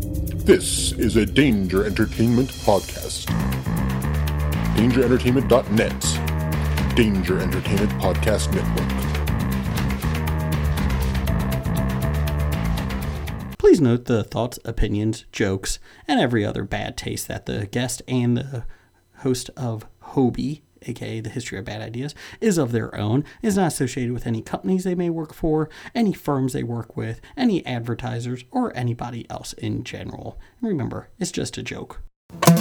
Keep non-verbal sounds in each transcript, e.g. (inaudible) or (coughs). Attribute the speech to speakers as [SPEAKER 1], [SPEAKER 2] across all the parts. [SPEAKER 1] This is a Danger Entertainment podcast. DangerEntertainment.net. Danger Entertainment Podcast Network.
[SPEAKER 2] Please note the thoughts, opinions, jokes, and every other bad taste that the guest and the host of Hobie, aka the History of Bad Ideas, is of their own, is not associated with any companies they may work for, any firms they work with, any advertisers, or anybody else in general. And remember, it's just a joke.
[SPEAKER 3] Alright.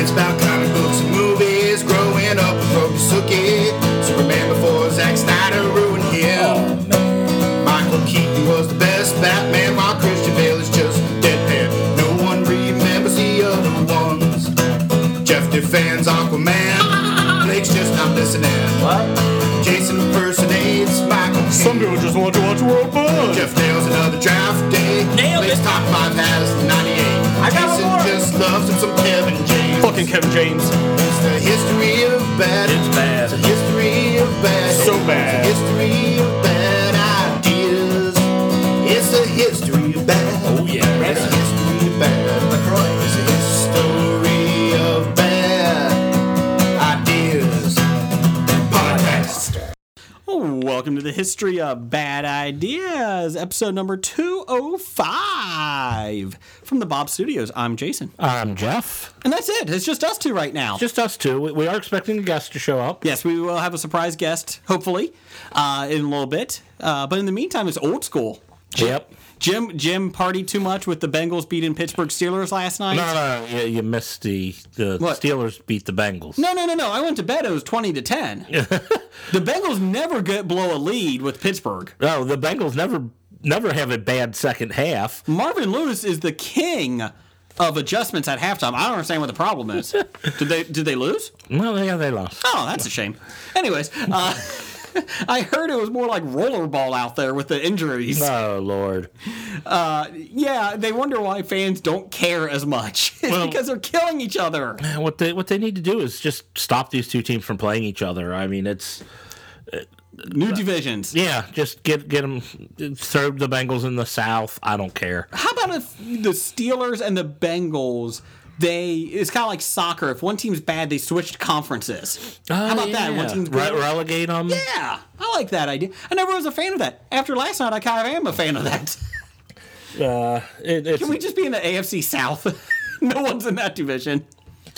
[SPEAKER 3] It's about comic books and movies. Growing up with Rokusuke. Superman before Zack Snyder ruined him. Michael Keaton was the best Batman, while Christian Bale is just deadpan. No one remembers the other ones. Jeff defends Aquaman.
[SPEAKER 4] (laughs)
[SPEAKER 3] Blake's just not listening. What? Jason impersonates Michael Keaton.
[SPEAKER 4] Some people just want to watch World Buzz.
[SPEAKER 3] Jeff nails another draft day.
[SPEAKER 5] Nailed
[SPEAKER 3] Blake's
[SPEAKER 5] it.
[SPEAKER 3] top five has 98.
[SPEAKER 5] I got
[SPEAKER 3] Jason
[SPEAKER 5] one more.
[SPEAKER 3] just loves him some Kevin James.
[SPEAKER 4] Fucking Kevin James.
[SPEAKER 3] It's the history of bad.
[SPEAKER 5] It's
[SPEAKER 3] It's the
[SPEAKER 5] bad.
[SPEAKER 3] history of bad.
[SPEAKER 4] So bad.
[SPEAKER 3] It's the history of bad ideas. It's the history of bad.
[SPEAKER 5] Oh, yeah.
[SPEAKER 3] It's the history of bad. It's the history of bad ideas. Podcast.
[SPEAKER 2] Oh, Welcome to the History of Bad Ideas, episode number 205 from the Bob Studios. I'm Jason.
[SPEAKER 6] I'm Jeff.
[SPEAKER 2] And that's it. It's just us two right now.
[SPEAKER 6] Just us two. We- We are expecting a guest to show up.
[SPEAKER 2] Yes, we will have a surprise guest, hopefully, uh, in a little bit. Uh, but in the meantime, it's old school.
[SPEAKER 6] Yep.
[SPEAKER 2] Jim Jim partied too much with the Bengals beating Pittsburgh Steelers last night.
[SPEAKER 6] No, no, no. You, you missed the the
[SPEAKER 2] What?
[SPEAKER 6] Steelers beat the Bengals.
[SPEAKER 2] no, no, no, no. I went to bed. It was twenty to
[SPEAKER 6] (laughs)
[SPEAKER 2] ten. the Bengals never get blow a lead with Pittsburgh.
[SPEAKER 6] No, Oh, the Bengals never never have a bad second half.
[SPEAKER 2] Marvin Lewis is the king of adjustments at halftime. I don't understand what the problem
[SPEAKER 6] (laughs)
[SPEAKER 2] is. did they did they lose?
[SPEAKER 6] Well, yeah, they lost.
[SPEAKER 2] Oh, that's a shame. Anyways, uh, (laughs) I heard it was more like rollerball out there with the injuries.
[SPEAKER 6] Oh Lord.
[SPEAKER 2] Yeah, they wonder why fans don't care as much. (laughs) It's
[SPEAKER 6] Well-
[SPEAKER 2] because they're killing each other.
[SPEAKER 6] And What they what they need to do is just stop these two teams from playing each other. I mean, it's
[SPEAKER 2] New divisions.
[SPEAKER 6] yeah, just get get them throw the Bengals in the South. I don't care.
[SPEAKER 2] How about if the Steelers and the Bengals? They it's kind of like soccer. If one team's bad, they switched conferences.
[SPEAKER 6] Oh,
[SPEAKER 2] How about that? One team's
[SPEAKER 6] Re-
[SPEAKER 2] good.
[SPEAKER 6] relegate them.
[SPEAKER 2] Yeah, I like that idea. I never was a fan of that. After last night, I kind of am a fan of that. (laughs) Can we just be in the AFC South? (laughs) no one's in that division.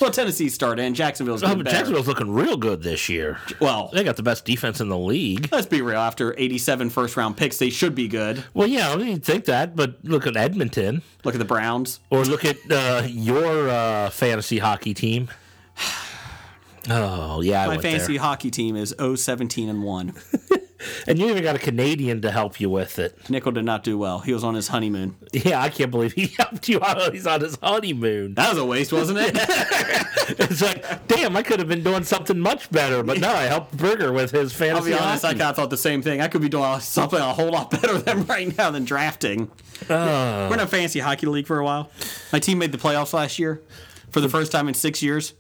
[SPEAKER 2] Well, Tennessee's started and Jacksonville's
[SPEAKER 6] Oh,
[SPEAKER 2] getting
[SPEAKER 6] but
[SPEAKER 2] better.
[SPEAKER 6] Jacksonville's looking real good this year.
[SPEAKER 2] well,
[SPEAKER 6] They got the best defense in the league.
[SPEAKER 2] let's be real. After 87 first round picks, they should be good.
[SPEAKER 6] Well, yeah, I mean, you'd think that, but look at Edmonton
[SPEAKER 2] Look at the Browns.
[SPEAKER 6] or look at uh, your uh, fantasy hockey team. (sighs) Oh yeah, I
[SPEAKER 2] My
[SPEAKER 6] went
[SPEAKER 2] fantasy
[SPEAKER 6] there.
[SPEAKER 2] hockey team is 017 and 1.
[SPEAKER 6] and you even got a Canadian to help you with it.
[SPEAKER 2] Nickel did not do well. He was on his honeymoon.
[SPEAKER 6] Yeah, I can't believe he (laughs) helped you out. while He's on his honeymoon.
[SPEAKER 2] That was a waste, wasn't (laughs) it?
[SPEAKER 6] It's like, damn, I could have been doing something much better, but no, I helped Burger with his
[SPEAKER 2] I'll
[SPEAKER 6] fantasy.
[SPEAKER 2] be honest, I
[SPEAKER 6] hockey.
[SPEAKER 2] kind of thought the same thing. I could be doing something a whole lot better than (laughs) right now than drafting. We're in a fantasy hockey league for a while. My team made the playoffs last year for the first time in six years.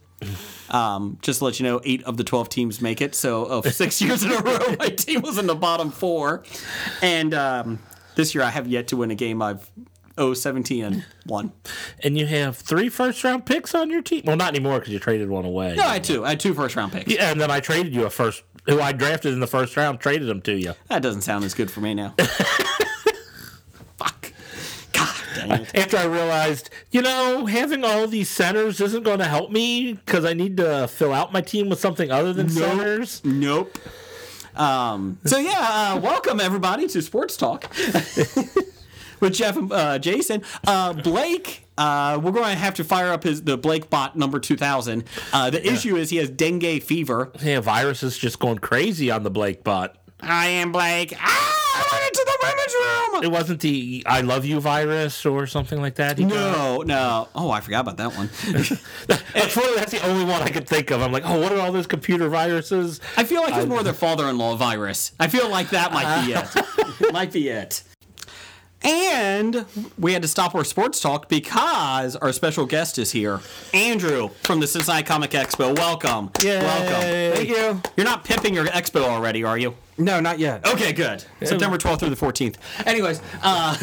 [SPEAKER 2] Um, just to let you know, eight of the 12 teams make it. So, of (laughs) six years in a row, (laughs) my team was in the bottom four. And um, this year, I have yet to win a game. I've 017 and 1.
[SPEAKER 6] and you have three first round picks on your team. Well, not anymore because you traded one away.
[SPEAKER 2] No, I had two. I had two first round picks.
[SPEAKER 6] Yeah, and then I traded you a first, who I drafted in the first round, traded him to you.
[SPEAKER 2] That doesn't sound as good for me now. (laughs) Fuck. God dang it.
[SPEAKER 6] after I realized, you know, having all these centers isn't going to help me because I need to fill out my team with something other than
[SPEAKER 2] (laughs)
[SPEAKER 6] centers.
[SPEAKER 2] Nope. Um, so yeah, uh, welcome everybody to Sports Talk (laughs) with Jeff and uh, Jason. Uh, Blake, uh, we're going to have to fire up his the Blake bot number two thousand. Uh, the issue is he has dengue fever.
[SPEAKER 6] Yeah, virus is just going crazy on the Blake bot.
[SPEAKER 2] I am Blake. Ah, I went into the women's
[SPEAKER 6] It
[SPEAKER 2] room.
[SPEAKER 6] wasn't the "I love you" virus or something like that.
[SPEAKER 2] No, no. Oh, I forgot about that one.
[SPEAKER 6] Actually, that's the only one I could think of. I'm like, oh, what are all those computer viruses?
[SPEAKER 2] I feel like it's more their father-in-law virus. I feel like that might be it. might be it. And we had to stop our sports talk because our special guest is here, Andrew from the Cincinnati Comic Expo. Welcome. Welcome.
[SPEAKER 5] Thank you.
[SPEAKER 2] You're not pimping your expo already, are you?
[SPEAKER 5] No, not yet.
[SPEAKER 2] Okay, good. September 12th through the 14th. Oh, Anyways, uh,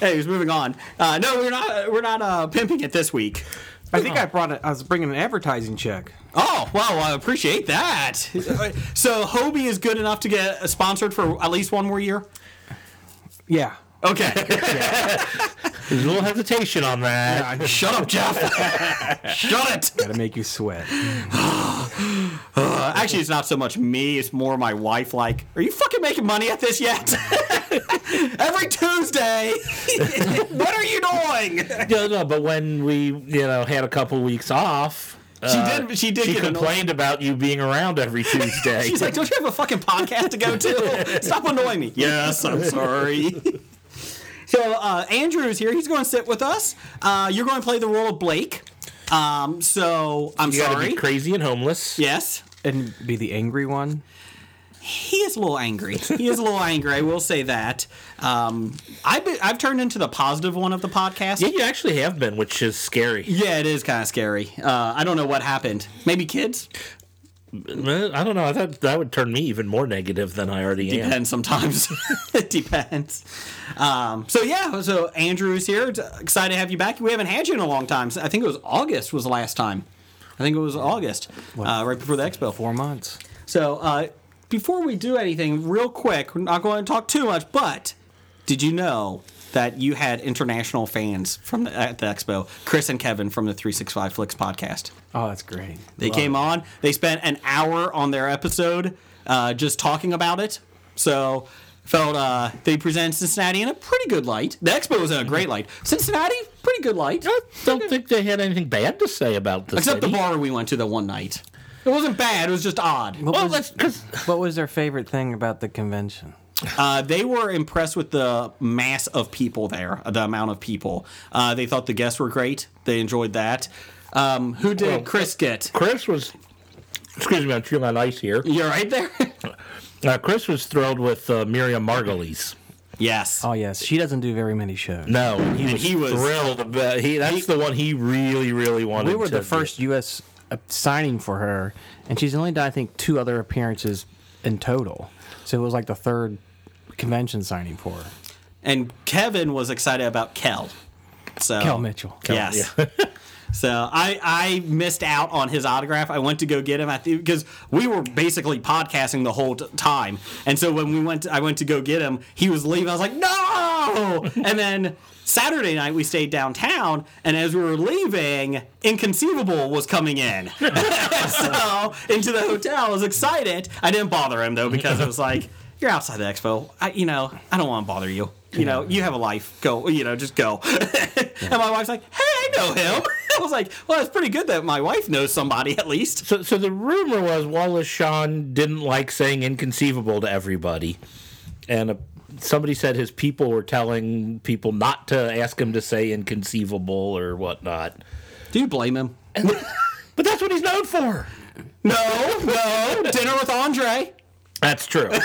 [SPEAKER 2] anyways, moving on. Uh, no, we're not. We're not uh, pimping it this week.
[SPEAKER 5] I think I brought. A, I was bringing an advertising check.
[SPEAKER 2] Oh, well, I appreciate that. Uh, so Hobie is good enough to get sponsored for at least one more year.
[SPEAKER 5] Yeah.
[SPEAKER 2] Okay.
[SPEAKER 6] There's a little hesitation on that.
[SPEAKER 2] (laughs) Shut up, Jeff. (laughs) Shut it.
[SPEAKER 5] Gotta make you sweat.
[SPEAKER 2] Uh, actually, it's not so much me, it's more my wife. Like, are you fucking making money at this yet? (laughs) Every Tuesday. (laughs) what are you doing?
[SPEAKER 6] No, no, but when we, you know, had a couple weeks off,
[SPEAKER 2] she did. Uh, She did
[SPEAKER 6] she
[SPEAKER 2] get annoyed.
[SPEAKER 6] complained about you being around every (laughs) Tuesday.
[SPEAKER 2] She's like, don't you have a fucking podcast to go to? Stop annoying me. Yes, I'm sorry. (laughs) so uh, Andrew's here. He's going to sit with us. Uh, you're going to play the role of Blake. Um, so I'm
[SPEAKER 6] you gotta
[SPEAKER 2] sorry.
[SPEAKER 6] be crazy and homeless.
[SPEAKER 2] yes,
[SPEAKER 5] And be the angry one.
[SPEAKER 2] he is a little angry. He is a little angry. I will say that. Um, I've been, I've turned into the positive one of the podcast.
[SPEAKER 6] Yeah, you actually have been, which is scary.
[SPEAKER 2] Yeah, it is kind of scary. Uh, I don't know what happened. Maybe kids.
[SPEAKER 6] Uh, I don't know. I thought that would turn me even more negative than I already am.
[SPEAKER 2] depends sometimes. (laughs) it depends. Um, so yeah, so Andrew's here. T- Excited to have you back. We haven't had you in a long time. I think it was August was the last time. I think it was August, uh, right before the expo.
[SPEAKER 5] Four months.
[SPEAKER 2] So uh, before we do anything, real quick, we're not going to talk too much. But did you know that you had international fans from the, at the expo? Chris and Kevin from the 365 Flicks podcast.
[SPEAKER 5] Oh, that's great.
[SPEAKER 2] They came on. They spent an hour on their episode uh, just talking about it. So felt uh, they presented Cincinnati in a pretty good light. The expo was in a great light. Cincinnati, pretty good light.
[SPEAKER 6] I don't think they had anything bad to say about this.
[SPEAKER 2] Except the bar we went to the one night. It wasn't bad. It was just odd.
[SPEAKER 5] What
[SPEAKER 6] Well,
[SPEAKER 5] was-
[SPEAKER 6] that's because
[SPEAKER 5] What was their favorite thing about the convention?
[SPEAKER 2] Uh, they were impressed with the mass of people there, uh, the amount of people. Uh, they thought the guests were great. They enjoyed that. Um, who did
[SPEAKER 6] Well-
[SPEAKER 2] Chris get?
[SPEAKER 6] Chris was. Excuse me, I'm chewing on ice here.
[SPEAKER 2] You're right there. (laughs)
[SPEAKER 6] Uh, Chris was thrilled with uh, Miriam Margolyes.
[SPEAKER 2] yes.
[SPEAKER 5] Oh yes, she doesn't do very many shows.
[SPEAKER 6] No, he was,
[SPEAKER 2] he was-
[SPEAKER 6] thrilled about. He that's the one he really, really wanted.
[SPEAKER 5] We were the
[SPEAKER 6] to
[SPEAKER 5] first U.S. uh, signing for her, and she's only done I think two other appearances in total. So it was like the third convention signing for her.
[SPEAKER 2] And Kevin was excited about Kel. So
[SPEAKER 5] Kel Mitchell.
[SPEAKER 2] yes. (laughs) so I I missed out on his autograph. I went to go get him at the because we were basically podcasting the whole t- time. And so when we went, I went to go get him. He was leaving. I was like, no. (laughs) and then Saturday night we stayed downtown, and as we were leaving, Inconceivable was coming in. (laughs) so into the hotel. I was excited. I didn't bother him though because it was like. You're outside the expo. I, you know, I don't want to bother you. You know, you have a life. Go. You know, just go. (laughs) And my wife's like, "Hey, I know him." (laughs) I was like, "Well, it's pretty good that my wife knows somebody at least."
[SPEAKER 6] So, so the rumor was Wallace Shawn didn't like saying inconceivable to everybody, and uh somebody said his people were telling people not to ask him to say inconceivable or whatnot.
[SPEAKER 2] Do you blame him?
[SPEAKER 6] But that's what he's known for.
[SPEAKER 2] No, no. Dinner with (laughs) Andre.
[SPEAKER 6] That's (laughs) true.
[SPEAKER 2] Don't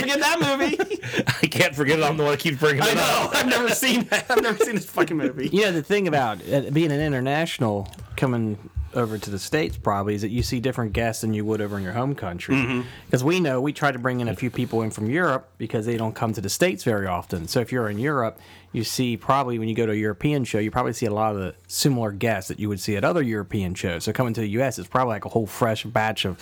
[SPEAKER 2] forget that movie.
[SPEAKER 6] I can't forget it. I'm the one that keeps bringing
[SPEAKER 2] I
[SPEAKER 6] it up.
[SPEAKER 2] know. I've never (laughs) seen. that. I've never seen this fucking movie.
[SPEAKER 5] You know, the thing about uh, being an international coming over to the States probably is that you see different guests than you would over in your home country. Because we know we try to bring in a few people in from Europe because they don't come to the States very often. So if you're in Europe, you see probably when you go to a European show, you probably see a lot of the similar guests that you would see at other European shows. So coming to the U.S., it's probably like a whole fresh batch of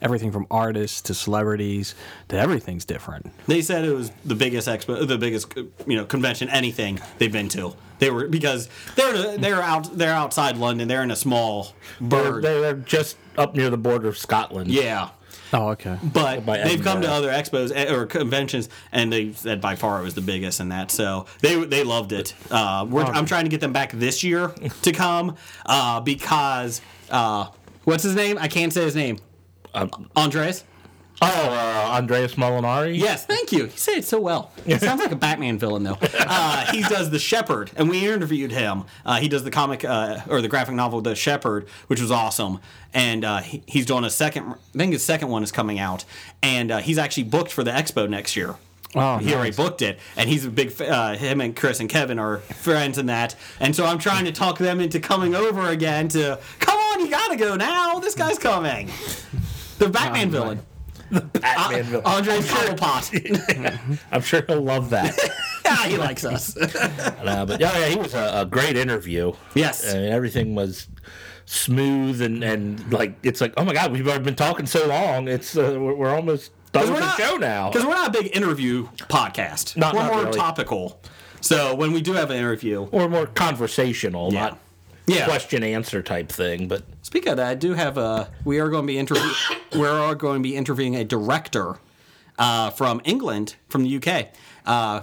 [SPEAKER 5] everything from artists to celebrities to everything's different.
[SPEAKER 2] They said it was the biggest expo, the biggest you know convention anything they've been to. They were because they're they're out they're outside London. They're in a small
[SPEAKER 6] They're,
[SPEAKER 2] bird.
[SPEAKER 6] they're just up near the border of Scotland.
[SPEAKER 2] yeah.
[SPEAKER 5] Oh, okay.
[SPEAKER 2] But
[SPEAKER 6] By
[SPEAKER 2] they've come to
[SPEAKER 6] Edinburgh.
[SPEAKER 2] other expos eh, or conventions, and they said by far it was the biggest and that. So they they loved it. Uh, we're, I'm trying to get them back this year to come uh, because uh, what's his name? I can't say his name.
[SPEAKER 6] Um,
[SPEAKER 2] Andres.
[SPEAKER 6] Oh, uh, Andreas Molinari.
[SPEAKER 2] Yes, thank you. He said it so well. It sounds like a Batman villain, though. Uh, he does the Shepherd, and we interviewed him. Uh, he does the comic uh, or the graphic novel The Shepherd, which was awesome. And uh, he, he's doing a second. I think his second one is coming out, and uh, he's actually booked for the expo next year.
[SPEAKER 7] Oh,
[SPEAKER 6] he already booked it, and he's a big. fa- Uh, him and Chris and Kevin are friends in that, and so I'm trying to talk them into coming over again. To come on, you gotta go now. This guy's coming. The Batman villain,
[SPEAKER 2] Batman villain. Oh,
[SPEAKER 6] Andre
[SPEAKER 2] (laughs)
[SPEAKER 6] Cobblepot.
[SPEAKER 2] I'm sure he'll love that. (laughs) Ah,
[SPEAKER 6] yeah, he likes us.
[SPEAKER 2] Uh, but yeah, yeah, he was a, a great interview.
[SPEAKER 6] (laughs) Yes.
[SPEAKER 2] I mean, everything was smooth and, and like it's like oh my god, we've already been talking so long. It's uh, we're, we're almost done with the show now.
[SPEAKER 6] Because we're not a big interview podcast.
[SPEAKER 2] Not-
[SPEAKER 6] we're
[SPEAKER 2] not
[SPEAKER 6] more
[SPEAKER 2] really. (coughs) uh, Uh, uh, er, uh,
[SPEAKER 5] (laughs) (laughs)
[SPEAKER 2] Oh, (laughs) um, uh, uh, uh, uh, Uh, uh, uh, uh, Oh,
[SPEAKER 6] Oh,
[SPEAKER 2] (laughs) uh, (laughs) uh, (laughs) Uh,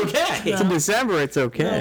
[SPEAKER 2] Um, (laughs) Uh, uh, uh, (laughs) Um, Oh, Uh, Um, Oh, oh, Oh, (laughs) Oh, I do
[SPEAKER 6] oh Oh, (laughs)
[SPEAKER 5] Uh, (laughs)
[SPEAKER 2] like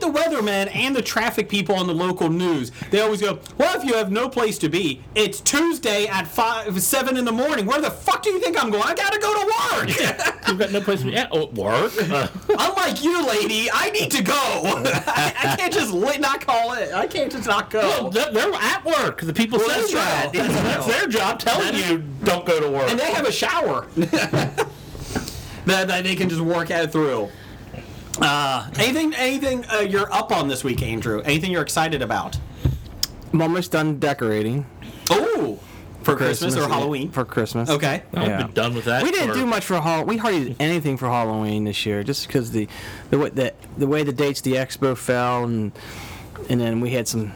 [SPEAKER 2] the weatherman and the traffic people on the local news. They always go, "Well, if you have no place to be, it's Tuesday at five, seven in the morning. Where the fuck do you think I'm going? I gotta go to work."
[SPEAKER 6] You've got no place to be at oh, work. Uh,
[SPEAKER 2] (laughs)
[SPEAKER 6] (laughs)
[SPEAKER 2] Unlike you, lady, I need to go. (laughs) I, I can't just li- not call it. I can't just not go.
[SPEAKER 6] they're, they're at work. The people
[SPEAKER 2] Well, that's
[SPEAKER 6] say that.
[SPEAKER 2] right.
[SPEAKER 6] That's their job telling you don't go to work.
[SPEAKER 2] And they have a (laughs) shower that, that they can just work out through. Uh, anything, anything uh, you're up on this week, Andrew? Anything you're excited about?
[SPEAKER 5] I'm almost done decorating.
[SPEAKER 2] Oh, for Christmas, or
[SPEAKER 5] yeah,
[SPEAKER 2] Halloween?
[SPEAKER 5] For Christmas.
[SPEAKER 2] okay.
[SPEAKER 6] I've
[SPEAKER 5] Yeah.
[SPEAKER 6] been done with that.
[SPEAKER 5] We didn't
[SPEAKER 6] for-
[SPEAKER 5] do much for Hall. We hardly did anything for Halloween this year, just because the the way the, the way the dates the expo fell, and and then we had some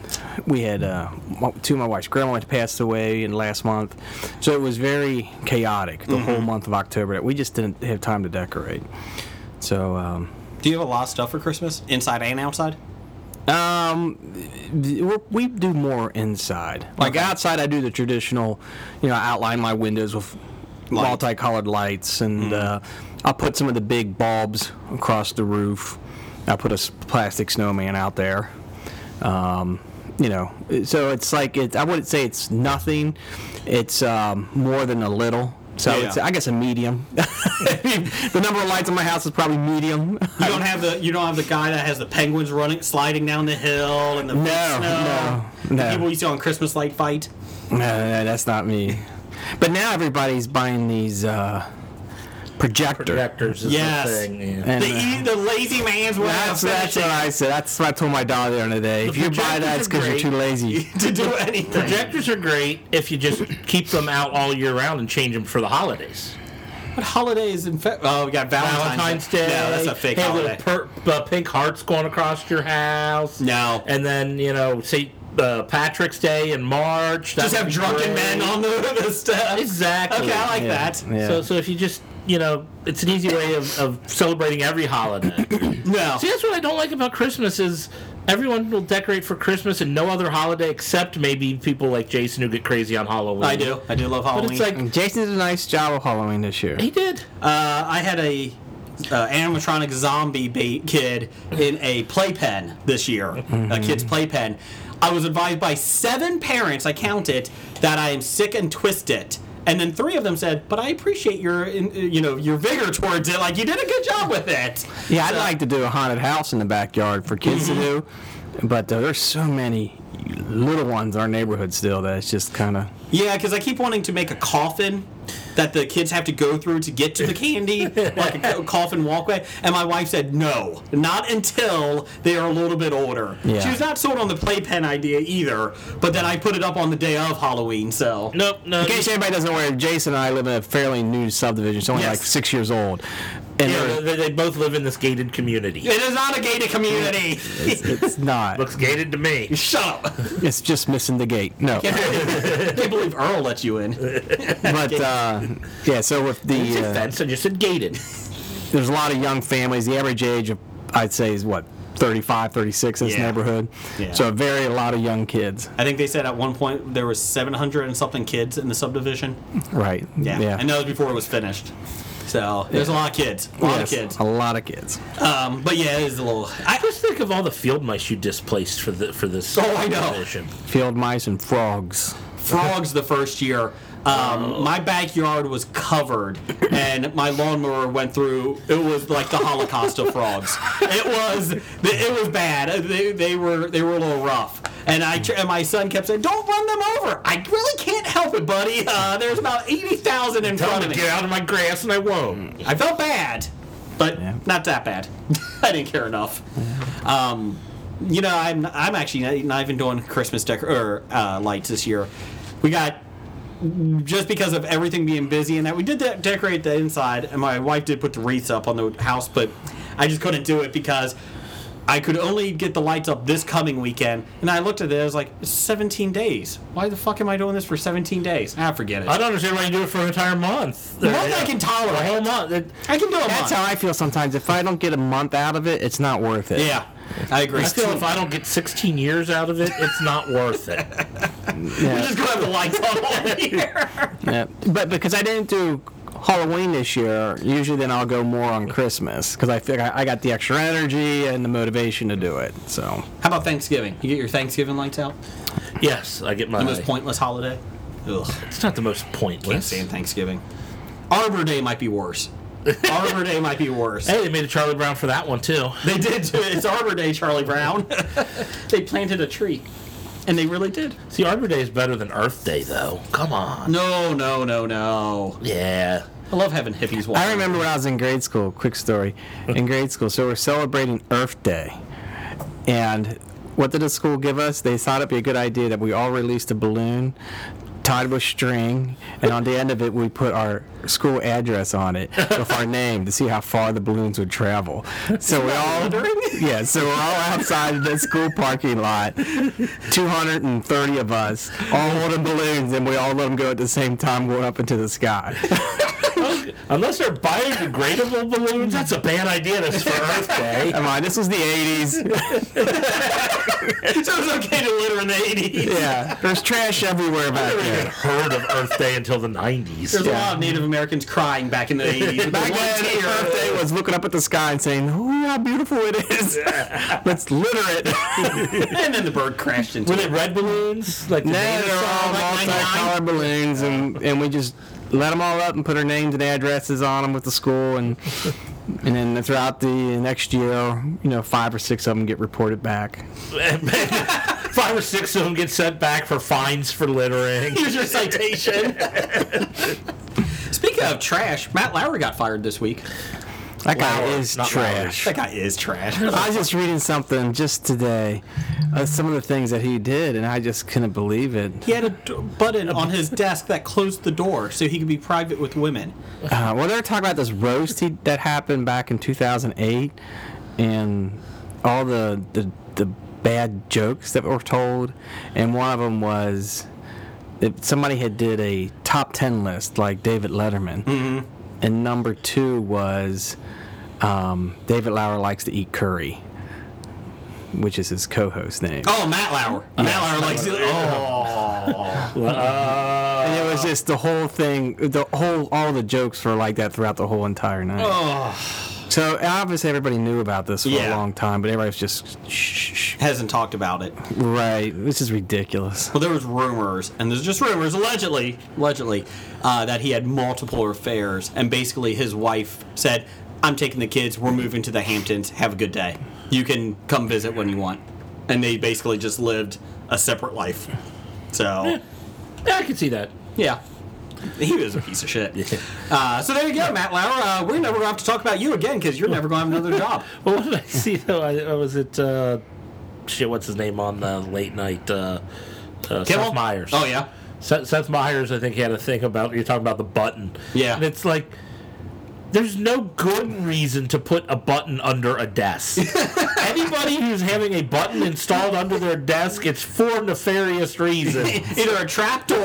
[SPEAKER 5] we had uh, mo- two of my wife's grandma had passed away in last month, so it was very chaotic the
[SPEAKER 6] Mm-hmm.
[SPEAKER 5] whole month of October. That we just didn't have time to decorate. So um,
[SPEAKER 2] Do you have a lot of stuff for Christmas, inside and outside?
[SPEAKER 5] we Um, we do more inside. Like
[SPEAKER 2] Okay.
[SPEAKER 5] outside, I do the traditional, you know, outline my windows with
[SPEAKER 2] Light. Mm-hmm.
[SPEAKER 5] multicolored lights, and uh, I'll put some of the big bulbs across the roof. I'll put a s- plastic snowman out there. Um, you know, so it's like it. I wouldn't say it's nothing. It's um, more than a little. So
[SPEAKER 2] Yeah,
[SPEAKER 5] it's,
[SPEAKER 2] yeah.
[SPEAKER 5] I guess a medium. (laughs) the number of lights in my house is probably medium. (laughs)
[SPEAKER 2] You don't have the you don't have the guy that has the penguins running sliding down the hill and the fake
[SPEAKER 5] No,
[SPEAKER 2] snow.
[SPEAKER 5] no,
[SPEAKER 2] the
[SPEAKER 5] no.
[SPEAKER 2] people you see on Christmas light fight.
[SPEAKER 5] No, no, Uh, that's not me. But now everybody's buying these uh, projector.
[SPEAKER 6] Directors is
[SPEAKER 2] Yes.
[SPEAKER 6] the thing. yeah.
[SPEAKER 5] And,
[SPEAKER 2] The,
[SPEAKER 5] uh,
[SPEAKER 2] e- the lazy man's way
[SPEAKER 5] that's,
[SPEAKER 2] of
[SPEAKER 5] that's what I said. That's what I told my daughter the other day. If you buy that, it's because you're too lazy.
[SPEAKER 2] (laughs) to do anything.
[SPEAKER 6] Projectors are great if you just keep them out all year round and change them for the holidays.
[SPEAKER 2] What holiday is in February? Oh, we got Valentine's,
[SPEAKER 6] Valentine's Day.
[SPEAKER 2] No, that's a fake
[SPEAKER 6] have
[SPEAKER 2] holiday.
[SPEAKER 6] Little per- uh, pink hearts going across your house.
[SPEAKER 2] No.
[SPEAKER 6] And then you know St. Uh, Patrick's Day in March. That
[SPEAKER 2] Just
[SPEAKER 6] would
[SPEAKER 2] have
[SPEAKER 6] be
[SPEAKER 2] drunken
[SPEAKER 6] great.
[SPEAKER 2] men on the, (laughs) the steps.
[SPEAKER 6] Exactly.
[SPEAKER 2] Okay, I like that.
[SPEAKER 5] Yeah.
[SPEAKER 6] So, so if you just, you know, it's an easy way of, of celebrating every holiday. (coughs)
[SPEAKER 2] No.
[SPEAKER 6] See, that's what I don't like about Christmas is everyone will decorate for Christmas and no other holiday except maybe people like Jason who get crazy on Halloween.
[SPEAKER 2] I do. I do love
[SPEAKER 6] But
[SPEAKER 2] Halloween.
[SPEAKER 6] it's like,
[SPEAKER 5] Jason did a nice job of Halloween this year.
[SPEAKER 6] he did.
[SPEAKER 2] Uh, I had a uh, animatronic zombie ba- kid in a playpen this year, a kid's playpen. I was advised by seven parents, I counted, that I am sick and twisted. And then three of them said, "But I appreciate your, in, you know, your vigor towards it. Like you did a good job with it."
[SPEAKER 5] Yeah, I'd like to do a haunted house in the backyard for kids to do, but uh, there's so many little ones in our neighborhood still that it's just kind of.
[SPEAKER 2] Yeah, because I keep wanting to make a coffin that the kids have to go through to get to the
[SPEAKER 5] (laughs)
[SPEAKER 2] candy, like a co- coffin walkway. And my wife said, no, not until they are a little bit older.
[SPEAKER 5] Yeah.
[SPEAKER 2] She was not sold on the playpen idea either, but then I put it up on the day of Halloween, so.
[SPEAKER 6] Nope, no.
[SPEAKER 5] In case anybody doesn't know where Jason and I live in a fairly new subdivision, it's only
[SPEAKER 2] Yes.
[SPEAKER 5] like six years old. And
[SPEAKER 6] Yeah,
[SPEAKER 5] there's-
[SPEAKER 6] they, they both live in this gated community.
[SPEAKER 2] It is not a gated community.
[SPEAKER 5] it's not.
[SPEAKER 6] Looks gated to me.
[SPEAKER 2] (laughs) Shut up.
[SPEAKER 5] It's just missing the gate. No.
[SPEAKER 2] can't believe Earl let you in.
[SPEAKER 5] (laughs) but uh, yeah, so with
[SPEAKER 6] It's
[SPEAKER 5] the
[SPEAKER 6] a
[SPEAKER 5] uh,
[SPEAKER 6] fence. I just said gated.
[SPEAKER 5] there's a lot of young families. The average age of I'd say is what 35, 36 in this
[SPEAKER 2] Yeah.
[SPEAKER 5] neighborhood.
[SPEAKER 2] Yeah.
[SPEAKER 5] So a very a lot of young kids,
[SPEAKER 2] I think they said at one point there was 700 and something kids in the subdivision.
[SPEAKER 5] right?
[SPEAKER 2] Yeah. And that was before it was finished. So there's a lot of kids. A lot
[SPEAKER 5] Yes,
[SPEAKER 2] of kids.
[SPEAKER 5] A lot of kids.
[SPEAKER 2] Um, but yeah, it is a little.
[SPEAKER 6] I just think of all the field mice you displaced for the for this.
[SPEAKER 2] Oh, I know.
[SPEAKER 6] Edition.
[SPEAKER 5] Field mice and frogs.
[SPEAKER 2] frogs the first year. Um, my backyard was covered, and my lawnmower went through. It was like the Holocaust of frogs. It was it was bad. They, they were they were a little rough. And I tr- and my son kept saying, "Don't run them over." I really can't help it, buddy. Uh, there's about eighty thousand in
[SPEAKER 6] Tell
[SPEAKER 2] front
[SPEAKER 6] them
[SPEAKER 2] of
[SPEAKER 6] to
[SPEAKER 2] me.
[SPEAKER 6] get out of my grass and I won't.
[SPEAKER 2] I felt bad, but not that bad. (laughs) I didn't care enough. Um, you know, I'm I'm actually not, not even doing Christmas decor or uh, lights this year. We got just because of everything being busy and that we did de- decorate the inside, and my wife did put the wreaths up on the house, but I just couldn't do it because. I could only get the lights up this coming weekend, and I looked at it. I was like, it's 17 days. Why the fuck am I doing this for 17 days? Ah, forget it.
[SPEAKER 6] I don't understand why you do it for an entire month.
[SPEAKER 2] A month I can
[SPEAKER 6] A
[SPEAKER 2] tolerate.
[SPEAKER 6] whole month. It-
[SPEAKER 2] I can do a month.
[SPEAKER 5] That's how I feel sometimes. If I don't get a month out of it, it's not worth it.
[SPEAKER 2] Yeah, I agree.
[SPEAKER 6] I feel if I don't get 16 years out of it, it's not
[SPEAKER 2] (laughs)
[SPEAKER 6] worth it.
[SPEAKER 2] oh, We're just gonna have the lights on all year.
[SPEAKER 5] Yeah. But because I didn't do Halloween this year, usually then I'll go more on Christmas because I think I, I got the extra energy and the motivation to do it. So
[SPEAKER 2] How about Thanksgiving? You get your Thanksgiving lights out?
[SPEAKER 6] Yes, I get my.
[SPEAKER 2] The most pointless holiday? Ugh.
[SPEAKER 6] it's not the most
[SPEAKER 2] Can't
[SPEAKER 6] pointless.
[SPEAKER 2] stand Thanksgiving. Arbor Day might be worse. Arbor Day might be (laughs) worse.
[SPEAKER 6] Hey, they made a Charlie Brown for that one too.
[SPEAKER 2] They did do it. It's Arbor Day, Charlie Brown. (laughs) they planted a tree. And they really did.
[SPEAKER 6] See, Arbor Day is better than Earth Day though. Come on.
[SPEAKER 2] No, no, no, no.
[SPEAKER 6] Yeah.
[SPEAKER 2] I love having hippies walk.
[SPEAKER 5] I remember when I was in grade school. Quick story, in grade school, so we're celebrating Earth Day, and what did the school give us? They thought it'd be a good idea that we all released a balloon. Tied with string, and on the end of it, we put our school address on it with our name to see how far the balloons would travel. So we all, yeah, so we're all outside the school parking lot, 230 of us, all holding balloons, and we all let them go at the same time, going up into the sky.
[SPEAKER 6] Unless they're biodegradable (laughs) balloons, that's a bad
[SPEAKER 2] (laughs)
[SPEAKER 6] idea. That's for Earth Day.
[SPEAKER 5] Come on, this was the 80s.
[SPEAKER 2] so it's okay to litter in the 80s.
[SPEAKER 5] (laughs) Yeah, there's trash everywhere back
[SPEAKER 6] even
[SPEAKER 5] there.
[SPEAKER 6] heard of Earth Day until the 90s.
[SPEAKER 2] There's a lot of Native Americans crying back (laughs) in the 80s.
[SPEAKER 5] Back then, Earth Day was looking up at the sky and saying, "Ooh, how beautiful it is! (laughs) Let's litter it."
[SPEAKER 2] (laughs) and then the bird crashed into
[SPEAKER 6] Were
[SPEAKER 2] it.
[SPEAKER 6] they red balloons? Like the
[SPEAKER 5] now
[SPEAKER 6] name-
[SPEAKER 5] they're all
[SPEAKER 2] like 99.
[SPEAKER 5] multicolored balloons, and, and we just let them all up and put our names and addresses on them with the school, and and then throughout the next year, you know, five or six of them get reported back.
[SPEAKER 6] five or six of them get sent back for fines for littering.
[SPEAKER 2] Here's your citation. (laughs) Speaking of trash, Matt Lauer got fired this week.
[SPEAKER 5] That guy
[SPEAKER 6] Lauer,
[SPEAKER 5] is
[SPEAKER 6] not
[SPEAKER 5] trash.
[SPEAKER 2] That guy is trash.
[SPEAKER 5] I was just reading something just today, uh, some of the things that he did, and I just couldn't believe it.
[SPEAKER 2] He had a d- button on his desk that closed the door so he could be private with women.
[SPEAKER 5] Uh, well, they're talking about this roast he, that happened back in 2008, and all the, the the bad jokes that were told, and one of them was that somebody had did a top ten list like David Letterman, and number two was um, David Lauer likes to eat curry, which is his co-host name.
[SPEAKER 2] Oh, Matt Lauer. Matt Lauer likes it. Oh.
[SPEAKER 5] And it was just the whole thing, the whole, all the jokes were like that throughout the whole entire night. So obviously everybody knew about this for
[SPEAKER 2] Yeah.
[SPEAKER 5] a long time, but everybody was just shh, shh, shh.
[SPEAKER 2] Hasn't talked about it.
[SPEAKER 5] right. This is ridiculous.
[SPEAKER 2] Well, there was rumors, and there's just rumors, allegedly, allegedly, uh, that he had multiple affairs, and basically his wife said, "I'm taking the kids. We're moving to the Hamptons. Have a good day. You can come visit when you want." And they basically just lived a separate life. So,
[SPEAKER 6] (laughs) Yeah, I can see that.
[SPEAKER 2] yeah. He was a piece of shit. Uh, so there you go, Matt Lauer. Uh, we're never going to have to talk about you again because you're never going to have another job.
[SPEAKER 6] Well, what did I see though? I, I was at uh, shit. What's his name on the late night? Uh, uh,
[SPEAKER 2] Kimmel?
[SPEAKER 6] Seth Meyers.
[SPEAKER 2] Oh yeah.
[SPEAKER 6] Seth, Seth Meyers, I think, had a thing about you're talking about the button.
[SPEAKER 2] Yeah.
[SPEAKER 6] and it's like there's no good reason to put a button under a
[SPEAKER 2] (laughs)
[SPEAKER 6] desk. Anybody who's having a button installed under their desk, it's for nefarious reasons.
[SPEAKER 2] (laughs) Either a trap (laughs) door.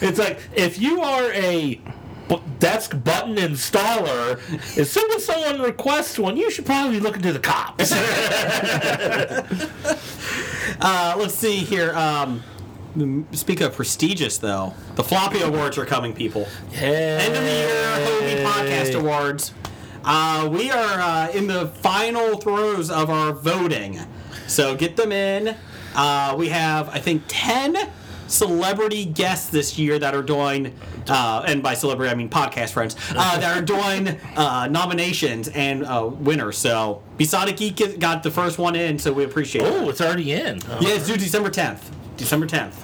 [SPEAKER 6] It's like if you are a bu- desk button installer, as soon as someone requests one, you should probably look into the cops.
[SPEAKER 2] (laughs) Uh, let's see here. Um, m- speak of prestigious, though, the Floppy Awards are coming, people. End of the year Hobie Podcast Awards. Uh, we are uh, in the final throes of our voting, so get them in. Uh, we have, I think, ten celebrity guests this year that are doing, uh, and by celebrity I mean podcast friends uh, that are doing uh, nominations and uh, winners. So Besodic Geek got the first one in, so we appreciate it.
[SPEAKER 6] Oh, it's already in. Oh.
[SPEAKER 2] Yeah, it's due December 10th. December 10th.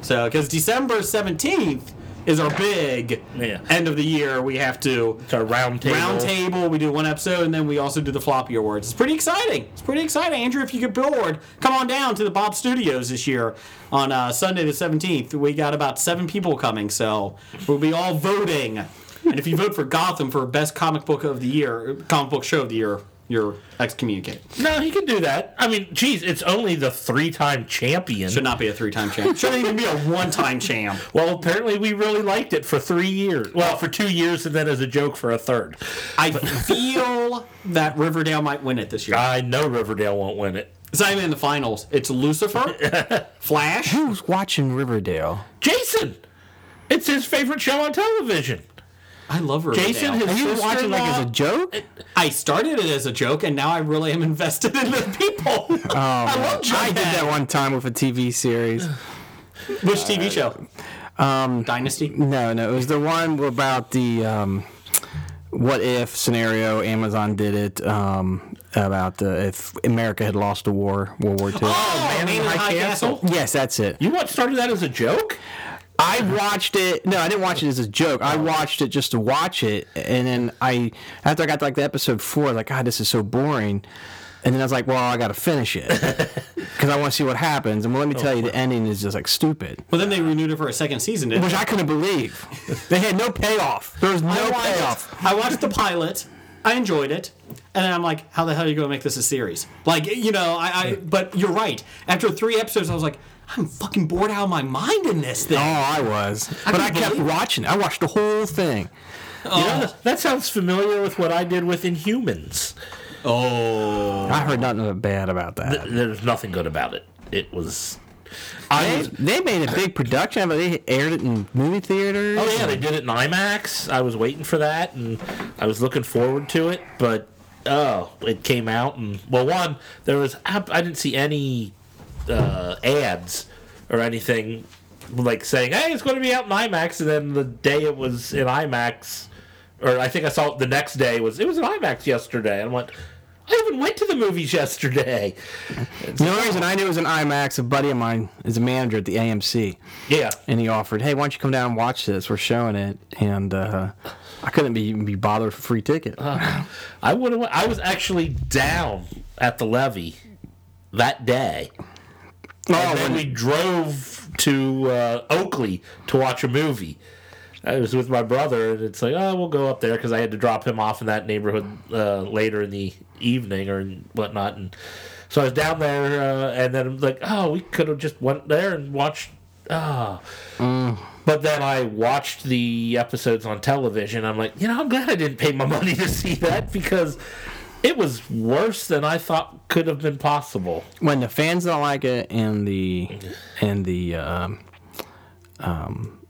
[SPEAKER 2] So, because December 17th is our big
[SPEAKER 6] Yeah.
[SPEAKER 2] end of the year. We have to
[SPEAKER 6] It's our round table.
[SPEAKER 2] round table. We do one episode, and then we also do the floppy awards. It's pretty exciting. It's pretty exciting. Andrew, if you get bored, come on down to the Bob Studios this year on uh, Sunday the 17th. We got about seven people coming, so we'll be all voting. And if you vote for Gotham for best comic book of the year, comic book show of the year, you're excommunicated.
[SPEAKER 6] No, he can do that. I mean, geez, it's only the three-time champion.
[SPEAKER 2] Should not be a three-time champ. Shouldn't even be a one-time champ.
[SPEAKER 6] Well, apparently we really liked it for three years. Well, for two years, and then as a joke for a third.
[SPEAKER 2] I feel that Riverdale might win it this year.
[SPEAKER 6] I know Riverdale won't win it.
[SPEAKER 2] It's not even in the finals. It's (laughs) Lucifer, Flash.
[SPEAKER 5] Who's watching Riverdale?
[SPEAKER 6] Jason, it's his favorite show on television.
[SPEAKER 2] I love Riverdale.
[SPEAKER 6] Jason, his
[SPEAKER 2] Are you watching like as a joke?
[SPEAKER 5] joke?
[SPEAKER 2] I started it as a joke, and now I really am invested in the people. (laughs) Oh, I love Jughead.
[SPEAKER 5] I did that one time with a
[SPEAKER 2] (sighs)
[SPEAKER 5] TV series.
[SPEAKER 2] Which TV show? Um, Dynasty.
[SPEAKER 5] No, no, it was the one about the um, what if scenario. Amazon did it um, about the, if America had lost the war, World War II.
[SPEAKER 2] Oh, Man in the High Castle.
[SPEAKER 5] Yes, that's it.
[SPEAKER 6] You what started that as a joke?
[SPEAKER 5] I watched it. No, I didn't watch it as a joke.
[SPEAKER 2] Oh.
[SPEAKER 5] I watched it just to watch it, and then I after I got to like the episode four, I was like God, this is so boring. And then I was like, well, I got to
[SPEAKER 2] (laughs)
[SPEAKER 5] finish it because I want to see what happens. And well,
[SPEAKER 2] Oh,
[SPEAKER 5] let me tell you, the ending is just like stupid,
[SPEAKER 2] Well, then they renewed it for a second season, didn't
[SPEAKER 5] which
[SPEAKER 2] they?
[SPEAKER 5] I couldn't believe. They had no payoff. There was no
[SPEAKER 2] I watched- (laughs)
[SPEAKER 5] payoff.
[SPEAKER 2] I watched the pilot. I enjoyed it, and then I'm like, "How the hell are you going to make this a series?" Like, you know, I, I. But you're right. After three episodes, I was like, "I'm fucking bored out of my mind in this thing."
[SPEAKER 5] Oh, I was, but I
[SPEAKER 2] couldn't
[SPEAKER 5] kept
[SPEAKER 2] believe it.
[SPEAKER 5] watching. it. I watched the whole thing.
[SPEAKER 6] Yeah, that sounds familiar with what I did with Inhumans.
[SPEAKER 5] I heard nothing bad about that.
[SPEAKER 6] There's nothing good about it. It was.
[SPEAKER 5] they,
[SPEAKER 6] I
[SPEAKER 5] they made a big production of it. They aired it in movie theaters.
[SPEAKER 6] oh yeah, they did it in IMAX. I was waiting for that, and I was looking forward to it. But oh, it came out, and well, one there was ab- I didn't see any uh, ads or anything like saying, "Hey, it's going to be out in IMAX." And then the day it was in IMAX, or I think I saw it the next day was it was in IMAX yesterday. And I went, I even went to the movies yesterday.
[SPEAKER 5] The only reason I knew it was an IMAX, a buddy of mine is a manager at the AMC,
[SPEAKER 6] Yeah.
[SPEAKER 5] and he offered, "Hey, why don't you come down and watch this? We're showing it." And uh, I couldn't be be bothered for free ticket.
[SPEAKER 6] Uh-huh. I would have. I was actually down at the levee that day,
[SPEAKER 5] Oh,
[SPEAKER 6] and then we drove to uh, Oakley to watch a movie. I was with my brother, and it's like, oh, we'll go up there because I had to drop him off in that neighborhood uh, later in the evening or whatnot. And so I was down there, uh, and then I'm like, oh, we could have just went there and watched. Oh. But then I watched the episodes on television. I'm like, you know, I'm glad I didn't pay my (laughs) money to see that because it was worse than I thought could have been possible.
[SPEAKER 5] when the fans don't like it, and the and the um, um,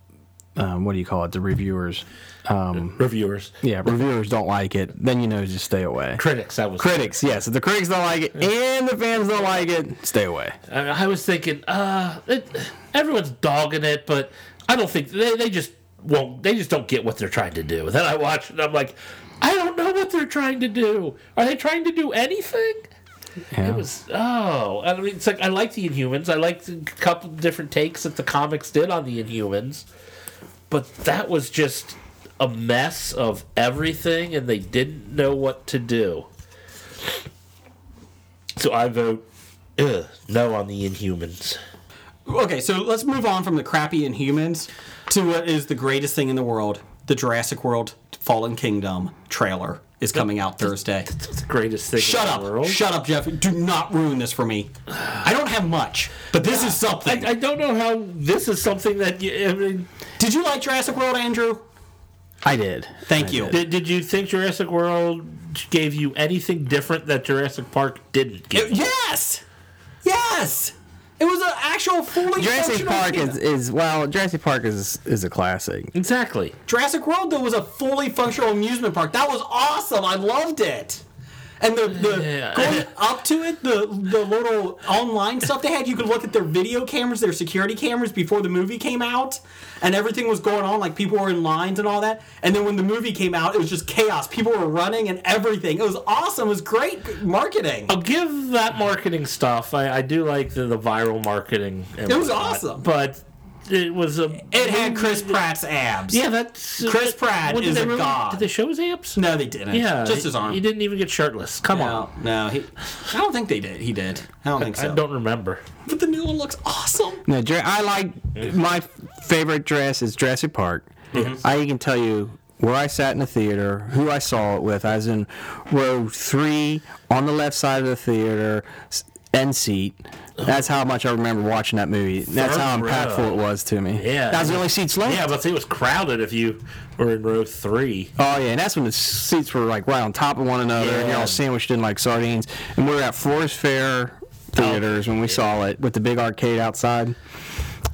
[SPEAKER 5] um, what do you call it? The reviewers,
[SPEAKER 6] Reviewers,
[SPEAKER 5] yeah, reviewers don't like it. Then you know, just stay away.
[SPEAKER 6] critics, that was
[SPEAKER 5] Critics, yes. If the critics don't like it and the fans don't like it, stay away.
[SPEAKER 6] I, mean, I was thinking, uh, it, everyone's dogging it, but I don't think they, they just won't. They just don't get what they're trying to do. Then I watch it, I'm like, I don't know what they're trying to do. Are they trying to do anything?
[SPEAKER 5] Yeah.
[SPEAKER 6] It was oh, I mean, it's like I like the Inhumans. I liked a couple different takes that the comics did on the Inhumans, but that was just a mess of everything, and they didn't know what to do. So I vote ugh, no on the Inhumans.
[SPEAKER 2] Okay, so let's move on from the crappy Inhumans to what is the greatest thing in the world: the Jurassic World Fallen Kingdom trailer is coming out Thursday.
[SPEAKER 6] It's the greatest thing
[SPEAKER 2] Shut
[SPEAKER 6] in
[SPEAKER 2] up!
[SPEAKER 6] the world.
[SPEAKER 2] Shut up, Jeff! Do not ruin this for me. I don't have much, but this is something.
[SPEAKER 6] I, I don't know how this is something that you. I mean,
[SPEAKER 2] Did you like Jurassic World, Andrew?
[SPEAKER 5] I did.
[SPEAKER 2] Thank you.
[SPEAKER 6] did, did you think Jurassic World gave you anything different that Jurassic Park didn't give?
[SPEAKER 2] It- yes, yes. It was an actual fully
[SPEAKER 5] Jurassic
[SPEAKER 2] functional
[SPEAKER 5] Park
[SPEAKER 2] kingdom.
[SPEAKER 5] is, is well, Jurassic Park is is a classic.
[SPEAKER 6] exactly.
[SPEAKER 2] Jurassic World though was a fully functional amusement park. That was awesome. I loved it. And the, the going up to it, the the little online stuff they had, you could look at their video cameras, their security cameras before the movie came out, and everything was going on. Like people were in lines and all that. And then when the movie came out, it was just chaos. People were running and everything. It was awesome. It was great marketing.
[SPEAKER 6] I'll give that marketing stuff. I, I do like the, the viral marketing. and
[SPEAKER 2] It was
[SPEAKER 6] whatnot,
[SPEAKER 2] awesome.
[SPEAKER 6] but it was a.
[SPEAKER 2] It had Chris Pratt's abs.
[SPEAKER 6] Yeah, that's uh,
[SPEAKER 2] Chris Pratt
[SPEAKER 6] What, did
[SPEAKER 2] is
[SPEAKER 6] they
[SPEAKER 2] a god.
[SPEAKER 6] Did they show his abs?
[SPEAKER 2] No, they didn't.
[SPEAKER 6] Yeah,
[SPEAKER 2] Just his arm.
[SPEAKER 6] He didn't even get shirtless. Come on.
[SPEAKER 2] No, no, he. I don't think they did. He did. I don't think so.
[SPEAKER 6] I don't remember.
[SPEAKER 2] But the new one looks awesome.
[SPEAKER 5] No, Jura- I like
[SPEAKER 6] Mm-hmm.
[SPEAKER 5] my favorite dress is Jurassic Park. I can tell you where I sat in the theater, who I saw it with. I was in row three on the left side of the theater, s- end seat. That's how much I remember watching that movie. That's how
[SPEAKER 6] Third
[SPEAKER 5] impactful
[SPEAKER 6] row.
[SPEAKER 5] it was to me.
[SPEAKER 6] Yeah.
[SPEAKER 5] that was the only seats left.
[SPEAKER 6] Yeah, but it was crowded if you were in row three.
[SPEAKER 5] Oh yeah, and that's when the seats were like right on top of one another, and you're
[SPEAKER 6] Yeah.
[SPEAKER 5] all sandwiched in like sardines. And we were at Forest Fair theaters when we saw it with the big arcade outside.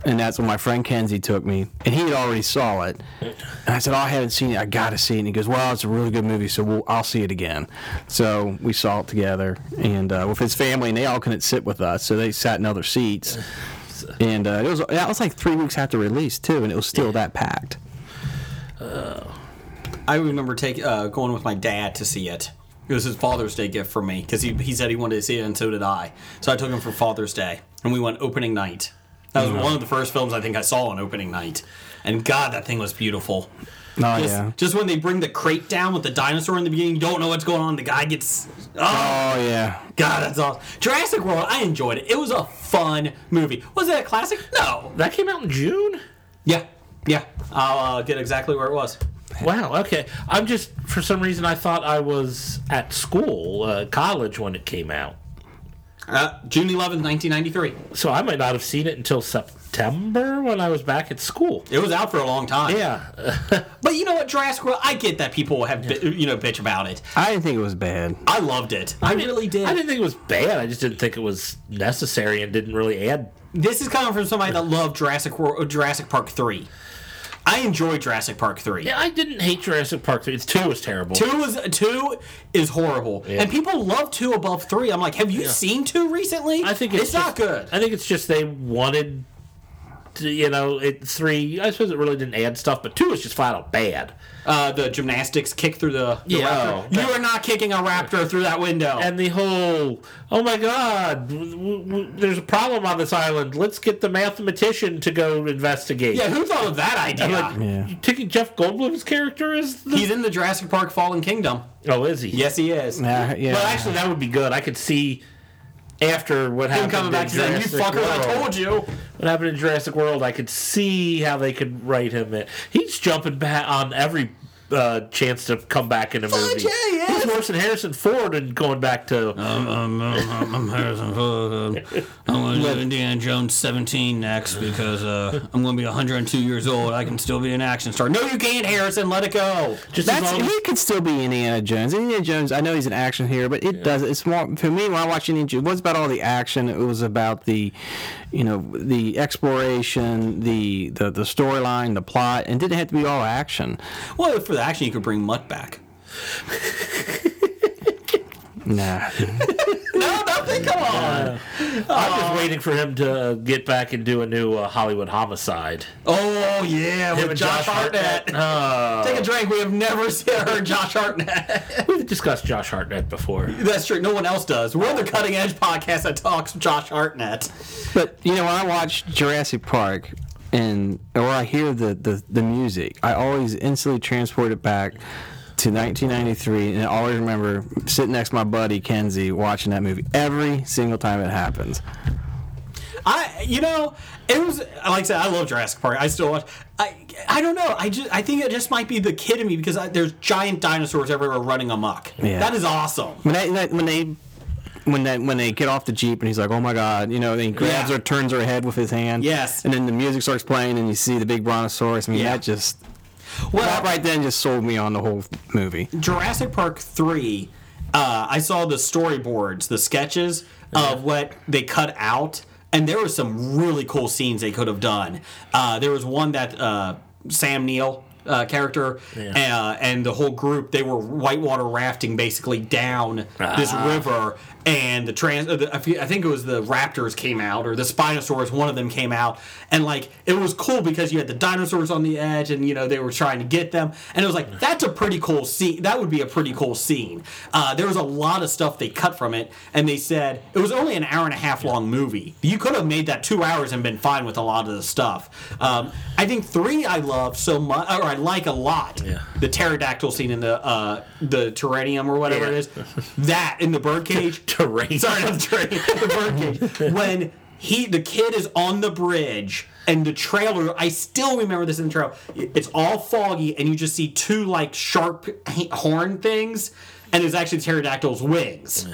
[SPEAKER 5] and that's when my friend Kenzie took me, and he had already saw it. And I said, "Oh, I haven't seen it. I gotta see it." And he goes, "Well, it's a really good movie, so we'll, I'll see it again." So we saw it together, and uh, with his family, and they all couldn't sit with us, so they sat in other seats. And uh, it was that was like three weeks after release too, and it was still that packed.
[SPEAKER 2] I remember take, uh, going with my dad to see it. It was his Father's Day gift for me because he, he said he wanted to see it, and so did I. So I took him for Father's Day, and we went opening night. That was one of the first films I think I saw on opening night. And God, that thing was beautiful.
[SPEAKER 5] Oh
[SPEAKER 2] Just,
[SPEAKER 5] yeah,
[SPEAKER 2] just when they bring the crate down with the dinosaur in the beginning, you don't know what's going on. The guy gets. Oh,
[SPEAKER 5] oh yeah.
[SPEAKER 2] God, that's awesome. Jurassic World, I enjoyed it. It was a fun movie. Was it a classic? No.
[SPEAKER 6] That came out in June.
[SPEAKER 2] Yeah, yeah. I'll uh, get exactly where it was.
[SPEAKER 6] Wow. Okay. I'm just for some reason I thought I was at school, uh, college when it came out.
[SPEAKER 2] Uh, June 11th, 1993.
[SPEAKER 6] So I might not have seen it until September when I was back at school.
[SPEAKER 2] It was out for a long time.
[SPEAKER 6] Yeah.
[SPEAKER 2] But you know what, Jurassic World? I get that people have, bi- you know, bitch about it.
[SPEAKER 5] I didn't think it was bad.
[SPEAKER 2] I loved it. I, really did.
[SPEAKER 6] I didn't think it was bad. I just didn't think it was necessary and didn't really add.
[SPEAKER 2] This is coming from somebody that loved Jurassic World, uh, Jurassic Park 3. I enjoyed Jurassic Park 3.
[SPEAKER 6] Yeah, I didn't hate Jurassic Park. It's two was terrible.
[SPEAKER 2] Two is two is horrible, and people love two above three. I'm like, have you seen two recently?
[SPEAKER 6] I think it's,
[SPEAKER 2] not
[SPEAKER 6] just-
[SPEAKER 2] good.
[SPEAKER 6] I think it's just they wanted, to, you know, it three. I suppose it really didn't add stuff, but two was just flat out bad.
[SPEAKER 2] Uh, the gymnastics kick through the, the
[SPEAKER 6] Yeah.
[SPEAKER 2] raptor.
[SPEAKER 6] Oh.
[SPEAKER 2] you are not kicking a raptor through that window.
[SPEAKER 6] And the whole, oh my God, w- w- w- there's a problem on this island. Let's get the mathematician to go investigate.
[SPEAKER 2] yeah, who thought of that idea?
[SPEAKER 5] Yeah.
[SPEAKER 6] You taking Jeff Goldblum's character is the
[SPEAKER 2] He's in the Jurassic Park Fallen Kingdom.
[SPEAKER 6] oh is he?
[SPEAKER 2] Yes, he is.
[SPEAKER 5] Nah, yeah.
[SPEAKER 6] Well, actually, that would be good. I could see after what
[SPEAKER 2] Him
[SPEAKER 6] happened
[SPEAKER 2] coming
[SPEAKER 6] in
[SPEAKER 2] back to saying, "You
[SPEAKER 6] Jurassic
[SPEAKER 2] fucker,
[SPEAKER 6] World,
[SPEAKER 2] I told you."
[SPEAKER 6] what happened in Jurassic World. I could see how they could write him in. He's jumping back on every uh, chance to come back in a movie.
[SPEAKER 2] yeah, he is.
[SPEAKER 6] He's worse than Harrison Ford and going back to
[SPEAKER 2] I'm Harrison Ford. I'm going to do Indiana Jones 17 next because uh, I'm going to be 102 years old. I can still be an action star. No, you can't, Harrison. Let it go.
[SPEAKER 6] just as
[SPEAKER 5] That's
[SPEAKER 6] long as-
[SPEAKER 5] he could still be Indiana Jones. Indiana Jones, I know he's an action hero, but it does it's more for me when I watch Indiana Jones. It was about all the action. It was about the, you know, the exploration, the the, the storyline, the plot, and it didn't have to be all action.
[SPEAKER 2] Well, for the action, you could bring Mutt back.
[SPEAKER 5] Nah,
[SPEAKER 2] No, nothing. Come on.
[SPEAKER 6] I'm just waiting for him to uh, get back and do a new uh, Hollywood homicide.
[SPEAKER 2] Oh yeah,
[SPEAKER 6] Him
[SPEAKER 2] with
[SPEAKER 6] and
[SPEAKER 2] Josh,
[SPEAKER 6] Josh Oh.
[SPEAKER 2] Hartnett. Take a drink. We have never (laughs) seen or heard Josh Hartnett.
[SPEAKER 6] We've discussed Josh Hartnett before.
[SPEAKER 2] That's true. No one else does. We're the cutting edge podcast that talks Josh Hartnett.
[SPEAKER 5] but you know when I watch Jurassic Park. And or I hear the, the, the music, I always instantly transport it back to 1993, and I always remember sitting next to my buddy Kenzie watching that movie every single time it happens.
[SPEAKER 2] I, you know, it was like I said, I love Jurassic Park. I still watch. I, I don't know. I just, I think it just might be the kid in me because I, there's giant dinosaurs everywhere running amok.
[SPEAKER 5] Yeah.
[SPEAKER 2] That is awesome.
[SPEAKER 5] When they, that, when they when that when they get off the jeep and he's like, "Oh my god," you know, then he grabs
[SPEAKER 2] Yeah.
[SPEAKER 5] her, turns her head with his hand.
[SPEAKER 2] Yes.
[SPEAKER 5] And then the music starts playing, and you see the big brontosaurus. I mean,
[SPEAKER 2] Yeah.
[SPEAKER 5] that just
[SPEAKER 2] Well,
[SPEAKER 5] that right then just sold me on the whole movie.
[SPEAKER 2] Jurassic Park 3, uh, I saw the storyboards, the sketches of what they cut out, and there were some really cool scenes they could have done. Uh, there was one that uh, Sam Neill. Uh, character uh, and the whole group they were whitewater rafting basically down this river and the trans uh, the, I fe- I think it was the raptors came out or the spinosaurus one of them came out and like it was cool because you had the dinosaurs on the edge and you know they were trying to get them and it was like that's a pretty cool scene that would be a pretty cool scene uh, there was a lot of stuff they cut from it and they said it was only an hour and a half long movie you could have made that two hours and been fine with a lot of the stuff um, i think three i love so much or i like a lot the pterodactyl scene in the uh, the terranium or whatever it
[SPEAKER 6] Yeah.
[SPEAKER 2] is that in the birdcage (laughs)
[SPEAKER 6] Terrain.
[SPEAKER 2] Sorry, not the train. The birdcage. when he, the kid, is on the bridge, and the trailer. I still remember this in the trailer. It's all foggy, and you just see two like sharp h- horn things, and it's actually pterodactyl's wings,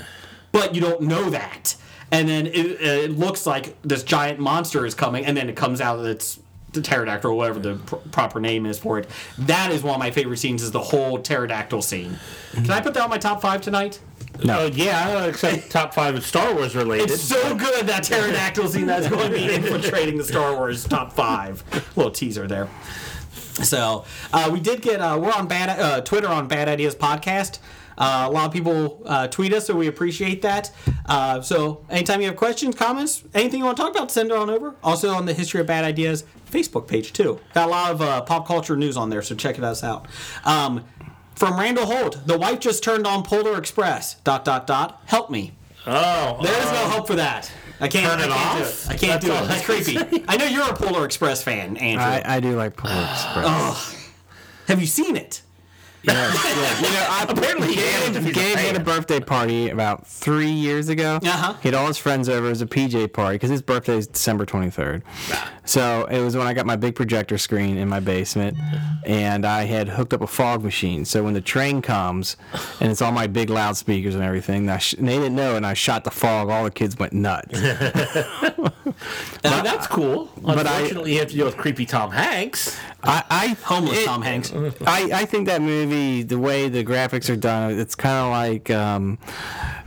[SPEAKER 2] but you don't know that. And then it, it looks like this giant monster is coming, and then it comes out that it's the pterodactyl, or whatever the pr- proper name is for it. That is one of my favorite scenes. Is the whole pterodactyl scene. Can I put that on my top five tonight?
[SPEAKER 6] No, uh, yeah, except top five is Star Wars related.
[SPEAKER 2] It's so good that pterodactyl scene that's going to be infiltrating the Star Wars top five. Little teaser there. So uh, we did get uh, we're on bad uh, Twitter on Bad Ideas Podcast. Uh, a lot of people uh, tweet us, so we appreciate that. Uh, so anytime you have questions, comments, anything you want to talk about, send it on over. Also on the History of Bad Ideas Facebook page too. Got a lot of uh, pop culture news on there, so check it us out. Um, from Randall Holt, the wife just turned on Polar Express. Dot dot dot. Help me.
[SPEAKER 6] oh,
[SPEAKER 2] There's no hope for that. I can't.
[SPEAKER 6] Turn
[SPEAKER 2] I
[SPEAKER 6] it
[SPEAKER 2] can't
[SPEAKER 6] off?
[SPEAKER 2] do it. I can't
[SPEAKER 6] That's all
[SPEAKER 2] do
[SPEAKER 6] I
[SPEAKER 2] it. It's creepy. I know you're a Polar Express fan, Andrew.
[SPEAKER 5] I, I do
[SPEAKER 2] (gasps)
[SPEAKER 5] like Polar Express.
[SPEAKER 2] Oh. Have you seen it? (laughs)
[SPEAKER 6] apparently he is, if he's a
[SPEAKER 5] Gabe
[SPEAKER 6] fan.
[SPEAKER 5] had a birthday party about three years ago.
[SPEAKER 2] Uh-huh.
[SPEAKER 5] He had all his friends over as a PJ party because his birthday is December 23rd.
[SPEAKER 6] Ah.
[SPEAKER 5] So it was when I got my big projector screen in my basement and I had hooked up a fog machine. So when the train comes and it's all my big loudspeakers and everything, I sh- and they didn't know and I shot the fog, all the kids went nuts.
[SPEAKER 6] (laughs) Now, that's cool.
[SPEAKER 5] but I-
[SPEAKER 6] Unfortunately, you have to deal with creepy Tom Hanks.
[SPEAKER 5] I, I
[SPEAKER 2] Homeless
[SPEAKER 5] it-
[SPEAKER 2] Tom Hanks.
[SPEAKER 6] Mm-hmm.
[SPEAKER 5] I, I think that movie, the way the graphics are done, it's kind of like um,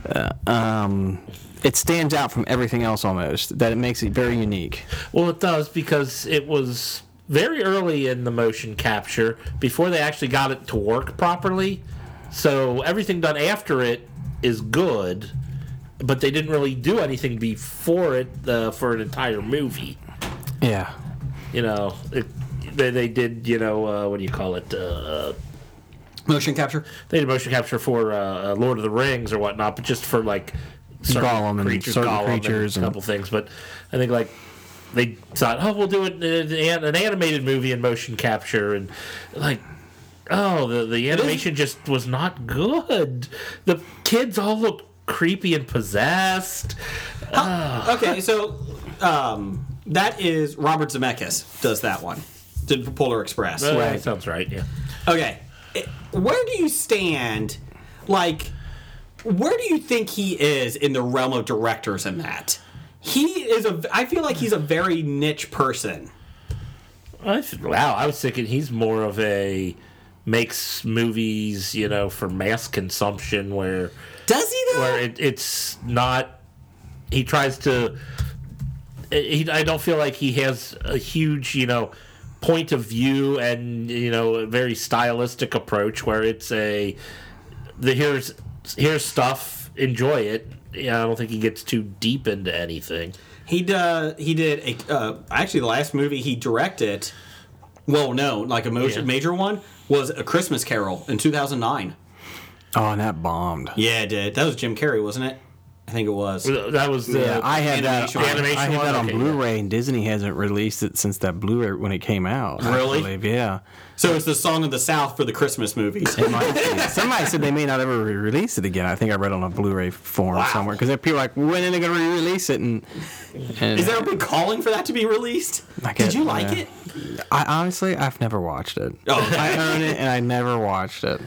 [SPEAKER 5] uh, um, it stands out from everything else almost. That it makes it very unique.
[SPEAKER 6] Well, it does because it was very early in the motion capture before they actually got it to work properly. So everything done after it is good, but they didn't really do anything before it uh, for an entire movie.
[SPEAKER 5] Yeah.
[SPEAKER 6] You know, it, they, they did, you know, uh, what do you call it? Uh,
[SPEAKER 2] Motion capture.
[SPEAKER 6] they did motion capture for uh, Lord of the Rings or whatnot, but just for like certain
[SPEAKER 5] Gollum and certain
[SPEAKER 6] Gollum
[SPEAKER 5] creatures
[SPEAKER 6] and
[SPEAKER 5] and-
[SPEAKER 6] a couple things. But I think like they thought, oh, we'll do it in an an animated movie in motion capture, and like. Oh, the, the animation just was not good. The kids all looked creepy and possessed.
[SPEAKER 2] Okay, so um, that is Robert Zemeckis does that one. Did Polar Express.
[SPEAKER 6] Uh, that sounds right. Yeah.
[SPEAKER 2] Okay, It- where do you stand? Like, where do you think he is in the realm of directors in that? He is a. I feel like he's a very niche person.
[SPEAKER 6] I th- wow, I was thinking he's more of a makes movies, you know, for mass consumption where
[SPEAKER 2] Does he though?
[SPEAKER 6] where it, it's not he tries to eh, he, i don't feel like he has a huge you know point of view and you know a very stylistic approach where it's a the here's here's stuff enjoy it yeah, I don't think he gets too deep into anything.
[SPEAKER 2] He uh, he did a uh, actually the last movie he directed. Well, no, like a major,
[SPEAKER 6] Yeah.
[SPEAKER 2] major one was a Christmas Carol in 2009.
[SPEAKER 5] Oh, and that bombed.
[SPEAKER 2] Yeah, it did. That was Jim Carrey, wasn't it? I think it was.
[SPEAKER 6] That was the
[SPEAKER 5] Yeah, I had that.
[SPEAKER 2] animation one.
[SPEAKER 5] I, I
[SPEAKER 6] Animation
[SPEAKER 5] had that
[SPEAKER 6] one?
[SPEAKER 5] on
[SPEAKER 6] Okay,
[SPEAKER 5] Blu-ray, and Disney hasn't released it since that Blu-ray when it came out. I
[SPEAKER 2] Really?
[SPEAKER 5] believe, yeah.
[SPEAKER 2] So it's the song of the South for the Christmas movies.
[SPEAKER 5] It might
[SPEAKER 2] (laughs)
[SPEAKER 5] be. Somebody said they may not ever re-release it again. I think I read on a Blu-ray forum somewhere because people are like, when are they going to re-release it? And, and
[SPEAKER 2] Is there a big calling for that to be released?
[SPEAKER 5] I
[SPEAKER 2] Did
[SPEAKER 5] get-
[SPEAKER 2] you like
[SPEAKER 5] yeah.
[SPEAKER 2] it?
[SPEAKER 5] I honestly, I've never watched it.
[SPEAKER 2] Oh.
[SPEAKER 5] I own it and I never watched it.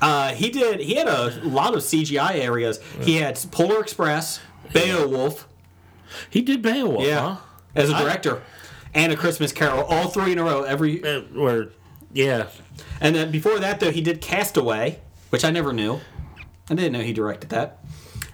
[SPEAKER 2] Uh, he did. He had a lot of CGI areas. He had Polar Express, Beowulf,
[SPEAKER 6] He did Beowulf,
[SPEAKER 2] yeah, as a director, and a Christmas Carol, all three in a row. Every
[SPEAKER 6] huh? Uh, Where, yeah,
[SPEAKER 2] And then before that, though, he did Castaway, which I never knew. I didn't know he directed that.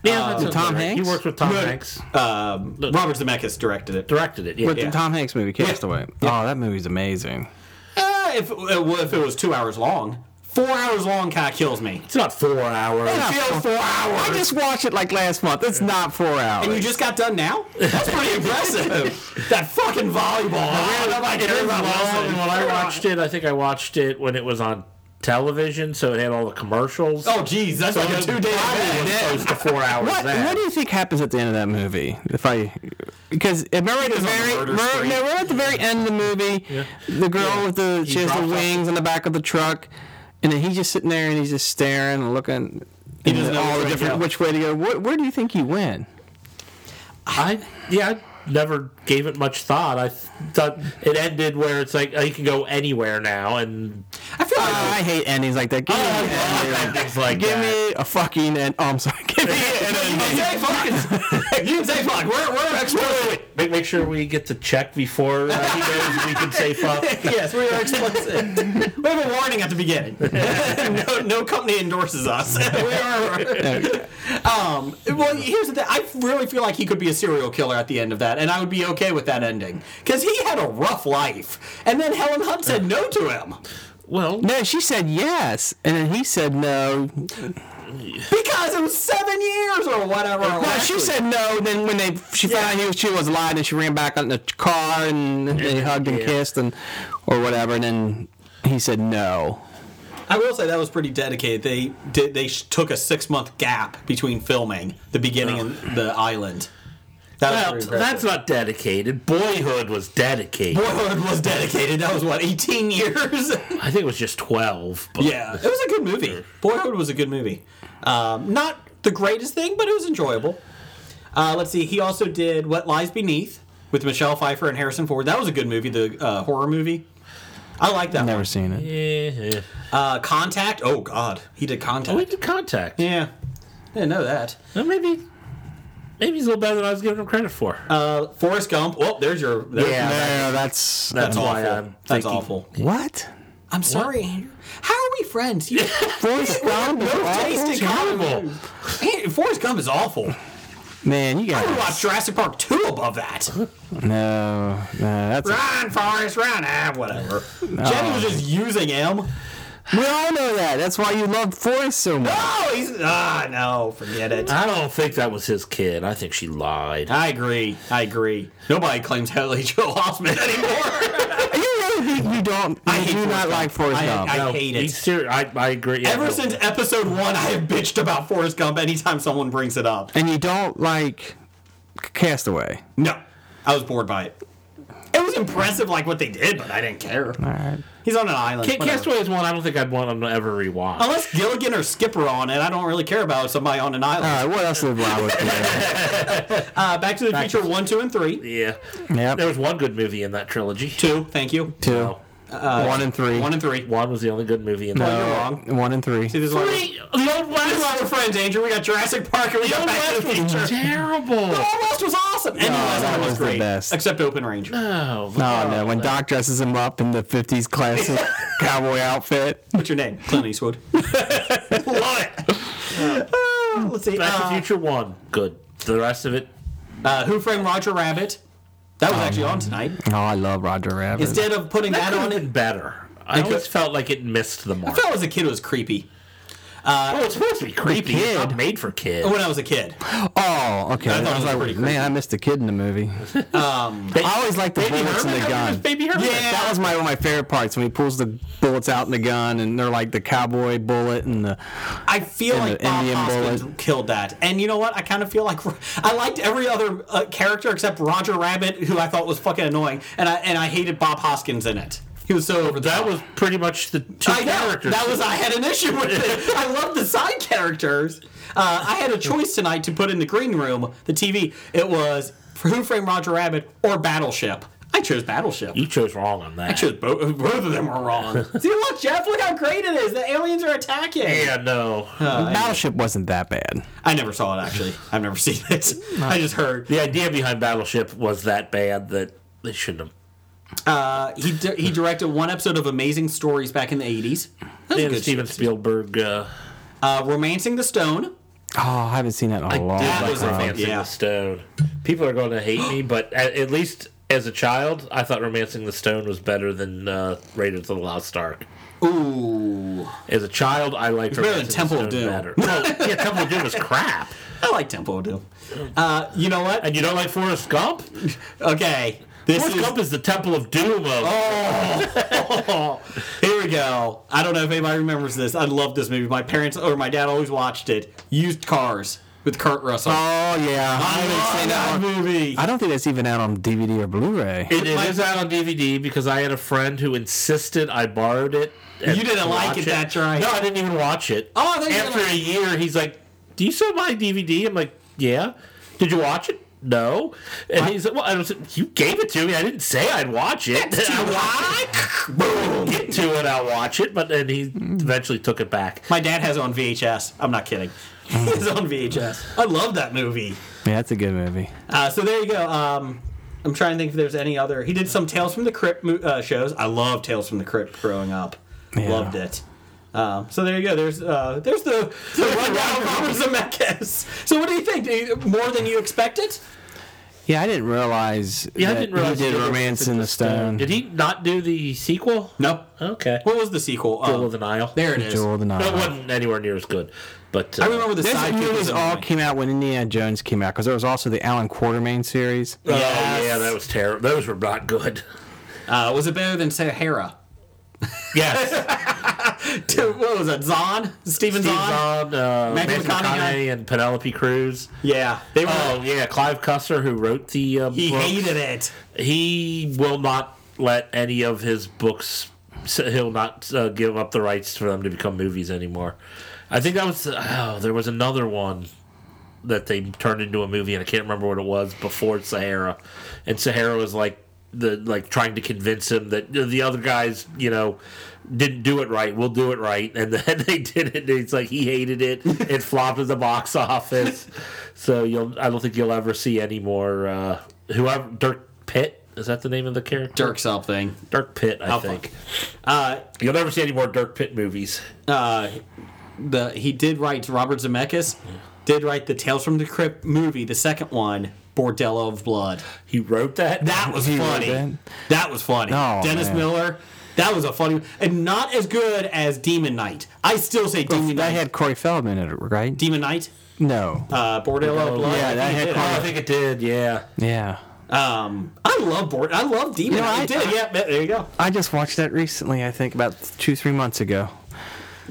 [SPEAKER 6] yeah. that sounds
[SPEAKER 5] Tom
[SPEAKER 6] about right.
[SPEAKER 5] Hanks?
[SPEAKER 6] He worked with Tom Hanks,
[SPEAKER 2] Um, Robert Zemeckis directed it.
[SPEAKER 6] directed it. Yeah,
[SPEAKER 5] But the Tom Hanks movie, Castaway. Oh, that movie's amazing.
[SPEAKER 2] Uh, if, uh, if it was two hours long, four hours long kind of kills me.
[SPEAKER 6] it's not four hours.
[SPEAKER 2] Feels four
[SPEAKER 5] I
[SPEAKER 2] hours.
[SPEAKER 5] just watched it like last month. It's not four hours.
[SPEAKER 2] And you just got done now? That's
[SPEAKER 6] (laughs)
[SPEAKER 2] pretty impressive. that fucking volleyball. I don't know if I care about
[SPEAKER 6] Well,
[SPEAKER 2] Wilson.
[SPEAKER 6] when I watched it, I think I watched it when it was on television, so it had all the commercials.
[SPEAKER 2] Oh, geez, that's like a
[SPEAKER 6] it
[SPEAKER 2] two day
[SPEAKER 6] probably was close to
[SPEAKER 2] (laughs)
[SPEAKER 6] four hours.
[SPEAKER 5] What,
[SPEAKER 6] then.
[SPEAKER 5] what do you think happens at the end of that movie? If I, because remember at the
[SPEAKER 2] goes on
[SPEAKER 5] very,
[SPEAKER 2] the murder
[SPEAKER 5] remember,
[SPEAKER 2] spree.
[SPEAKER 5] no, remember at the very end of the movie, the girl with the she has
[SPEAKER 6] drops
[SPEAKER 5] the
[SPEAKER 6] off-
[SPEAKER 5] wings on the back of the truck, and then he's just sitting there and he's just staring and looking. He
[SPEAKER 2] doesn't know which
[SPEAKER 5] all
[SPEAKER 2] way
[SPEAKER 5] the
[SPEAKER 2] to
[SPEAKER 5] different
[SPEAKER 2] go.
[SPEAKER 5] which way to go. Where, where do you think he went?
[SPEAKER 6] I yeah, I never gave it much thought. I thought it ended where it's like oh, you can go anywhere now, and
[SPEAKER 2] I feel like. Oh,
[SPEAKER 5] I hate endings like that. Give, me, an ending like that.
[SPEAKER 6] things like
[SPEAKER 5] Give
[SPEAKER 6] that.
[SPEAKER 5] me a fucking (laughs)
[SPEAKER 2] (laughs)
[SPEAKER 5] end. Oh, I'm sorry. Give me an ending.
[SPEAKER 2] You can say fuck. You can say fuck. We're, we're experts.
[SPEAKER 6] Make, make make sure we get the check before uh, he knows we can say
[SPEAKER 2] (laughs)
[SPEAKER 6] fuck.
[SPEAKER 5] (laughs)
[SPEAKER 2] yes, we are explicit. we have a warning at the beginning. (laughs) no, no company endorses us. (laughs)
[SPEAKER 5] (laughs)
[SPEAKER 2] we are. um, well, here's the thing. I really feel like he could be a serial killer at the end of that, and I would be okay with that ending because he had a rough life. And then Helen Hunt said no to him
[SPEAKER 6] Well,
[SPEAKER 5] No, she said yes, and then he said no.
[SPEAKER 2] because it was seven years or whatever. it
[SPEAKER 5] No,
[SPEAKER 2] was.
[SPEAKER 5] she said no. Then when they she found out he, she was lying, and she ran back out in the car and they hugged and kissed and or whatever. And then he said no.
[SPEAKER 2] I will say that was pretty dedicated. They did. They sh- took a six month gap between filming the beginning
[SPEAKER 5] Oh.
[SPEAKER 2] and the island. That was
[SPEAKER 6] well
[SPEAKER 2] pretty impressive.
[SPEAKER 6] that's not dedicated. Boyhood was dedicated.
[SPEAKER 2] (laughs) Boyhood was dedicated. That was what eighteen years.
[SPEAKER 6] I think it was just 12. But
[SPEAKER 2] yeah, it was a good movie. Boyhood was a good movie. Um, not the greatest thing, but it was enjoyable. Uh, let's see. He also did What Lies Beneath with Michelle Pfeiffer and Harrison Ford. That was a good movie. The uh, horror movie. I like that.
[SPEAKER 5] Never
[SPEAKER 2] one.
[SPEAKER 5] seen it.
[SPEAKER 6] Yeah.
[SPEAKER 2] Uh, Contact. Oh God, he did Contact.
[SPEAKER 6] Oh, we did contact.
[SPEAKER 2] yeah, didn't know that.
[SPEAKER 6] Well, maybe, maybe he's a little better than I was giving him credit for.
[SPEAKER 2] Uh, Forrest Gump. Oh, there's your. There's
[SPEAKER 6] Oh, Yeah,
[SPEAKER 5] No, that's
[SPEAKER 2] That's,
[SPEAKER 6] That's why
[SPEAKER 2] awful.
[SPEAKER 6] I'm
[SPEAKER 2] That's
[SPEAKER 6] thinking-
[SPEAKER 2] awful.
[SPEAKER 5] what.
[SPEAKER 2] I'm sorry, Andrew. How are we friends?
[SPEAKER 6] (laughs)
[SPEAKER 2] You
[SPEAKER 5] Forrest Gump is
[SPEAKER 2] taste in
[SPEAKER 5] awful.
[SPEAKER 2] common. Hey, Forrest Gump is awful.
[SPEAKER 5] Man, you
[SPEAKER 2] I would
[SPEAKER 5] guys.
[SPEAKER 2] watch Jurassic Park 2 above that.
[SPEAKER 5] No, no, that's.
[SPEAKER 2] Run, Forrest, run. Ah, whatever. Jenny was just using him.
[SPEAKER 5] We all know that. That's why you love Forrest so much.
[SPEAKER 2] Oh, he's. Ah, no, forget it.
[SPEAKER 6] I don't think that was his kid. I think she lied.
[SPEAKER 2] I agree. I agree. Nobody claims Haley Joel Osment anymore.
[SPEAKER 5] You really think you don't?
[SPEAKER 2] I
[SPEAKER 5] you
[SPEAKER 2] hate
[SPEAKER 5] do not
[SPEAKER 2] Forrest
[SPEAKER 5] like
[SPEAKER 2] Gump.
[SPEAKER 5] Forrest
[SPEAKER 2] I-
[SPEAKER 5] Gump.
[SPEAKER 2] I-
[SPEAKER 6] No,
[SPEAKER 2] hate it.
[SPEAKER 6] he's serious. I, I agree. Yeah,
[SPEAKER 2] (laughs) Ever
[SPEAKER 6] no.
[SPEAKER 2] since episode one, I have bitched about Forrest Gump anytime someone brings it up.
[SPEAKER 5] and you don't like Castaway.
[SPEAKER 2] No, I was bored by it. It was impressive, like what they did, but I didn't care. He's on an island.
[SPEAKER 6] Ca-
[SPEAKER 2] whatever.
[SPEAKER 6] Castaway is one I don't think I'd want him to ever rewatch.
[SPEAKER 2] Unless Gilligan or Skipper are on it, I don't really care about somebody on an island.
[SPEAKER 5] All right, what else did Robert do?
[SPEAKER 2] Uh, Back to the Future one, two, and three.
[SPEAKER 6] yeah. There
[SPEAKER 5] (laughs) Yep,
[SPEAKER 6] was one good movie in that trilogy.
[SPEAKER 2] Two, thank you.
[SPEAKER 5] two, one and three.
[SPEAKER 2] One and three.
[SPEAKER 6] One was the only good movie in
[SPEAKER 2] You're
[SPEAKER 6] that.
[SPEAKER 2] wrong.
[SPEAKER 5] One and three.
[SPEAKER 2] See, this is why we're-
[SPEAKER 6] Three- The Old
[SPEAKER 2] this is why
[SPEAKER 6] West
[SPEAKER 2] we're friends, Andrew. We got Jurassic Park and we got Back to the
[SPEAKER 6] was
[SPEAKER 2] Future.
[SPEAKER 6] terrible.
[SPEAKER 2] All West was awesome. Uh. And the last
[SPEAKER 5] that
[SPEAKER 2] one was,
[SPEAKER 5] was the
[SPEAKER 2] great.
[SPEAKER 5] best.
[SPEAKER 2] Except Open Ranger.
[SPEAKER 6] No,
[SPEAKER 5] Oh no, when Doc dresses him up in the '50s classic cowboy outfit.
[SPEAKER 2] What's your name? Clint (laughs) Eastwood. Love it. Uh, let's see.
[SPEAKER 6] Back to
[SPEAKER 2] Uh,
[SPEAKER 6] the Future one, good. The rest of it,
[SPEAKER 2] uh, Who Framed Roger Rabbit? That was actually on tonight.
[SPEAKER 5] Oh, I love Roger Rabbit.
[SPEAKER 2] Instead of putting that,
[SPEAKER 6] that
[SPEAKER 2] on
[SPEAKER 6] would
[SPEAKER 2] it,
[SPEAKER 6] have been better. I
[SPEAKER 2] could-
[SPEAKER 6] always felt like it missed the
[SPEAKER 2] I
[SPEAKER 6] mark.
[SPEAKER 2] felt as a kid it was creepy.
[SPEAKER 6] oh, it's supposed to be creepy. It's not
[SPEAKER 5] kid.
[SPEAKER 6] made for kids.
[SPEAKER 2] When I was a kid.
[SPEAKER 5] oh, okay.
[SPEAKER 2] I thought it was
[SPEAKER 5] like,
[SPEAKER 2] pretty creepy.
[SPEAKER 5] man, I missed a kid in the movie. (laughs) I always liked the bullets and the gun.
[SPEAKER 6] Baby Herman.
[SPEAKER 5] Yeah, that was my one of my favorite parts when he pulls the bullets out in the gun, and they're like the cowboy bullet and the.
[SPEAKER 2] I feel
[SPEAKER 5] And
[SPEAKER 2] like
[SPEAKER 5] the
[SPEAKER 2] Bob
[SPEAKER 5] Indian
[SPEAKER 2] Hoskins
[SPEAKER 5] bullet.
[SPEAKER 2] killed that. And you know what? I kind of feel like (laughs) I liked every other uh, character except Roger Rabbit, who I thought was fucking annoying, and I and I hated Bob Hoskins in it. He was so over the
[SPEAKER 6] That
[SPEAKER 2] top.
[SPEAKER 6] was pretty much the two
[SPEAKER 2] I know
[SPEAKER 6] characters.
[SPEAKER 2] that was I had an issue with it. I love the side characters. Uh, I had a choice tonight to put in the green room, the TV. It was Who Framed Roger Rabbit or Battleship. I chose Battleship.
[SPEAKER 6] you chose wrong on that.
[SPEAKER 2] I chose both. Both of them were wrong. (laughs) See, look, Jeff, look how great it is. The aliens are attacking.
[SPEAKER 6] Yeah, no.
[SPEAKER 5] Battleship wasn't that bad.
[SPEAKER 2] I never saw it actually. I've never (laughs) seen it. I just heard.
[SPEAKER 6] the idea behind Battleship was that bad that they shouldn't have.
[SPEAKER 2] Uh, he di- he directed one episode of Amazing Stories back in the eighties. That's a
[SPEAKER 6] They had
[SPEAKER 2] good
[SPEAKER 6] Steven
[SPEAKER 2] show.
[SPEAKER 6] Spielberg. Uh,
[SPEAKER 2] Uh, Romancing the Stone.
[SPEAKER 5] Oh, I haven't seen that in a long
[SPEAKER 6] did like
[SPEAKER 2] was a-
[SPEAKER 5] time.
[SPEAKER 6] Romancing
[SPEAKER 2] yeah.
[SPEAKER 6] the Stone. People are going to hate me, but at, at least as a child, I thought Romancing the Stone was better than uh, Raiders of the Lost Ark.
[SPEAKER 2] Ooh,
[SPEAKER 6] As a child, I liked
[SPEAKER 2] better than
[SPEAKER 6] Romancing the
[SPEAKER 2] Temple of
[SPEAKER 6] Stone
[SPEAKER 2] Doom.
[SPEAKER 6] better. No, yeah, Temple of Doom was crap.
[SPEAKER 2] I like Temple of Doom. Uh, you know what?
[SPEAKER 6] And you don't like
[SPEAKER 2] (laughs)
[SPEAKER 6] Forrest Gump? Forrest
[SPEAKER 2] Okay, this is Oh,
[SPEAKER 6] Gump is the Temple of Doom. Of,
[SPEAKER 2] here we go. I don't know if anybody remembers this. I love this movie. My parents or my dad always watched it. Used Cars with Kurt Russell. Oh,
[SPEAKER 5] Oh yeah, I haven't seen that.
[SPEAKER 2] that
[SPEAKER 5] one.
[SPEAKER 2] movie.
[SPEAKER 5] I don't think that's even out on DVD or Blu-ray.
[SPEAKER 6] It it is out on DVD because I had a friend who insisted I borrowed it. and
[SPEAKER 2] You didn't like
[SPEAKER 6] watch
[SPEAKER 2] it, that's right.
[SPEAKER 6] No, I didn't even watch it.
[SPEAKER 2] Oh, I thought you were
[SPEAKER 6] After
[SPEAKER 2] like- (laughs)
[SPEAKER 6] a year, he's like, "Do you still have my DVD?" I'm like, "Yeah." Did you watch it? No. And he's like, "Well, I was, you gave it to me. I didn't say I'd watch it. (laughs) I'll get to it. I'll watch it." But then he
[SPEAKER 2] Hmm.
[SPEAKER 6] eventually took it back.
[SPEAKER 2] My dad has it on VHS. I'm not kidding. It's on VHS. I love that movie.
[SPEAKER 5] Yeah, that's a good movie.
[SPEAKER 2] Uh, so there you go. Um, I'm trying to think if there's any other. He did some Tales from the Crypt mo- uh, shows. I love Tales from the Crypt growing up.
[SPEAKER 5] Yeah.
[SPEAKER 2] Loved it. Um, so there you go. There's uh, there's the, the rundown of Robert Zemeckis. So what do you think? Do you- More than you expected?
[SPEAKER 5] Yeah, I didn't realize.
[SPEAKER 6] Yeah,
[SPEAKER 5] that
[SPEAKER 6] I didn't realize
[SPEAKER 5] he did
[SPEAKER 6] did
[SPEAKER 5] Romance in the Stone.
[SPEAKER 6] Did he not do the sequel?
[SPEAKER 2] No.
[SPEAKER 6] Okay.
[SPEAKER 2] What was the sequel? Uh,
[SPEAKER 6] Jewel of the Nile.
[SPEAKER 2] there it is.
[SPEAKER 5] Jewel of the
[SPEAKER 6] That
[SPEAKER 5] Nile.
[SPEAKER 6] wasn't anywhere near as good. But uh,
[SPEAKER 2] I remember the
[SPEAKER 5] Those
[SPEAKER 2] sidekick was
[SPEAKER 5] movies all
[SPEAKER 2] all.
[SPEAKER 5] came out when Indiana Jones came out because there was also the Alan Quartermain series.
[SPEAKER 6] Oh, yeah, that was terrible. Those were not good.
[SPEAKER 2] Uh, was it better than Sahara?
[SPEAKER 6] Yes,
[SPEAKER 2] Dude, (laughs) What was that? Zahn? Steven
[SPEAKER 6] Steve
[SPEAKER 2] Zahn?
[SPEAKER 6] Zahn, uh,
[SPEAKER 2] Matthew
[SPEAKER 6] Matthew
[SPEAKER 2] McConaughey.
[SPEAKER 6] McConaughey, and Penelope Cruz.
[SPEAKER 2] Yeah, they were.
[SPEAKER 6] Oh yeah, Clive Cussler, who wrote the uh,
[SPEAKER 2] he
[SPEAKER 6] books,
[SPEAKER 2] hated it.
[SPEAKER 6] He will not let any of his books. So he'll not uh, give up the rights for them to become movies anymore. I think that was oh, there was another one that they turned into a movie, and I can't remember what it was before Sahara. And Sahara was like the like trying to convince him that you know, the other guys, you know, didn't do it right. We'll do it right, and then (laughs) they did it. And it's like he hated it. (laughs) It flopped at the box office. So you'll, I don't think you'll ever see any more. Uh, whoever Dirk Pitt is that the name of the character?
[SPEAKER 2] Dirk something.
[SPEAKER 6] Dirk Pitt, I
[SPEAKER 2] Alpha.
[SPEAKER 6] think.
[SPEAKER 2] Uh,
[SPEAKER 6] You'll never see any more Dirk Pitt movies.
[SPEAKER 2] uh, the he did write Robert Zemeckis did write the Tales from the Crypt movie, the second one, Bordello of Blood.
[SPEAKER 6] He wrote that.
[SPEAKER 2] That was
[SPEAKER 5] He wrote
[SPEAKER 2] funny.
[SPEAKER 5] that?
[SPEAKER 2] That? was funny.
[SPEAKER 5] Oh,
[SPEAKER 2] Dennis
[SPEAKER 5] man.
[SPEAKER 2] Miller. That was a funny and not as good as Demon Knight. I still say Demon Knight.
[SPEAKER 5] That had Corey Feldman in it, right?
[SPEAKER 2] Demon Knight,
[SPEAKER 5] No.
[SPEAKER 2] uh, Bordello of Blood. Oh,
[SPEAKER 5] yeah,
[SPEAKER 2] I
[SPEAKER 5] that
[SPEAKER 2] think it
[SPEAKER 5] had
[SPEAKER 6] Oh, I
[SPEAKER 2] did.
[SPEAKER 6] think it did. Yeah.
[SPEAKER 5] Yeah.
[SPEAKER 2] Um, I love Bord. I love Demon.
[SPEAKER 5] You know,
[SPEAKER 2] Knight.
[SPEAKER 5] I-
[SPEAKER 2] It did. yeah, there you go.
[SPEAKER 5] I just watched that recently, I think about two, three months ago.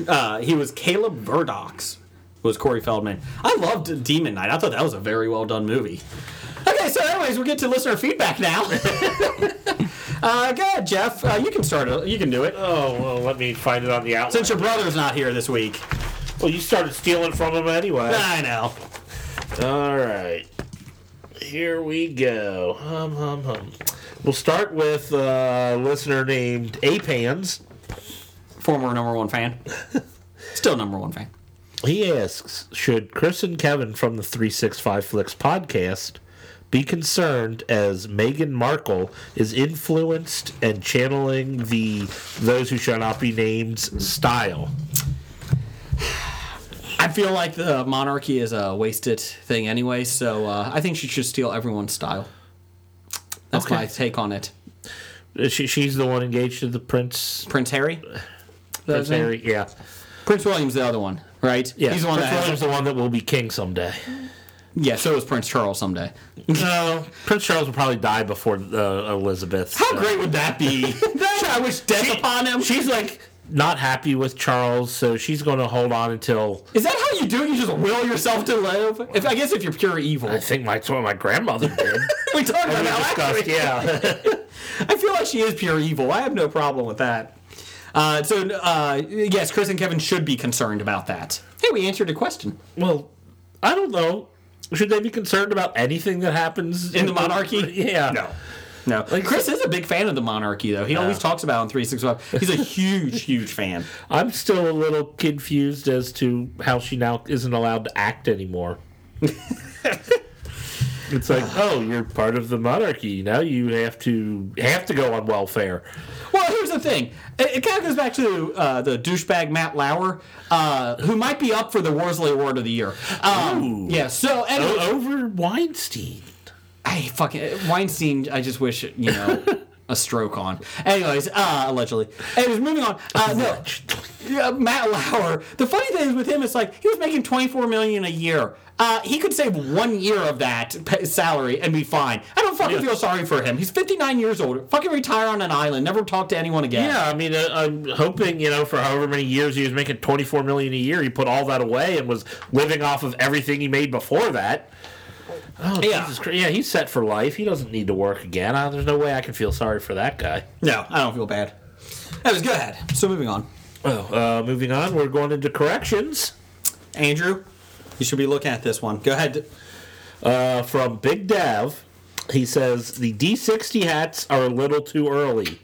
[SPEAKER 2] Uh, he was Caleb Verdox. Was Corey Feldman? I loved Demon Knight. I thought that was a very well done movie. Okay, so anyways, we get to listener feedback now. (laughs) uh, go ahead, Jeff. Uh, you can start. it. You can do it.
[SPEAKER 6] Oh well, let me find it on the outlet.
[SPEAKER 2] Since your brother's not here this week,
[SPEAKER 6] Well, you started stealing from him anyway.
[SPEAKER 2] I know.
[SPEAKER 6] All right. Here we go. Hum, hum, hum. We'll start with uh, a listener named Apans.
[SPEAKER 2] Former number one fan, still number one fan.
[SPEAKER 6] He asks Should Chris and Kevin from the 365 Flicks podcast be concerned as Meghan Markle is influenced and channeling the Those Who Shall Not Be Named style?
[SPEAKER 2] I feel like the monarchy is a wasted thing anyway, so uh, I think she should steal everyone's style. That's my take on it.
[SPEAKER 6] Uh, She, she's the one engaged to the Prince.
[SPEAKER 2] Prince Harry.
[SPEAKER 6] Prince Harry, yeah.
[SPEAKER 2] Prince William's the other one, right?
[SPEAKER 6] yeah.
[SPEAKER 2] He's the one
[SPEAKER 6] Prince
[SPEAKER 2] that has
[SPEAKER 6] William's the one that will be king someday.
[SPEAKER 2] Yeah, so is Prince Charles someday. (laughs)
[SPEAKER 6] No, Prince Charles will probably die before uh, Elizabeth.
[SPEAKER 2] How
[SPEAKER 6] so.
[SPEAKER 2] great would that be? Should I wish death upon him.
[SPEAKER 6] She's like (laughs) not happy with Charles, so she's going to hold on until
[SPEAKER 2] is that how you do it? You just will yourself to live? If I guess if you're pure evil.
[SPEAKER 6] I think my that's what my grandmother did.
[SPEAKER 2] (laughs) we talked about that last
[SPEAKER 6] Discussed,
[SPEAKER 2] week.
[SPEAKER 6] yeah. (laughs)
[SPEAKER 2] I feel like she is pure evil. I have no problem with that. Uh, so uh, yes, Chris and Kevin should be concerned about that. Hey, we answered a question.
[SPEAKER 6] well, I don't know. Should they be concerned about anything that happens
[SPEAKER 2] In the (laughs) monarchy?
[SPEAKER 6] (laughs) Yeah.
[SPEAKER 2] No. No, Chris is a big fan of the monarchy, though. He always talks about it on 365. He's a huge, huge (laughs) fan.
[SPEAKER 6] I'm still a little confused as to how she now isn't allowed to
[SPEAKER 2] (laughs)
[SPEAKER 6] act anymore. it's like, oh, you're part of the monarchy. Now you have to have to go on welfare.
[SPEAKER 2] Well, here's the thing. It, kind of goes back to uh, the douchebag Matt Lauer, uh, who might be up for the Worsley Award of the Year. Um, yeah. So anyway,
[SPEAKER 6] O- (laughs) over Weinstein.
[SPEAKER 2] I fucking Weinstein. I just wish you
[SPEAKER 6] (laughs)
[SPEAKER 2] know a stroke on. Anyways, uh, allegedly. Anyways, moving on. Uh, no, yeah, Matt Lauer. The funny thing is with him, it's like he was making twenty four million a year. Uh, he could save one year of that pa- salary and be fine. I don't fucking feel sorry for him. He's 59 years old. Fucking retire on an island. Never talk to anyone again.
[SPEAKER 6] Yeah, I mean, uh, I'm hoping you know for however many years he was making 24 million a year, he put all that away and was living off of everything he made before that. Oh,
[SPEAKER 2] Yeah.
[SPEAKER 6] Jesus Christ. Yeah, he's set for life. He doesn't need to work again. Uh, there's no way I can feel sorry for that guy.
[SPEAKER 2] No, I don't feel bad. That was good. So moving on.
[SPEAKER 6] Oh, uh, moving on, we're going into corrections
[SPEAKER 2] Andrew, you should be looking at this one. Go ahead.
[SPEAKER 6] uh, from Big Dev. He says the D60 hats are a little too early.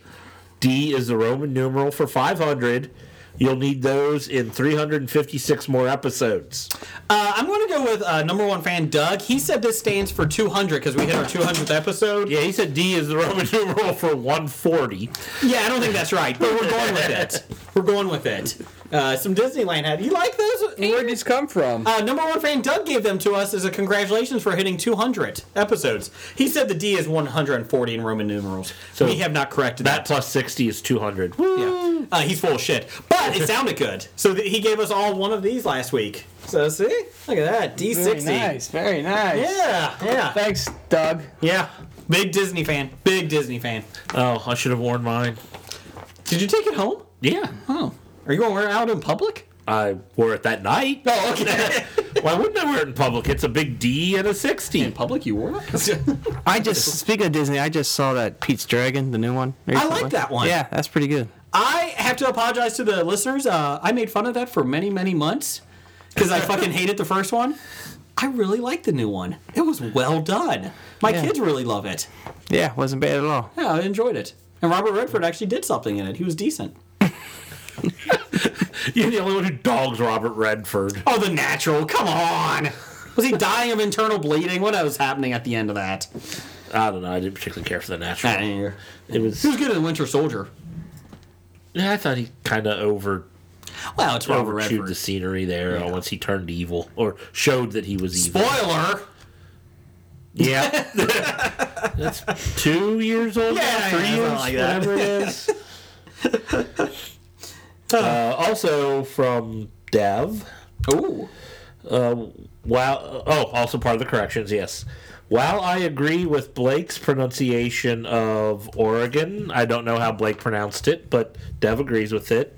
[SPEAKER 6] D is the Roman numeral for 500. You'll need those in 356 more episodes.
[SPEAKER 2] Uh, I'm going to go with uh, number one fan Doug. He said this stands for 200 because we hit our 200th episode.
[SPEAKER 6] Yeah, he said D is the (laughs) Roman numeral for 140.
[SPEAKER 2] Yeah, I don't think that's right, but we're going with it. (laughs) We're going with it. Uh, some Disneyland hat. You like those?
[SPEAKER 5] Where'd these come from?
[SPEAKER 2] Uh, number one fan Doug gave them to us as a congratulations for hitting 200 episodes. He said the D is 140 in Roman numerals.
[SPEAKER 6] So
[SPEAKER 2] we have not corrected
[SPEAKER 6] That
[SPEAKER 2] that.
[SPEAKER 6] plus 60 is 200.
[SPEAKER 2] yeah. uh, he's full of shit, but it sounded good. So th- he gave us all one of these last week. So see, look at that D60.
[SPEAKER 5] Very nice. Very nice.
[SPEAKER 2] Yeah, yeah,
[SPEAKER 5] Thanks, Doug.
[SPEAKER 2] yeah. Big Disney fan. Big Disney fan. Uh,
[SPEAKER 6] Oh, I should have worn mine.
[SPEAKER 2] Did you take it home?
[SPEAKER 6] Yeah.
[SPEAKER 2] Oh, are you going to wear it out in public?
[SPEAKER 6] I wore it that (laughs) night.
[SPEAKER 2] Oh, okay.
[SPEAKER 6] Why wouldn't I wear it in public? It's a big D and a 60.
[SPEAKER 2] in (laughs) public, you wore it.
[SPEAKER 5] I just speaking of Disney, I just saw that Pete's Dragon, the new one. recently.
[SPEAKER 2] like that one.
[SPEAKER 5] Yeah, that's pretty good.
[SPEAKER 2] I have to apologize to the listeners. Uh, I made fun of that for many, many months because I fucking hated the first one. I really like the new one. It was well done. My
[SPEAKER 5] Yeah.
[SPEAKER 2] kids really love it.
[SPEAKER 5] Yeah, wasn't bad at all.
[SPEAKER 2] Yeah, I enjoyed it. And Robert Redford actually did something in it. He was decent.
[SPEAKER 6] You're the only one who dogs Robert Redford.
[SPEAKER 2] Oh, the natural. Come on. Was he dying of internal bleeding? What was happening at the end of that?
[SPEAKER 6] I don't know. I didn't particularly care for the natural.
[SPEAKER 2] Ah, yeah.
[SPEAKER 6] It was.
[SPEAKER 2] He was good in Winter Soldier.
[SPEAKER 6] (laughs) Yeah, I thought he kind of over
[SPEAKER 2] Well, it's Robert
[SPEAKER 6] overchewed the
[SPEAKER 2] Redford.
[SPEAKER 6] scenery there uh, once he turned evil or showed that he was evil.
[SPEAKER 2] Spoiler. (laughs)
[SPEAKER 6] Yeah, that's two years old. now,
[SPEAKER 2] Yeah,
[SPEAKER 6] three
[SPEAKER 2] yeah, something
[SPEAKER 6] years,
[SPEAKER 2] like that.
[SPEAKER 6] whatever it is.
[SPEAKER 2] (laughs)
[SPEAKER 6] uh, also from Dev.
[SPEAKER 2] Ooh.
[SPEAKER 6] Wow. Oh, also part of the corrections. Yes. While I agree with Blake's pronunciation of Oregon, I don't know how Blake pronounced it, but Dev agrees with it.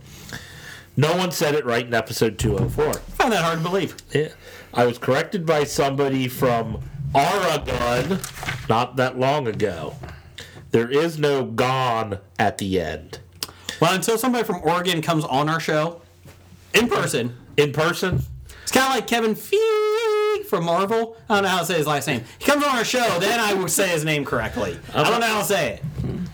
[SPEAKER 6] No one said it right in episode 204.
[SPEAKER 2] Found that hard to believe.
[SPEAKER 6] Yeah. I was corrected by somebody from Oregon not that long ago. There is no gone at the end.
[SPEAKER 2] Well, until somebody from Oregon comes on our show in person,
[SPEAKER 6] In person?
[SPEAKER 2] it's kind of like Kevin Feige from Marvel. I don't know how to say his last name. He comes on our show, then I will say his name correctly. I don't know how to say it.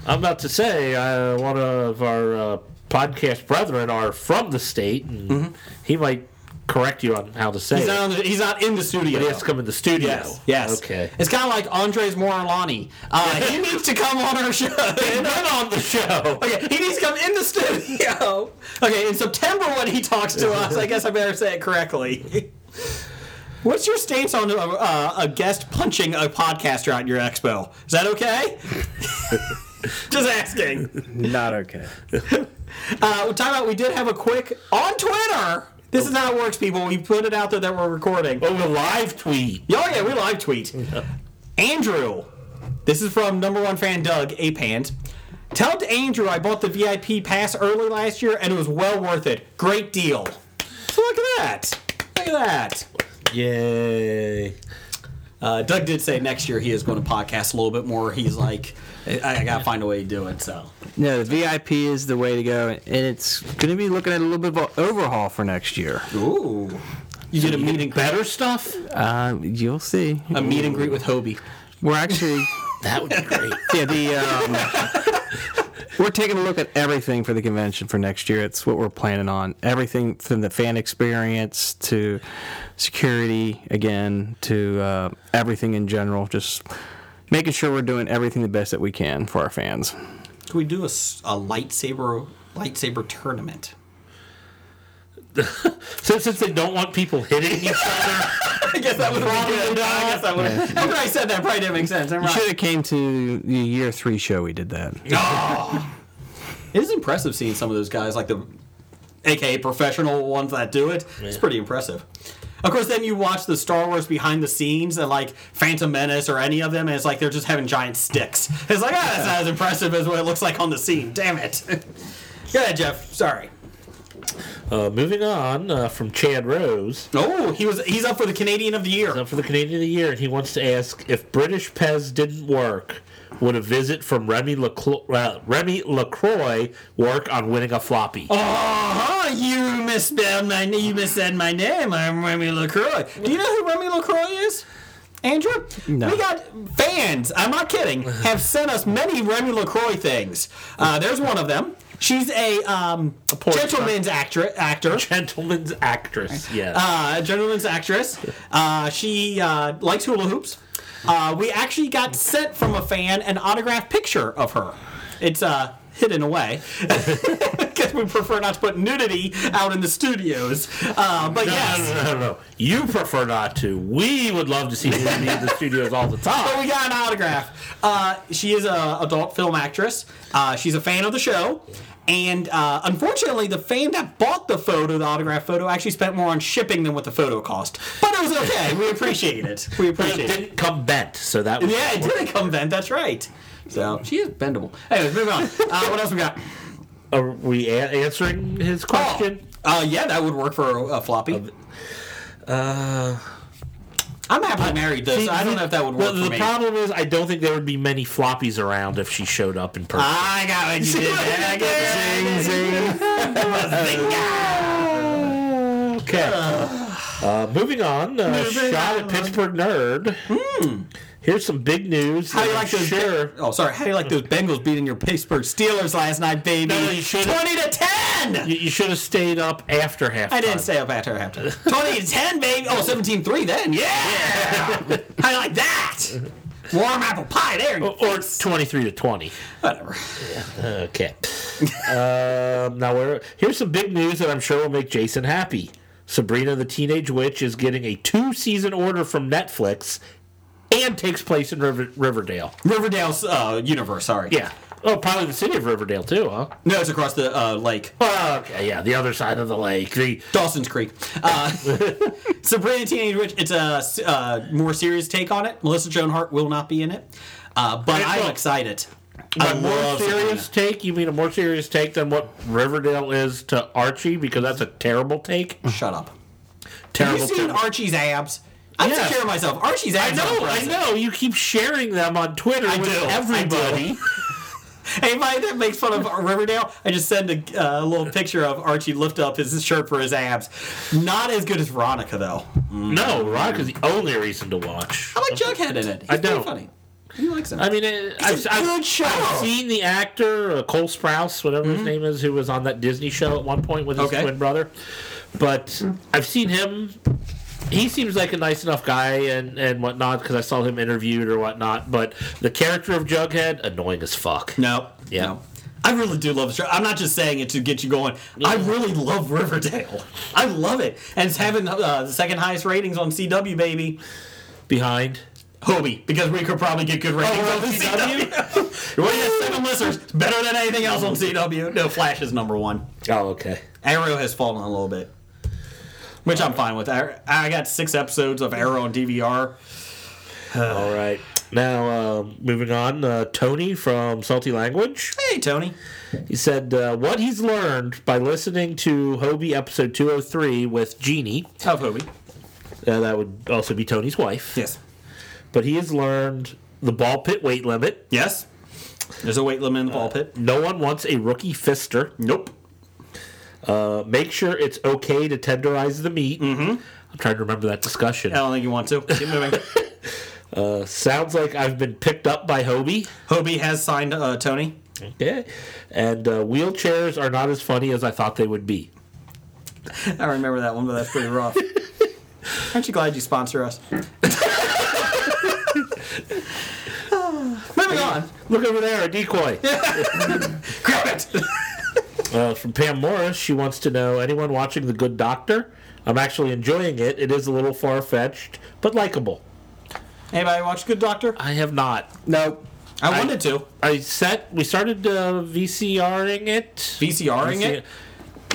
[SPEAKER 6] I'm about to say uh, one of our uh, podcast brethren are from the state, and he might correct you on how to say
[SPEAKER 2] Mm-hmm. He's
[SPEAKER 6] it.
[SPEAKER 2] not, on the, he's not in the studio.
[SPEAKER 6] He has to come in the studio.
[SPEAKER 2] Yes. Yes.
[SPEAKER 6] Okay.
[SPEAKER 2] It's kind of like Andres Morolani. Uh, he needs to come on our (laughs) show. He's been on the
[SPEAKER 6] show.
[SPEAKER 2] Okay. He needs to come in the studio. Okay. In September, when he talks to us, I guess I better say it correctly. What's your stance on a, uh, a guest punching a podcaster at your expo? Is that (laughs) okay? Just asking.
[SPEAKER 5] Not okay.
[SPEAKER 2] Uh, time out. We did have a quick on Twitter. This is how it works, people. We put it out there that we're recording.
[SPEAKER 6] Oh, a live tweet.
[SPEAKER 2] Oh yeah, we live tweet. Andrew, this is from number one fan Doug Ape Hand. Tell Andrew I bought the VIP pass early last year and it was well worth it. Great deal. So look at that. Look at that.
[SPEAKER 6] Yay.
[SPEAKER 2] Uh, Doug did say next year he is going to podcast a little bit more. He's like, I, I gotta find a way to do it. So
[SPEAKER 5] No, the VIP is the way to go, and it's going to be looking at a little bit of an overhaul for next year.
[SPEAKER 2] ooh, you did a meet and
[SPEAKER 6] Better stuff?
[SPEAKER 5] Uh, you'll see.
[SPEAKER 2] a meet and greet with Hobie.
[SPEAKER 5] We're actually,
[SPEAKER 6] (laughs) That would be great.
[SPEAKER 5] yeah, the um, we're taking a look at everything for the convention for next year. It's what we're planning on. Everything from the fan experience to security, again, to uh, everything in general. Just making sure we're doing everything the best that we can for our fans.
[SPEAKER 2] Can we do a, s- a lightsaber lightsaber tournament?
[SPEAKER 6] So since they don't want people hitting each
[SPEAKER 2] (laughs)
[SPEAKER 6] other,
[SPEAKER 2] (laughs) I guess that would probably. I guess that would. After I said that, probably didn't make sense. Never
[SPEAKER 5] You
[SPEAKER 2] mind.
[SPEAKER 5] should have came to the year three show. We did that.
[SPEAKER 2] It is impressive seeing some of those guys, like the AKA professional ones that do it. It's pretty impressive. Of course, then you watch the Star Wars behind the scenes and like Phantom Menace or any of them, and it's like they're just having giant sticks. It's like, ah, that's not as impressive as what it looks like on the scene. Damn it. (laughs) Go ahead, Jeff. Sorry.
[SPEAKER 6] Uh, moving on uh, from Chad Rose,
[SPEAKER 2] Oh, he was he's up for the Canadian of the Year.
[SPEAKER 6] up for the Canadian of the Year, and he wants to ask if British Pez didn't work, would a visit from Remy, Laclo- uh, Remy LaCroix work on winning a floppy?
[SPEAKER 2] Uh-huh, you misspelled my name. You missaid my name. I'm Remy LaCroix. Do you know who Remy LaCroix is? Andrew?
[SPEAKER 5] No.
[SPEAKER 2] We got fans, I'm not kidding, have sent us many Remy LaCroix things. Uh, there's one of them. She's a, um,
[SPEAKER 6] porn star.
[SPEAKER 2] gentleman's actor. actor.
[SPEAKER 6] Gentleman's actress. Yes.
[SPEAKER 2] uh, gentleman's actress. Uh, she uh, likes hula hoops. Uh, we actually got sent from a fan an autographed picture of her. It's uh, hidden away (laughs) because we prefer not to put nudity out in the studios. Uh, but yes.
[SPEAKER 6] No, no, no, no. You prefer not to. We would love to see you
[SPEAKER 2] (laughs)
[SPEAKER 6] in the studios all the
[SPEAKER 2] But
[SPEAKER 6] time.
[SPEAKER 2] we got an autograph. Uh, she is a adult film actress. Uh, she's a fan of the show, and uh, unfortunately, the fan that bought the photo, the autograph photo, actually spent more on shipping than what the photo cost. But it was okay. we appreciate it. We
[SPEAKER 6] It
[SPEAKER 2] appreciate it.
[SPEAKER 6] didn't come bent, so that was.
[SPEAKER 2] Yeah, it didn't come bent. That's right. So she is bendable. Anyways, moving (laughs) on. Uh, what else we got?
[SPEAKER 6] Are we a- answering his question?
[SPEAKER 2] Uh, yeah, that would work for a, a uh, floppy. Uh, I'm happily married though, so I don't know if that would work
[SPEAKER 6] The,
[SPEAKER 2] for
[SPEAKER 6] the
[SPEAKER 2] me.
[SPEAKER 6] problem is, I don't think there would be many floppies around if she showed up in person.
[SPEAKER 2] I got what you did there. I got (laughs) what you did
[SPEAKER 6] Okay. Uh, moving on. Hmm. Uh, shot at Pittsburgh Nerd. Here's some big news.
[SPEAKER 2] How do you like those?
[SPEAKER 6] Sure.
[SPEAKER 2] Oh, sorry. How do you like those Bengals beating your Pittsburgh Steelers last night, baby?
[SPEAKER 6] No, you should've-
[SPEAKER 2] Twenty to ten.
[SPEAKER 6] You, you should have stayed up after half.
[SPEAKER 2] I didn't say up after halftime. Twenty to ten, baby. Oh, 17-3 then. (laughs) Yeah. How do you like that? Warm apple pie there.
[SPEAKER 6] (laughs) Or 23 to 20.
[SPEAKER 2] Whatever.
[SPEAKER 6] (laughs) Okay. um, now, we're, here's some big news that I'm sure will make Jason happy. Sabrina the Teenage Witch is getting a two season order from Netflix and takes place in River, Riverdale.
[SPEAKER 2] Riverdale's uh, universe. Sorry.
[SPEAKER 6] Yeah. Oh, probably the city of Riverdale, too, huh?
[SPEAKER 2] No, it's across the uh, lake.
[SPEAKER 6] Oh, okay, yeah, the other side of the lake. The
[SPEAKER 2] Dawson's Creek. Uh, (laughs) Sabrina the Teenage Witch. It's a s- uh, more serious take on it. Melissa Joan Hart will not be in it, uh, but I'm
[SPEAKER 6] look.
[SPEAKER 2] excited.
[SPEAKER 6] a
[SPEAKER 2] I
[SPEAKER 6] more
[SPEAKER 2] love Sabrina.
[SPEAKER 6] serious take? You mean a more serious take than what Riverdale is to Archie? Because that's a
[SPEAKER 2] (laughs)
[SPEAKER 6] terrible take.
[SPEAKER 2] Shut up.
[SPEAKER 6] Terrible.
[SPEAKER 2] Have you seen
[SPEAKER 6] terrible-
[SPEAKER 2] Archie's abs? I'm
[SPEAKER 6] Yes.
[SPEAKER 2] secure of myself. Archie's
[SPEAKER 6] I
[SPEAKER 2] abs.
[SPEAKER 6] know,
[SPEAKER 2] are
[SPEAKER 6] I
[SPEAKER 2] impressive.
[SPEAKER 6] know. You keep sharing them on Twitter
[SPEAKER 2] I
[SPEAKER 6] with
[SPEAKER 2] do, I
[SPEAKER 6] everybody.
[SPEAKER 2] (laughs) Anybody that makes fun of Riverdale, I just send a uh, little picture of Archie lift up his shirt for his abs. Not as good as Veronica though.
[SPEAKER 6] no, Rock is the only reason to watch.
[SPEAKER 2] I like Jughead in it. He's
[SPEAKER 6] I
[SPEAKER 2] pretty
[SPEAKER 6] don't.
[SPEAKER 2] Funny. He likes him.
[SPEAKER 6] I mean, it, I've,
[SPEAKER 2] a
[SPEAKER 6] I've-
[SPEAKER 2] good show. Mm-hmm.
[SPEAKER 6] I've seen the actor uh, Cole Sprouse, whatever his name is, who was on that Disney show at one point with his
[SPEAKER 2] Okay.
[SPEAKER 6] twin brother. But I've seen him. He seems like a nice enough guy and and whatnot because I saw him interviewed or whatnot. But the character of Jughead annoying as fuck.
[SPEAKER 2] no.
[SPEAKER 6] Yeah.
[SPEAKER 2] No. I really do love the show. I'm not just saying it to get you going. I really love Riverdale. I love it, and it's having uh, the second highest ratings on CW, baby.
[SPEAKER 6] Behind.
[SPEAKER 2] Hobie, because we could probably get good ratings
[SPEAKER 6] we're
[SPEAKER 2] Oh, on
[SPEAKER 6] on
[SPEAKER 2] CW. We're just seven listeners. Better than anything else on CW. No, Flash is number one.
[SPEAKER 6] Oh, okay.
[SPEAKER 2] Arrow has fallen a little bit, which I'm fine with. I, I got six episodes of Arrow on DVR.
[SPEAKER 6] All right. Now, um moving on, uh, Tony from Salty Language.
[SPEAKER 2] Hey, Tony.
[SPEAKER 6] He said uh, what he's learned by listening to Hobie episode 203 with Jeannie.
[SPEAKER 2] Of Hobie.
[SPEAKER 6] Uh, that would also be Tony's wife.
[SPEAKER 2] Yes.
[SPEAKER 6] But he has learned the ball pit weight limit.
[SPEAKER 2] Yes. There's a weight limit in the ball pit.
[SPEAKER 6] No one wants a rookie fister.
[SPEAKER 2] Nope.
[SPEAKER 6] Uh, make sure it's okay to tenderize the meat. Mm-hmm. I'm trying to remember that discussion.
[SPEAKER 2] I don't think you want to. Keep moving.
[SPEAKER 6] Uh, sounds like I've been picked up by Hobie.
[SPEAKER 2] Hobie has signed uh, Tony. (laughs)
[SPEAKER 6] Okay. And uh, wheelchairs are not as funny as I thought they would be.
[SPEAKER 2] I remember that one, but that's pretty rough. Aren't you glad you sponsor us? Moving on.
[SPEAKER 6] Look over there, a decoy.
[SPEAKER 2] Grab it.
[SPEAKER 6] Uh, from Pam Morris, she wants to know anyone watching The Good Doctor? I'm actually enjoying it. It is a little far fetched, but likable.
[SPEAKER 2] Anybody watch Good Doctor?
[SPEAKER 6] I have not.
[SPEAKER 5] Nope.
[SPEAKER 2] I, wanted to.
[SPEAKER 6] I set. We started uh, VCRing it.
[SPEAKER 2] VCRing it?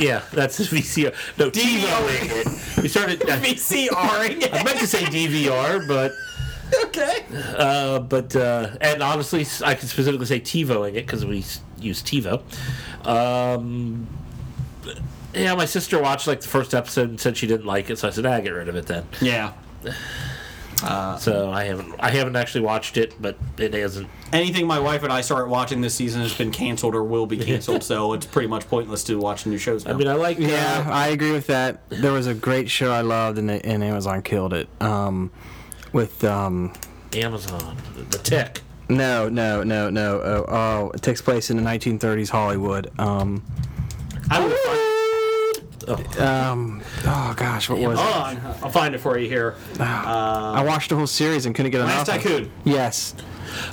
[SPEAKER 6] Yeah, that's (laughs) VCR. No, DVRing it. We started.
[SPEAKER 2] (laughs)
[SPEAKER 6] I
[SPEAKER 2] VCRing
[SPEAKER 6] I meant to say DVR, but
[SPEAKER 2] Okay.
[SPEAKER 6] uh, but uh, and honestly, s- I could specifically say TiVoing it because we s- use TiVo. Um, yeah, my sister watched like the first episode and said she didn't like it, so I said, "Ah, get rid of it then."
[SPEAKER 2] Yeah. Uh-huh.
[SPEAKER 6] So I haven't. I haven't actually watched it, but it hasn't.
[SPEAKER 2] Anything my wife and I started watching this season has been canceled or will be canceled, so it's pretty much pointless to watch new shows now.
[SPEAKER 6] I mean, I like.
[SPEAKER 5] Yeah, I agree with that. There was a great show I loved, and, it, and Amazon killed it. Um, with um,
[SPEAKER 6] uh, Amazon, The Tick.
[SPEAKER 5] No, no, no, no. Oh, oh, it takes place in the 1930s Hollywood. Um,
[SPEAKER 2] I will find,
[SPEAKER 5] um, oh gosh, what was it?
[SPEAKER 2] hold on, I'll find it for you here.
[SPEAKER 5] I watched the whole series and couldn't get
[SPEAKER 2] Last
[SPEAKER 5] enough. of it.
[SPEAKER 2] Tycoon.
[SPEAKER 5] Yes.
[SPEAKER 2] It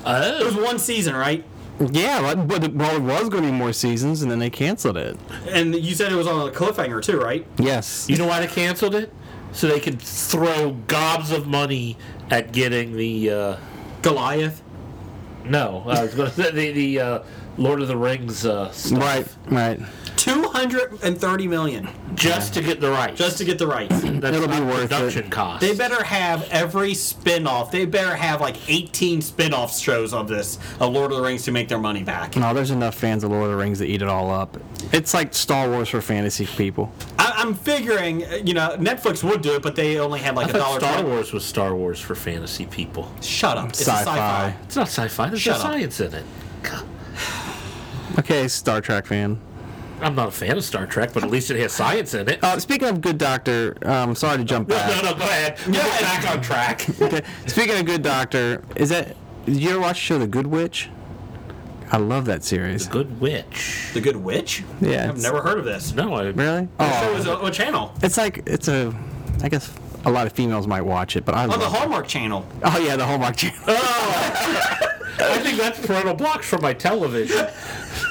[SPEAKER 6] Oh.
[SPEAKER 2] was one season, right?
[SPEAKER 5] Yeah, but, but it- well, it was going to be more seasons, and then they canceled it.
[SPEAKER 2] And you said it was on a cliffhanger too, right?
[SPEAKER 5] Yes.
[SPEAKER 6] You know why they canceled it? So they could throw gobs of money at getting the uh,
[SPEAKER 2] Goliath.
[SPEAKER 6] no, I was going to say the, the uh, Lord of the Rings uh, stuff,
[SPEAKER 5] Right. Right.
[SPEAKER 2] Two hundred and thirty million
[SPEAKER 6] just to get the rights.
[SPEAKER 2] just to get the rights. (clears throat)
[SPEAKER 6] That's
[SPEAKER 5] It'll be
[SPEAKER 6] not
[SPEAKER 5] worth it.
[SPEAKER 6] production cost.
[SPEAKER 2] They better have every spin-off. They better have like 18 spin-off shows of this of Lord of the Rings to make their money back. I,
[SPEAKER 5] No, there's enough fans of Lord of the Rings to eat it all up. It's like Star Wars for fantasy people.
[SPEAKER 2] I'm figuring, uh, you know, Netflix would do it, but they only had like
[SPEAKER 6] I
[SPEAKER 2] a
[SPEAKER 6] thought
[SPEAKER 2] dollar.
[SPEAKER 6] Star
[SPEAKER 2] twenty-
[SPEAKER 6] Wars was Star Wars for fantasy people.
[SPEAKER 2] Shut up. It's
[SPEAKER 5] Sci-fi.
[SPEAKER 2] A sci-fi.
[SPEAKER 6] It's not sci-fi. There's
[SPEAKER 2] Shut up.
[SPEAKER 6] no science in it. God,
[SPEAKER 5] Okay, Star Trek fan.
[SPEAKER 6] I'm not a fan of Star Trek, but at least it has science in (laughs) it.
[SPEAKER 5] Uh, speaking of Good Doctor, um, sorry to jump (laughs)
[SPEAKER 6] no, no, no,
[SPEAKER 5] back.
[SPEAKER 6] go (laughs) ahead. We're
[SPEAKER 2] Yeah.
[SPEAKER 6] back on track.
[SPEAKER 5] Okay, Speaking of Good Doctor, is that did you ever watch the show The Good Witch? I love that series.
[SPEAKER 6] Good Witch.
[SPEAKER 2] The Good Witch?
[SPEAKER 5] Yeah,
[SPEAKER 2] I've
[SPEAKER 5] it's-
[SPEAKER 2] never heard of
[SPEAKER 6] (laughs)
[SPEAKER 2] this.
[SPEAKER 6] No, I,
[SPEAKER 5] Really?
[SPEAKER 2] The show
[SPEAKER 5] Oh,
[SPEAKER 2] is a, a channel.
[SPEAKER 5] it's like it's a. I guess a lot of females might watch it, but I
[SPEAKER 6] Oh,
[SPEAKER 2] On the
[SPEAKER 5] love.
[SPEAKER 2] Hallmark channel.
[SPEAKER 5] oh yeah, the
[SPEAKER 6] (laughs)
[SPEAKER 5] Hallmark Channel.
[SPEAKER 6] I think that's parental blocks for my television.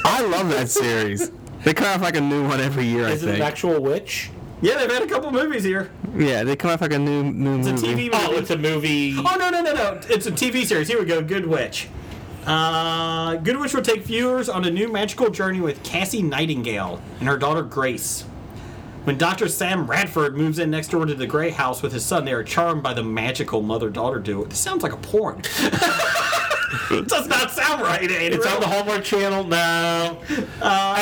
[SPEAKER 5] I love that series. They come out like a new one every year, I
[SPEAKER 6] Is it an
[SPEAKER 5] think.
[SPEAKER 6] actual witch?
[SPEAKER 2] Yeah, they've had a couple movies here.
[SPEAKER 5] Yeah, they come out like a new new
[SPEAKER 2] It's a
[SPEAKER 5] movie.
[SPEAKER 2] TV movie.
[SPEAKER 6] Oh, it's a movie.
[SPEAKER 2] Oh no no no no! It's a TV series. Here we go. Good Witch. Uh, Good Witch will take viewers on a new magical journey with Cassie Nightingale and her daughter Grace. When Dr. Sam Radford moves in next door to the Gray House with his son, they are charmed by the magical mother-daughter duo. This sounds like a porn. (laughs) Does not sound right, ain't
[SPEAKER 6] It's on the Hallmark Channel now.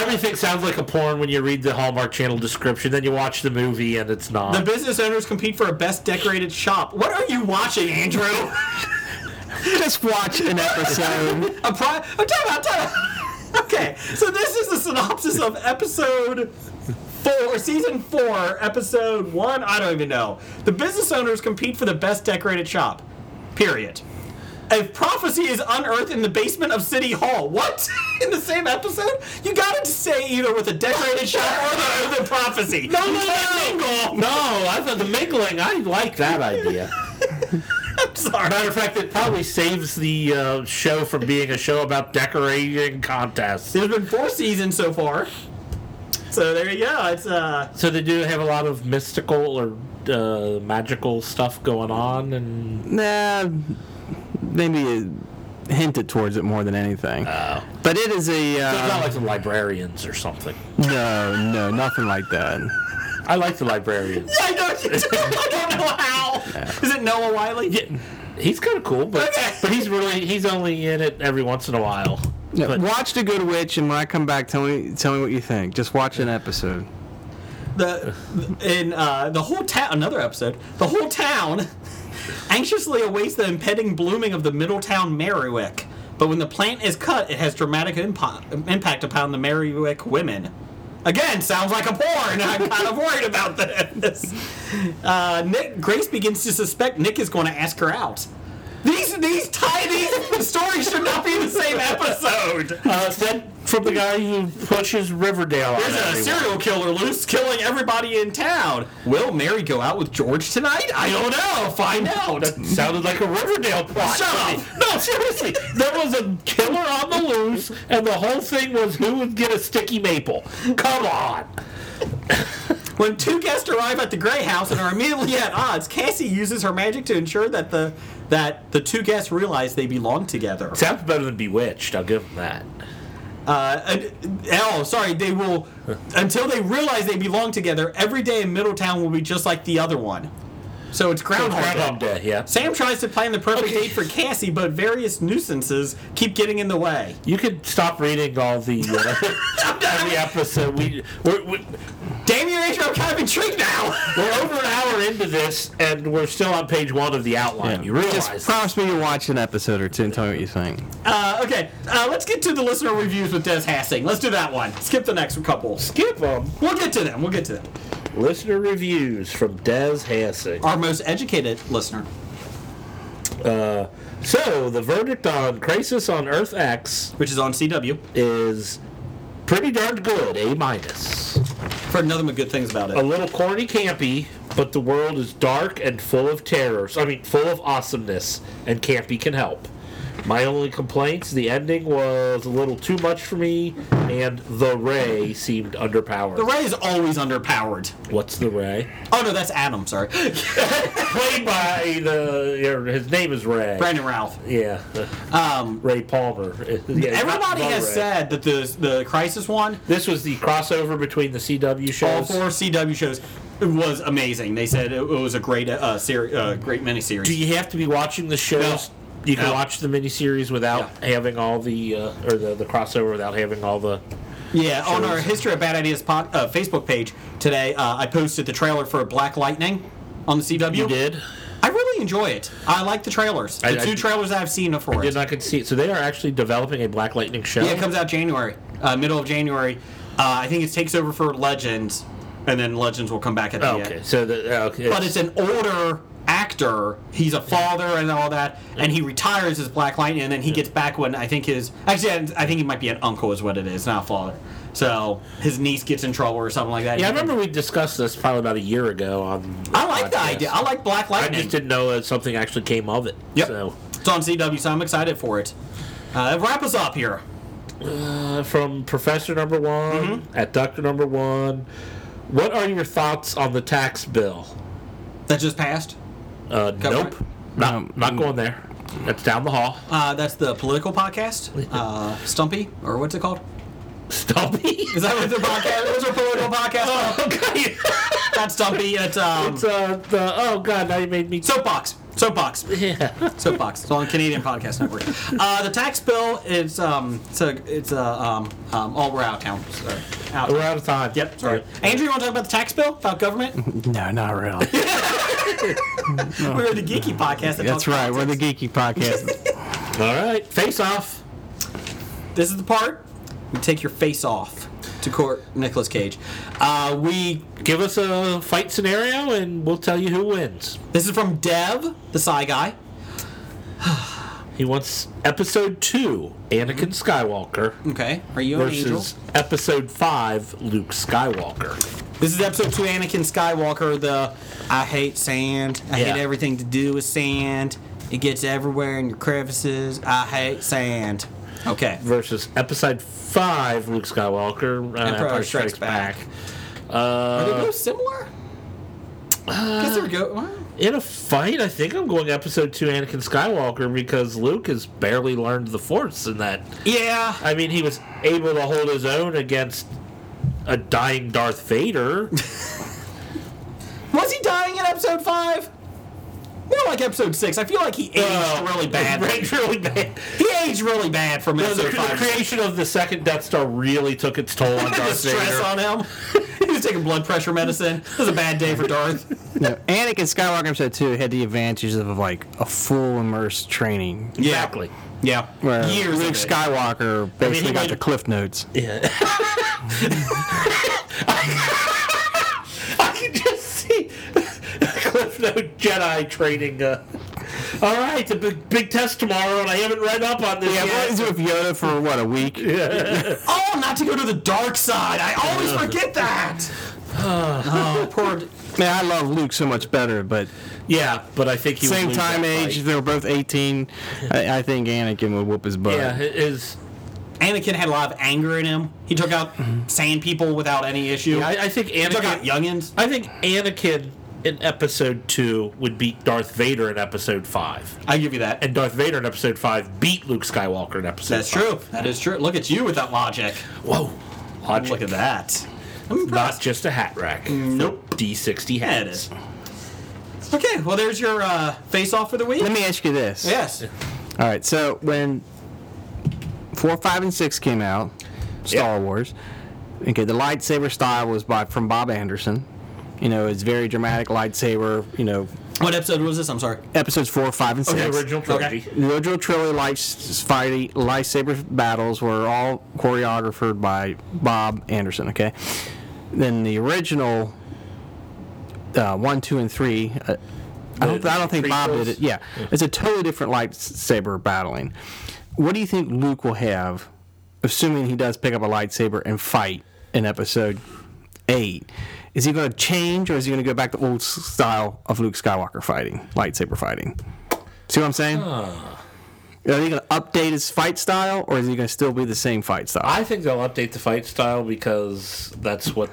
[SPEAKER 6] Everything sounds like a porn when you read the Hallmark Channel description. Then you watch the movie and it's not.
[SPEAKER 2] The business owners compete for a best decorated shop. What are you watching, Andrew?
[SPEAKER 5] Just watch
[SPEAKER 6] (laughs)
[SPEAKER 5] an episode.
[SPEAKER 2] A pri- oh, time out, time out. (laughs) Okay, so this is the synopsis of episode four, season four, episode one. I don't even know. The business owners compete for the best decorated shop. Period. A prophecy is unearthed in the basement of City Hall. What? (laughs) In the same episode? You gotta say either with a decorated shop or the, the prophecy. No, no, no,
[SPEAKER 6] no, I thought the mingling. I like that (laughs) idea.
[SPEAKER 2] I'm sorry.
[SPEAKER 6] Matter of fact, it probably saves the uh, show from being a show about decorating contests.
[SPEAKER 2] There's been four seasons so far. So there you go. It's uh.
[SPEAKER 6] So they do have a lot of mystical or uh, magical stuff going on, and
[SPEAKER 5] nah, maybe hinted towards it more than anything.
[SPEAKER 6] Oh.
[SPEAKER 5] But it is a
[SPEAKER 6] it's not
[SPEAKER 5] uh,
[SPEAKER 6] like the librarians or something.
[SPEAKER 5] no, no, nothing like that.
[SPEAKER 6] I like the librarians.
[SPEAKER 2] I know what you do. I don't know how. Is it Noah Wiley?
[SPEAKER 6] Yeah, he's kind of cool, but
[SPEAKER 2] Okay.
[SPEAKER 6] but he's really he's only in it every once in a while.
[SPEAKER 5] No,
[SPEAKER 6] But-
[SPEAKER 5] watch The Good Witch, and when I come back, tell me tell me what you think. Just watch an episode.
[SPEAKER 2] The in uh, the whole town. another episode. The whole town (laughs) anxiously awaits the impending blooming of the Middletown Merriwick. But when the plant is cut, it has dramatic impo- impact upon the Merriwick women. Again, sounds like a porn. (laughs) I'm kind of worried about this. Uh, Nick Grace begins to suspect Nick is going to ask her out. These these tie these stories should not be in the same episode.
[SPEAKER 6] Uh, is that from the guy who pushes Riverdale? on
[SPEAKER 2] There's a
[SPEAKER 6] everyone?
[SPEAKER 2] serial killer loose killing everybody in town. Will Mary go out with George tonight? I don't know. Find out.
[SPEAKER 6] Sounded like a Riverdale plot.
[SPEAKER 2] Shut up.
[SPEAKER 6] No, (laughs) seriously, there was a killer on the loose, and the whole thing was who would get a sticky maple. Come on.
[SPEAKER 2] When two guests arrive at the Gray House and are immediately at odds, Cassie uses her magic to ensure that the that the two guests realize they belong together.
[SPEAKER 6] Sounds better than Bewitched. I'll give him that.
[SPEAKER 2] Uh, and- oh, sorry. They will until they realize they belong together. Every day in Middletown will be just like the other one. So it's Groundhog Day.
[SPEAKER 6] Groundhog Day, yeah.
[SPEAKER 2] Sam tries to plan the perfect date for Cassie, but various nuisances keep getting in the way.
[SPEAKER 6] You could stop reading all the (laughs) uh, every episode. We we're, we-
[SPEAKER 2] Damn you, Andrew, I'm kind of intrigued now. (laughs)
[SPEAKER 6] we're over an hour into this, and we're still on page one of the outline. You realize?
[SPEAKER 5] Just promise me you'll watch an episode or two and tell me what you think.
[SPEAKER 2] Uh, okay, uh, let's get to the listener reviews with Des Hassing. Let's do that one. Skip the next couple.
[SPEAKER 6] skip them.
[SPEAKER 2] We'll get to them. We'll get to them.
[SPEAKER 6] Listener reviews from Des Hassing.
[SPEAKER 2] Our most educated listener.
[SPEAKER 6] So the verdict on Crisis on Earth X
[SPEAKER 2] which is on CW.
[SPEAKER 6] is pretty darn good, A minus.
[SPEAKER 2] For nothing but good things about
[SPEAKER 6] A
[SPEAKER 2] it.
[SPEAKER 6] little corny, campy, but the world is dark and full of terrors. I mean, full of awesomeness, and campy can help. My only complaints: the ending was a little too much for me, and the Ray seemed underpowered.
[SPEAKER 2] The Ray is always underpowered.
[SPEAKER 6] What's the Ray?
[SPEAKER 2] Oh no, that's Adam. Sorry, (laughs)
[SPEAKER 6] Played by the or his name is Ray.
[SPEAKER 2] Brandon Ralph.
[SPEAKER 6] Yeah, uh,
[SPEAKER 2] Um,
[SPEAKER 6] Ray Palmer. (laughs) Yeah, he's not
[SPEAKER 2] everybody
[SPEAKER 6] the
[SPEAKER 2] has
[SPEAKER 6] Ray.
[SPEAKER 2] said that the the Crisis one,
[SPEAKER 6] this was the crossover between the CW
[SPEAKER 2] all
[SPEAKER 6] shows.
[SPEAKER 2] four CW shows, was amazing. They said it, it was a great uh, seri- uh, great miniseries.
[SPEAKER 6] Do you have to be watching the shows? You can
[SPEAKER 2] No.
[SPEAKER 6] watch the miniseries without having all the uh, or the, the crossover without having all the.
[SPEAKER 2] Yeah, on our History of Bad Ideas pod, uh, Facebook page today, uh, I posted the trailer for Black Lightning on the CW.
[SPEAKER 6] You did.
[SPEAKER 2] I really enjoy it. I like the trailers. The
[SPEAKER 6] I- I-
[SPEAKER 2] two trailers I've seen are for
[SPEAKER 6] Did
[SPEAKER 2] it.
[SPEAKER 6] not get to see it. So they are actually developing a Black Lightning show.
[SPEAKER 2] yeah, it comes out January, uh, middle of January. Uh, I think it takes over for Legends, and then Legends will come back at the
[SPEAKER 6] Oh, okay.
[SPEAKER 2] end.
[SPEAKER 6] So the uh, okay.
[SPEAKER 2] But it's an older actor. He's a father and all that, and he retires as Black Lightning, and then he gets back when I think his actually I I think he might be an uncle is what it is, not a father. So his niece gets in trouble or something like that.
[SPEAKER 6] yeah, I remember we discussed this probably about a year ago on.
[SPEAKER 2] I like the
[SPEAKER 6] podcast.
[SPEAKER 2] idea. I like Black
[SPEAKER 6] I
[SPEAKER 2] Lightning.
[SPEAKER 6] just didn't know that something actually came of it.
[SPEAKER 2] Yep.
[SPEAKER 6] So
[SPEAKER 2] It's on CW, so I'm excited for it. Uh, wrap us up here.
[SPEAKER 6] uh, from Professor Number One
[SPEAKER 2] Mm-hmm.
[SPEAKER 6] at Doctor Number One, what are your thoughts on the tax bill?
[SPEAKER 2] That just passed.
[SPEAKER 6] Uh,
[SPEAKER 2] Got
[SPEAKER 6] nope.
[SPEAKER 2] right?
[SPEAKER 6] Not,
[SPEAKER 5] Um,
[SPEAKER 6] not going there. That's down the hall.
[SPEAKER 2] Uh, that's the political podcast,
[SPEAKER 6] (laughs)
[SPEAKER 2] uh, Stumpy, or what's it called? (laughs)
[SPEAKER 6] Stumpy?
[SPEAKER 2] Is that
[SPEAKER 6] (laughs)
[SPEAKER 2] what the podcast? What's our political podcast? called? Not Stumpy. It's um,
[SPEAKER 6] It's, uh, the, oh, God, now you made me.
[SPEAKER 2] Soapbox. Soapbox.
[SPEAKER 6] Yeah.
[SPEAKER 2] Soapbox. It's on Canadian Podcast
[SPEAKER 6] (laughs)
[SPEAKER 2] Network. Uh, the tax bill is um, it's a it's a um, um, oh, we're out of town. Sorry. Out.
[SPEAKER 6] We're out of time.
[SPEAKER 2] Yep. Sorry. Andrew, you want to talk about the tax bill about
[SPEAKER 6] (laughs)
[SPEAKER 2] government?
[SPEAKER 5] No, not (laughs) really.
[SPEAKER 2] we're the geeky podcast. That
[SPEAKER 5] That's
[SPEAKER 2] talks
[SPEAKER 5] right. We're the
[SPEAKER 2] politics.
[SPEAKER 5] geeky
[SPEAKER 6] (laughs)
[SPEAKER 5] podcast.
[SPEAKER 6] All right. Face off.
[SPEAKER 2] This is the part you take your face off to court Nicolas Cage. Uh, we
[SPEAKER 6] Give us a fight scenario and we'll tell you who wins.
[SPEAKER 2] this is from Dev, the Psy guy.
[SPEAKER 6] He wants episode two Anakin Skywalker
[SPEAKER 2] Okay, are you an Mm-hmm. angel?
[SPEAKER 6] versus episode five Luke Skywalker.
[SPEAKER 2] This is episode two, Anakin Skywalker. The I hate sand. I
[SPEAKER 6] Yeah.
[SPEAKER 2] hate everything to do with sand. It gets everywhere in your crevices. I hate sand. Okay.
[SPEAKER 6] Versus episode five Luke Skywalker. Uh,
[SPEAKER 2] Empire Strikes Back. Are they both similar?
[SPEAKER 6] uh,
[SPEAKER 2] I guess they're good. well,
[SPEAKER 6] In a fight, I think I'm going episode two Anakin Skywalker because Luke has barely learned the Force in that.
[SPEAKER 2] Yeah.
[SPEAKER 6] I mean, he was able to hold his own against a dying Darth
[SPEAKER 2] (laughs)
[SPEAKER 6] Vader.
[SPEAKER 2] Was he dying in episode five? More like episode six. I feel like he aged
[SPEAKER 6] Uh,
[SPEAKER 2] really bad.
[SPEAKER 6] (laughs) Right, really bad.
[SPEAKER 2] He aged really bad from
[SPEAKER 6] The, the-
[SPEAKER 2] episode
[SPEAKER 6] the
[SPEAKER 2] five.
[SPEAKER 6] creation of the second Death Star really took its toll on
[SPEAKER 2] (laughs) The
[SPEAKER 6] Darth
[SPEAKER 2] stress
[SPEAKER 6] Vader.
[SPEAKER 2] on him. (laughs) he was taking blood pressure medicine. It was a bad day for Darth.
[SPEAKER 5] no, Anakin Skywalker episode two had the advantages of like a full immersed training.
[SPEAKER 6] exactly.
[SPEAKER 2] Yeah.
[SPEAKER 5] Where
[SPEAKER 2] Years
[SPEAKER 5] Luke
[SPEAKER 2] of it.
[SPEAKER 5] Skywalker basically got
[SPEAKER 6] went-
[SPEAKER 5] the cliff notes.
[SPEAKER 6] I (laughs) can just see Cliff Note Jedi training. Uh, all right, the big, big test tomorrow, and I haven't read up on this
[SPEAKER 5] Yeah,
[SPEAKER 6] yet.
[SPEAKER 5] what is with Yoda for what a week?
[SPEAKER 2] Oh, not to go to the dark side. I always forget that. oh, poor.
[SPEAKER 5] Man, I love Luke so much better, but
[SPEAKER 6] Yeah, but I think he would
[SPEAKER 5] same
[SPEAKER 6] lose
[SPEAKER 5] time
[SPEAKER 6] that
[SPEAKER 5] age,
[SPEAKER 6] fight.
[SPEAKER 5] they were both 18. I, I think Anakin would whoop his butt.
[SPEAKER 6] Yeah, his.
[SPEAKER 2] Anakin had a lot of anger in him. He took out sand people without any issue.
[SPEAKER 6] I, I think
[SPEAKER 2] he took out
[SPEAKER 6] Anakin.
[SPEAKER 2] youngins.
[SPEAKER 6] I think Anakin in episode two would beat Darth Vader in episode five,
[SPEAKER 2] I give you that.
[SPEAKER 6] and Darth Vader in episode five beat Luke Skywalker in episode.
[SPEAKER 2] That's
[SPEAKER 6] five.
[SPEAKER 2] true. That is true. Look at you with that logic.
[SPEAKER 6] Whoa, logic.
[SPEAKER 2] Look at that. I'm
[SPEAKER 6] Not
[SPEAKER 2] impressed.
[SPEAKER 6] just a hat rack.
[SPEAKER 2] Nope.
[SPEAKER 6] D sixty
[SPEAKER 2] Yeah, it is.
[SPEAKER 6] hats.
[SPEAKER 2] Okay, well, there's your uh, face off for the week.
[SPEAKER 5] Let me ask you this.
[SPEAKER 2] Yes.
[SPEAKER 5] All right, so when four, five, and six came out, Star Wars. Okay, the lightsaber style was by from Bob Anderson. You know, it's very dramatic lightsaber. You know,
[SPEAKER 2] What episode was this? I'm sorry.
[SPEAKER 5] episodes four, five, and six.
[SPEAKER 6] The original trilogy.
[SPEAKER 5] The original trilogy lights- fighting lightsaber battles were all choreographed by Bob Anderson. Okay, then the original uh, one, two, and three uh, I don't, I don't think Bob did it. Yeah. It's a totally different lightsaber battling. What do you think Luke will have, assuming he does pick up a lightsaber and fight in episode 8? Is he going to change or is he going to go back to old s- style of Luke Skywalker fighting, lightsaber fighting? See what I'm saying? Are they going to update his fight style or is he going to still be the same fight style?
[SPEAKER 6] I think they'll update the fight style because that's what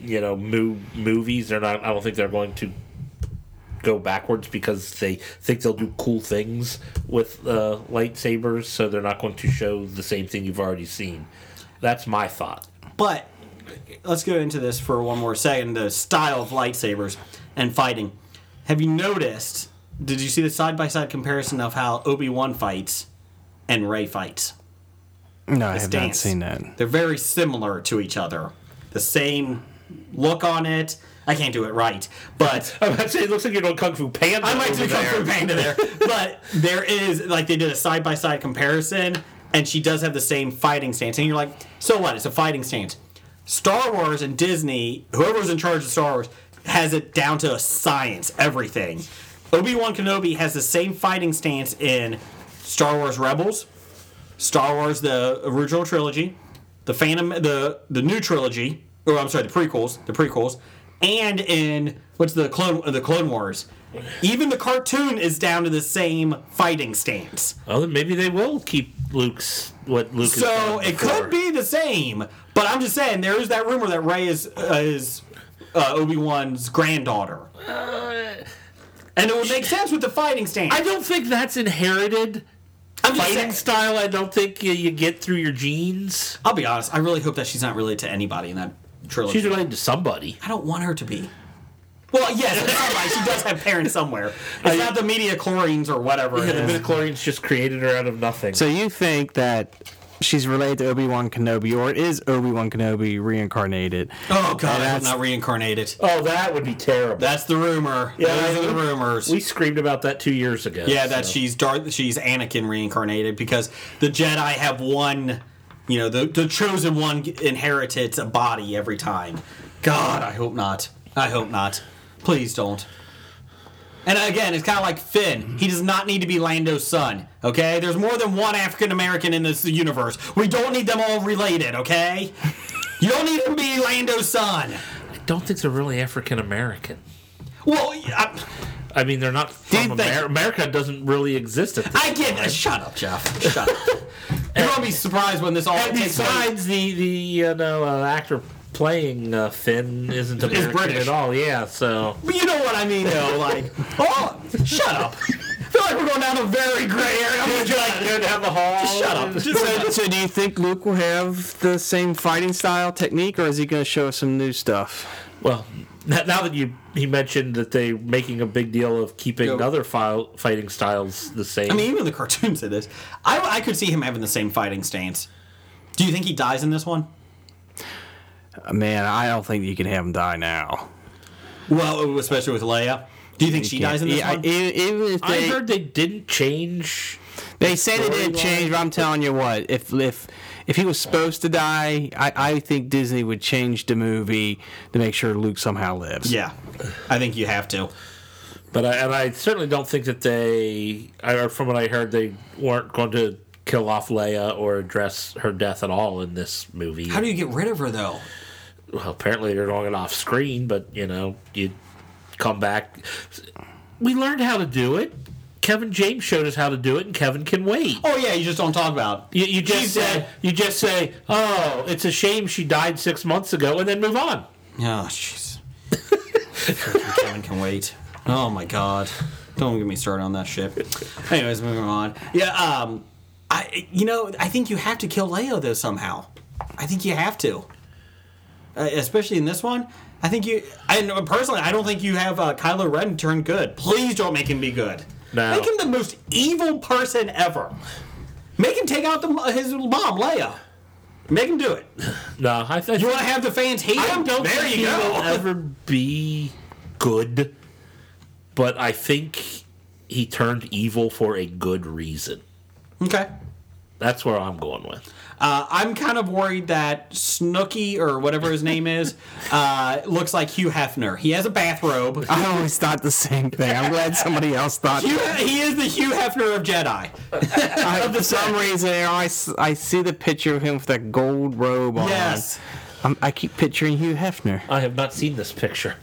[SPEAKER 6] you know. Mo- movies, they're not. I don't think they're going to go backwards because they think they'll do cool things with uh, lightsabers, so they're not going to show the same thing you've already seen. That's my thought. (laughs)
[SPEAKER 2] But let's go into this for one more second the style of lightsabers and fighting. Have you noticed? Did you see the side by side comparison of how Obi Wan fights and Ray fights?
[SPEAKER 5] no, I have
[SPEAKER 2] stance.
[SPEAKER 5] not seen that.
[SPEAKER 2] They're very similar to each other. The same look on it. I can't do it right, but
[SPEAKER 6] I'm about to say it looks like you're doing Kung Fu Panda.
[SPEAKER 2] I might do Kung Fu Panda there. But there is like they did a side by side comparison, and she does have the same fighting stance. And you're like, so what? It's a fighting stance. Star Wars and Disney, whoever's in charge of Star Wars, has it down to a science. Everything. Obi Wan Kenobi has the same fighting stance in Star Wars Rebels, Star Wars the original trilogy, the Phantom the the new trilogy, or I'm sorry, the prequels, the prequels, and in what's the clone the Clone Wars. Even the cartoon is down to the same fighting stance.
[SPEAKER 6] Well, Oh, then maybe they will keep Luke's what Luke. has
[SPEAKER 2] So
[SPEAKER 6] done
[SPEAKER 2] it
[SPEAKER 6] before.
[SPEAKER 2] could be the same, but I'm just saying there is that rumor that Rey is uh, is uh, Obi Wan's granddaughter, Uh. and it would make sense with the fighting stance.
[SPEAKER 6] I don't think that's inherited.
[SPEAKER 2] I'm just
[SPEAKER 6] Fighting
[SPEAKER 2] saying-
[SPEAKER 6] style, I don't think you, you get through your genes.
[SPEAKER 2] I'll be honest. I really hope that she's not related to anybody in that trilogy.
[SPEAKER 6] She's related to somebody.
[SPEAKER 2] I don't want her to be. Well, yes, it's somebody. she does have parents somewhere. It's not the media chlorines or whatever. it
[SPEAKER 6] The
[SPEAKER 2] is.
[SPEAKER 6] midichlorians just created her out of nothing.
[SPEAKER 5] So you think that she's related to Obi Wan Kenobi, or it is Obi Wan Kenobe reincarnated?
[SPEAKER 2] Oh god, I hope
[SPEAKER 5] that's-
[SPEAKER 2] not reincarnated.
[SPEAKER 6] oh, that would be terrible.
[SPEAKER 2] That's the rumor.
[SPEAKER 6] Yeah,
[SPEAKER 2] Those are the
[SPEAKER 6] we-
[SPEAKER 2] rumors.
[SPEAKER 6] we screamed about that two years ago.
[SPEAKER 2] yeah, that
[SPEAKER 6] so.
[SPEAKER 2] she's Darth, she's Anakin reincarnated because the Jedi have one, you know, the the chosen one inherited a body every time. God, I hope not. I hope not. Please don't. And again, it's kind of like Finn. He does not need to be Lando's son. Okay, there's more than one African American in this universe. We don't need them all related. Okay, you don't need him to be Lando's son.
[SPEAKER 6] I don't think they're really African American.
[SPEAKER 2] Well, I,
[SPEAKER 6] I mean, they're not
[SPEAKER 2] you
[SPEAKER 6] from
[SPEAKER 2] think-
[SPEAKER 6] Amer- America. Doesn't really exist at this
[SPEAKER 2] I get. uh, shut up, Jeff. Shut up. You're gonna be surprised when this all
[SPEAKER 6] And
[SPEAKER 2] takes place.
[SPEAKER 6] besides, the the you know uh, actor playing uh, Finn isn't American
[SPEAKER 2] British.
[SPEAKER 6] at all. Yeah, so
[SPEAKER 2] But you know what I mean, (laughs) though. Like, oh, shut up. I feel like we're going down a very gray area. I'm just like,
[SPEAKER 6] go down the hall.
[SPEAKER 2] shut up. Just
[SPEAKER 5] So, so do you think Luke will have the same fighting style technique, or is he going to show us some new stuff?
[SPEAKER 6] Well, n- now that you he mentioned that they're making a big deal of keeping
[SPEAKER 2] Go.
[SPEAKER 6] other file, fighting styles the same.
[SPEAKER 2] I mean, even the cartoons did this. I, I could see him having the same fighting stance. Do you think he dies in this one?
[SPEAKER 5] Uh, Man, I don't think you can have him die now.
[SPEAKER 2] Well, especially with Leia. Do you think she dies in this
[SPEAKER 5] yeah,
[SPEAKER 2] one?
[SPEAKER 5] I- e- even if
[SPEAKER 6] I
[SPEAKER 5] they,
[SPEAKER 6] heard they didn't change.
[SPEAKER 5] they say they didn't
[SPEAKER 6] storyline.
[SPEAKER 5] change, but I'm telling you what, if if if he was supposed to die, I, I think Disney would change the movie to make sure Luke somehow lives.
[SPEAKER 2] yeah, I think you have to.
[SPEAKER 6] But I, and I certainly don't think that they. I, from what I heard, they weren't going to kill off Leia or address her death at all in this movie.
[SPEAKER 2] How do you get rid of her though?
[SPEAKER 6] well, apparently they're doing it off screen, but you know, you come back. We learned how to do it. Kevin James showed us how to do it, and Kevin can wait.
[SPEAKER 2] Oh yeah, you just don't talk about.
[SPEAKER 6] You, you
[SPEAKER 2] She
[SPEAKER 6] just
[SPEAKER 2] said-
[SPEAKER 6] say, you just say, oh, it's a shame she died six months ago, and then move on.
[SPEAKER 2] Oh jeez. Freaking Kevin can wait. Oh my god. Don't get me started on that shit. Anyways, moving on. Yeah, um I you know, I think you have to kill Leo though somehow. I think you have to. Uh, especially in this one. I think you I know- personally I don't think you have uh, Kylo Ren turn good. Please don't make him be good.
[SPEAKER 6] No.
[SPEAKER 2] Make him the most evil person ever. Make him take out the, his mom, Leia. Make him do it.
[SPEAKER 6] No, I, th-
[SPEAKER 2] You want to have the fans hate
[SPEAKER 6] I
[SPEAKER 2] him?
[SPEAKER 6] don't
[SPEAKER 2] There
[SPEAKER 6] think
[SPEAKER 2] you
[SPEAKER 6] he
[SPEAKER 2] go. (laughs)
[SPEAKER 6] will ever be good, but I think he turned evil for a good reason.
[SPEAKER 2] Okay.
[SPEAKER 6] That's where I'm going with.
[SPEAKER 2] Uh, I'm kind of worried that Snooky or whatever his name
[SPEAKER 5] (laughs)
[SPEAKER 2] is uh, looks like Hugh Hefner. He has a
[SPEAKER 5] (laughs)
[SPEAKER 2] bathrobe.
[SPEAKER 5] (laughs) I always thought the same thing. I'm glad somebody else thought.
[SPEAKER 2] Hugh, he is the Hugh Hefner of Jedi. (laughs)
[SPEAKER 5] I, for some reason, you know, I, s- I see the picture of him with that gold robe on.
[SPEAKER 2] Yes.
[SPEAKER 5] I'm, I keep picturing Hugh Hefner.
[SPEAKER 6] I have not seen this picture.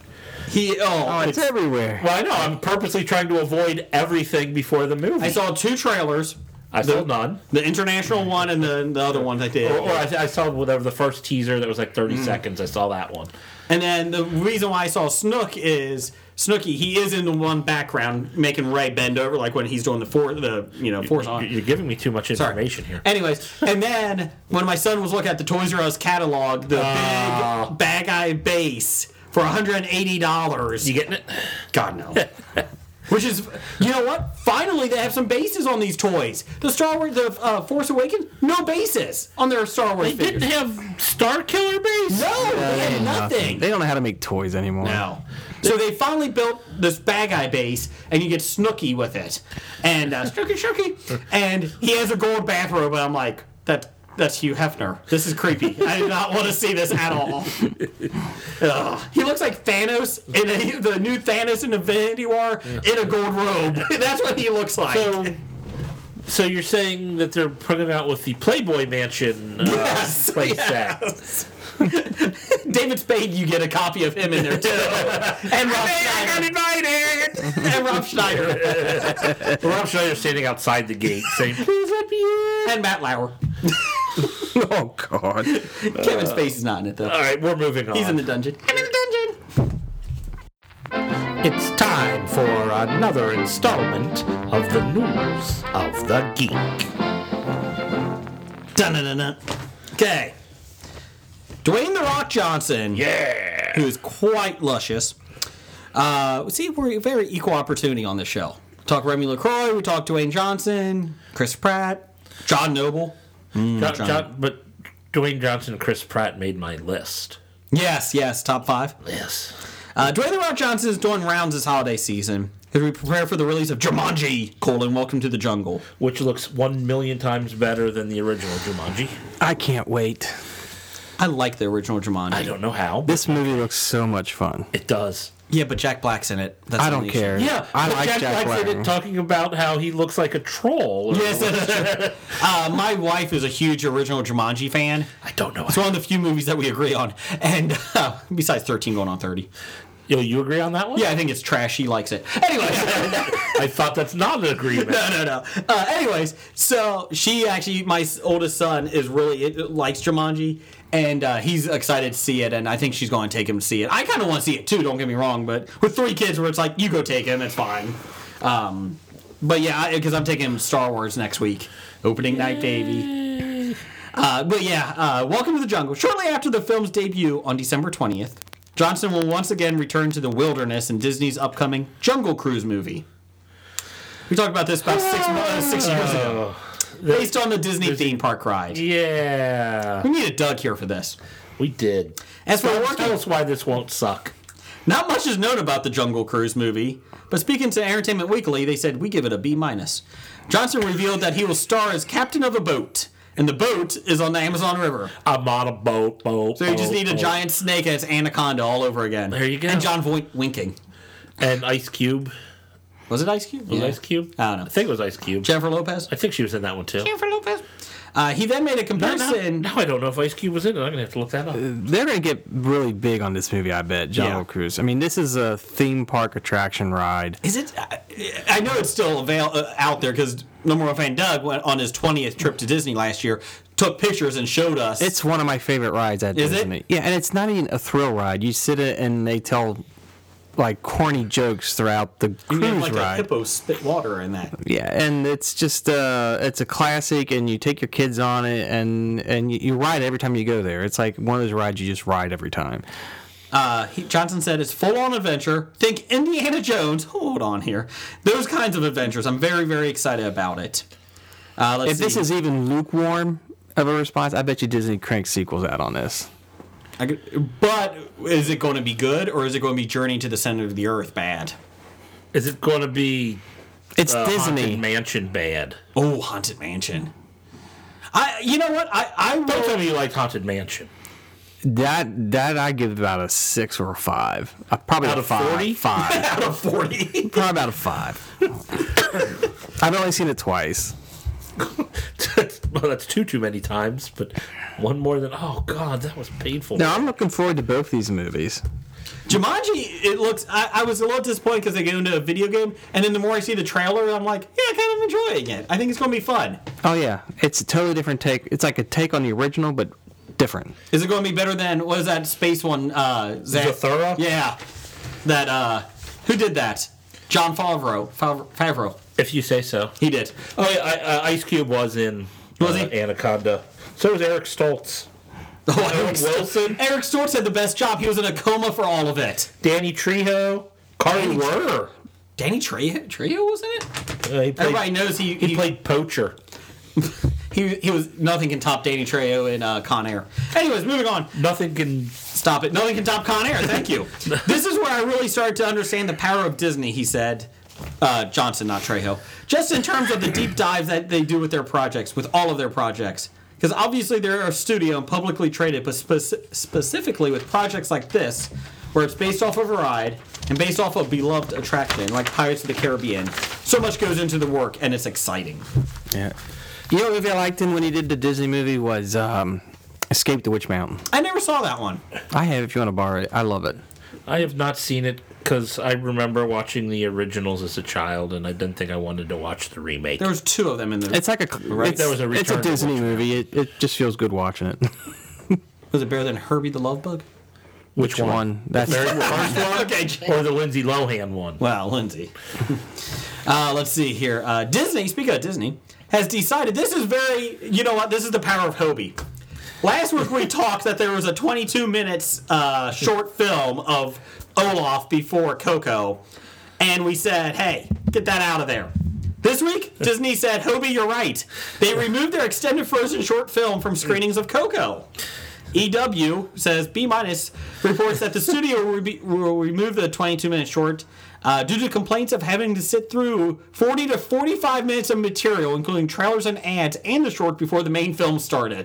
[SPEAKER 2] He oh,
[SPEAKER 5] Oh, it's everywhere.
[SPEAKER 6] Well, I know. I'm purposely trying to avoid everything before the movie.
[SPEAKER 2] I saw two trailers.
[SPEAKER 6] I saw none.
[SPEAKER 2] The international one and the, the other one they did.
[SPEAKER 6] Or,
[SPEAKER 5] Oh,
[SPEAKER 6] or I, I saw whatever the first teaser that was like 30 seconds. I saw that one.
[SPEAKER 2] And then the reason why I saw Snook is Snooky. He is in the one background making Ray bend over, like when he's doing the for the you know force
[SPEAKER 6] You're
[SPEAKER 2] on.
[SPEAKER 6] you're giving me too much information here.
[SPEAKER 2] Anyways, and then when my son was looking at the Toys R Us catalog, the big bag eye base for $180.
[SPEAKER 6] You getting it?
[SPEAKER 2] God no. (laughs) Which is, you know what? Finally, they have some bases on these toys. The Star Wars, the uh, Force Awakens, no bases on their Star Wars
[SPEAKER 6] They
[SPEAKER 2] figures.
[SPEAKER 6] didn't have Star Killer Base?
[SPEAKER 2] no, they had nothing.
[SPEAKER 5] They don't know how to make toys anymore.
[SPEAKER 2] No. So they finally built this Bag Eye base, and you get Snooky with it, and uh, Snooky Snooky, and he has a gold bathrobe, and I'm like, that that's Hugh Hefner. This is creepy. I do not want to see this at all. Ugh. He looks like Thanos in a, the new Thanos in Infinity War in a gold robe. (laughs) that's what he looks like.
[SPEAKER 5] uh,
[SPEAKER 6] So, so you're saying that they're putting out with the Playboy Mansion uh,
[SPEAKER 2] (laughs) Yes,
[SPEAKER 6] play
[SPEAKER 2] David Spade, you get a copy of him in there too,
[SPEAKER 5] (laughs)
[SPEAKER 2] and Rob Schneider.
[SPEAKER 6] invited!
[SPEAKER 2] And Rob Schneider
[SPEAKER 6] (laughs) Rob Schneider's standing outside the gate saying, please let me in.
[SPEAKER 2] and Matt Lauer.
[SPEAKER 5] (laughs) Oh God.
[SPEAKER 2] Kevin Spacey's not in it though.
[SPEAKER 6] All right, we're moving on.
[SPEAKER 2] He's in the dungeon. I'm in the dungeon.
[SPEAKER 6] It's time for another installment of the News of the Geek.
[SPEAKER 2] Dun, dun, dun, dun. Okay. Dwayne The Rock Johnson,
[SPEAKER 6] Yeah!
[SPEAKER 2] who is quite luscious. Uh, see, we're very equal opportunity on this show. Talk Remy LaCroix, we talk Dwayne Johnson, Chris Pratt, John Noble.
[SPEAKER 6] John, John- but Dwayne Johnson and Chris Pratt made my list.
[SPEAKER 2] Yes, yes, top five.
[SPEAKER 6] Yes.
[SPEAKER 2] Uh, Dwayne The Rock Johnson is doing rounds this holiday season as we prepare for the release of Jumanji, colon, Welcome to the Jungle.
[SPEAKER 6] Which looks one million times better than the original Jumanji.
[SPEAKER 5] I can't wait.
[SPEAKER 2] I like the original Jumanji.
[SPEAKER 6] I don't know how.
[SPEAKER 5] This movie looks so much fun.
[SPEAKER 6] It does.
[SPEAKER 2] Yeah, but Jack Black's in it. That's
[SPEAKER 5] I
[SPEAKER 2] the
[SPEAKER 5] don't
[SPEAKER 2] only issue.
[SPEAKER 5] care.
[SPEAKER 6] Yeah,
[SPEAKER 5] I
[SPEAKER 6] but
[SPEAKER 5] like Jack
[SPEAKER 6] Black's in it
[SPEAKER 5] Black.
[SPEAKER 6] talking about how he looks like a troll. or-
[SPEAKER 2] Yes, that is true. Uh, my wife is a huge original Jumanji fan.
[SPEAKER 6] I don't know.
[SPEAKER 2] It's one of the few movies that we agree on, and uh, besides thirteen going on thirty.
[SPEAKER 6] Yo, you agree on that one?
[SPEAKER 2] Yeah, I think it's trash. He likes it. Anyways,
[SPEAKER 6] I thought that's not an
[SPEAKER 2] (laughs)
[SPEAKER 6] agreement.
[SPEAKER 2] no, no, no. Uh, anyways, so she actually, my s- oldest son is really it, likes Jumanji, and uh, he's excited to see it, and I think she's going to take him to see it. I kind of want to see it too. Don't get me wrong, but with three kids, where it's like you go take him, it's fine. Um, but yeah, because I'm taking him to Star Wars next week, opening night, baby. Uh, but yeah, uh, welcome to the jungle. Shortly after the film's debut on December 20th, Johnson will once again return to the wilderness in Disney's upcoming Jungle Cruise movie. We talked about this about six, mo- uh, six years ago.
[SPEAKER 6] Oh.
[SPEAKER 2] Based on the Disney theme park ride.
[SPEAKER 6] Yeah.
[SPEAKER 2] We need a Doug here for this.
[SPEAKER 6] We did.
[SPEAKER 2] As for
[SPEAKER 6] Tell-
[SPEAKER 2] working-
[SPEAKER 6] tell us why this won't suck.
[SPEAKER 2] Not much is known about the Jungle Cruise movie, but speaking to Entertainment Weekly, they said we give it a B minus. Johnson revealed that he will star as captain of a boat, and the boat is on the Amazon River.
[SPEAKER 6] I'm on a boat, boat.
[SPEAKER 2] So you just
[SPEAKER 6] boat,
[SPEAKER 2] need a
[SPEAKER 6] boat.
[SPEAKER 2] giant snake as anaconda all over again.
[SPEAKER 6] Oh, There you go.
[SPEAKER 2] And John Voight winking.
[SPEAKER 6] and Ice Cube.
[SPEAKER 2] Was it Ice Cube?
[SPEAKER 6] Was
[SPEAKER 2] Yeah.
[SPEAKER 6] Ice Cube?
[SPEAKER 2] I don't know.
[SPEAKER 6] I think it was Ice Cube.
[SPEAKER 2] Jennifer Lopez.
[SPEAKER 6] I think she was in that one too.
[SPEAKER 2] Jennifer Lopez. Uh, he then made a
[SPEAKER 6] Now, now-
[SPEAKER 2] comparison.
[SPEAKER 6] now I don't know if Ice Cube was in it. I'm gonna have to look that up.
[SPEAKER 2] Uh,
[SPEAKER 5] They're gonna get really big on this movie, I bet. Jungle
[SPEAKER 2] Yeah.
[SPEAKER 5] Cruise. I mean, this is a theme park attraction ride.
[SPEAKER 2] Is it? I, I know it's still avail, uh, out there because number one fan Doug went on his twentieth trip to Disney last year, took pictures and showed us.
[SPEAKER 5] It's one of my favorite rides at
[SPEAKER 2] Is it?
[SPEAKER 5] Disney. Yeah, and it's not even a thrill ride. You sit it and they tell like corny jokes throughout the
[SPEAKER 2] You
[SPEAKER 5] cruise
[SPEAKER 2] have, like a
[SPEAKER 5] ride.
[SPEAKER 2] hippo spit water in that.
[SPEAKER 5] Yeah, and it's just uh, it's a classic, and you take your kids on it, and and you, you ride every time you go there. It's like one of those rides you just ride every time.
[SPEAKER 2] Uh, he, Johnson said it's full on adventure. Think Indiana Jones. Hold on here. Those kinds of adventures. I'm very very excited about it. Uh, let's
[SPEAKER 5] If this
[SPEAKER 2] see.
[SPEAKER 5] is even lukewarm of a response, I bet you Disney cranks sequels out on this.
[SPEAKER 2] I could- but is it going to be good or is it going to be Journey to the Center of the Earth bad?
[SPEAKER 6] Is it gonna be
[SPEAKER 5] It's
[SPEAKER 6] uh, Haunted
[SPEAKER 5] Disney.
[SPEAKER 6] Mansion bad?
[SPEAKER 2] Oh, Haunted Mansion. I, you know what? I, I
[SPEAKER 6] Don't
[SPEAKER 2] will.
[SPEAKER 6] tell me you liked Haunted Mansion.
[SPEAKER 5] That that I give about a six or a five. Uh, probably
[SPEAKER 6] Out
[SPEAKER 5] a
[SPEAKER 6] of
[SPEAKER 5] five.
[SPEAKER 6] 40? (laughs)
[SPEAKER 2] (laughs)
[SPEAKER 5] Five.
[SPEAKER 2] Out of 40.
[SPEAKER 5] probably about a five. I've only seen it twice.
[SPEAKER 6] well, that's two too many times, but one more than oh god, that was painful.
[SPEAKER 5] Now I'm looking forward to both these movies.
[SPEAKER 2] Jumanji, it looks. I, I was a little disappointed because they get into a video game, and then the more I see the trailer, I'm like, yeah, I kind of enjoying it. I think it's going to be fun.
[SPEAKER 5] Oh yeah, it's a totally different take. It's like a take on the original, but different.
[SPEAKER 2] Is it going to be better than what is that space one? Uh, Zach?
[SPEAKER 6] Zathura?
[SPEAKER 2] Yeah, that. uh Who did that? John Favreau. Fav- Favreau.
[SPEAKER 6] if you say so.
[SPEAKER 2] He did.
[SPEAKER 6] Oh yeah, I, I, Ice Cube was in
[SPEAKER 2] Was
[SPEAKER 6] uh,
[SPEAKER 2] he?
[SPEAKER 6] Anaconda. So was Eric Stoltz.
[SPEAKER 2] Oh,
[SPEAKER 6] Owen Wilson?
[SPEAKER 2] Eric Stortz had the best job. He was in a coma for all of it.
[SPEAKER 6] Danny Trejo, Carl Werner.
[SPEAKER 2] Danny Trejo, Trejo was in it.
[SPEAKER 6] Uh, he played,
[SPEAKER 2] Everybody knows he
[SPEAKER 6] he played poacher.
[SPEAKER 2] He, he was nothing can top Danny Trejo in uh, Con Air. Anyways, moving on.
[SPEAKER 6] Nothing can.
[SPEAKER 2] Stop it. Nothing can top Con Air. Thank
[SPEAKER 5] (laughs)
[SPEAKER 2] you. this is where I really started to understand the power of Disney. He said, uh, Johnson, not Trejo. Just in terms of the deep dives that they do with their projects, with all of their projects. Because obviously they're a studio and publicly traded, but spec- specifically with projects like this, where it's based off of a ride and based off a beloved attraction like Pirates of the Caribbean. So much goes into the work, and it's exciting.
[SPEAKER 5] Yeah. You know, what movie I liked him when he did the Disney movie was um, Escape the Witch Mountain.
[SPEAKER 2] I never saw that one.
[SPEAKER 5] I have, if you want to borrow it, I love it.
[SPEAKER 6] I have not seen it because I remember watching the originals as a child, and I didn't think I wanted to watch the remake. (laughs)
[SPEAKER 2] There was two of them in the.
[SPEAKER 5] It's like a
[SPEAKER 6] Right,
[SPEAKER 5] it's,
[SPEAKER 6] there was a
[SPEAKER 5] it's
[SPEAKER 6] Return
[SPEAKER 5] a
[SPEAKER 6] to
[SPEAKER 5] Disney
[SPEAKER 6] Witch
[SPEAKER 5] movie. It, it just feels good watching it.
[SPEAKER 2] was it better than Herbie the Love
[SPEAKER 5] (laughs)
[SPEAKER 2] Bug? (laughs)
[SPEAKER 6] Which,
[SPEAKER 5] One, that's
[SPEAKER 6] Very- first one? or the Lindsay Lohan one?
[SPEAKER 2] Wow, Lindsay. uh, let's see here. Uh, Disney, speaking of Disney, has decided this is very, you know what, this is the power of Hobie. Last week we talked that there was a 22 minutes uh, short film of Olaf before Coco, and we said, hey, get that out of there. This week, Disney said, Hobie, you're right. They removed their extended frozen short film from screenings of Coco. EW says B minus reports that the studio will, be, will remove the 22 minute short uh, due to complaints of having to sit through 40 to 45 minutes of material, including trailers and ads, and the short before the main film started.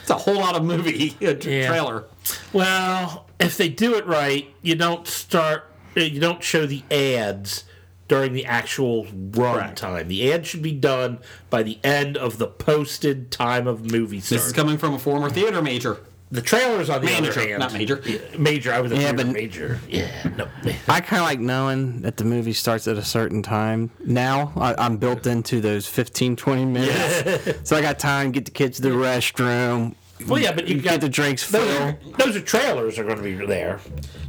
[SPEAKER 2] It's a whole lot of movie uh, tra-
[SPEAKER 6] Yeah.
[SPEAKER 2] trailer.
[SPEAKER 6] Well, if they do it right, you don't start, uh, you don't show the ads during the actual run time. The ad should be done by the end of the posted time of movie start.
[SPEAKER 2] This is coming from a former theater major.
[SPEAKER 6] the trailers on the
[SPEAKER 2] Manager,
[SPEAKER 6] other hand,
[SPEAKER 2] not major.
[SPEAKER 6] Yeah, major. I was a
[SPEAKER 5] Yeah,
[SPEAKER 6] yeah,
[SPEAKER 5] but-
[SPEAKER 6] major. Yeah, no.
[SPEAKER 5] I kind of like knowing that the movie starts at a certain time. Now I, I'm built into those 15, 20 minutes, so I got time to get the kids to the restroom.
[SPEAKER 6] Well, yeah, but you
[SPEAKER 5] get
[SPEAKER 6] got-
[SPEAKER 5] the drinks
[SPEAKER 6] Those
[SPEAKER 5] filled.
[SPEAKER 6] are, those are trailers are going to be there.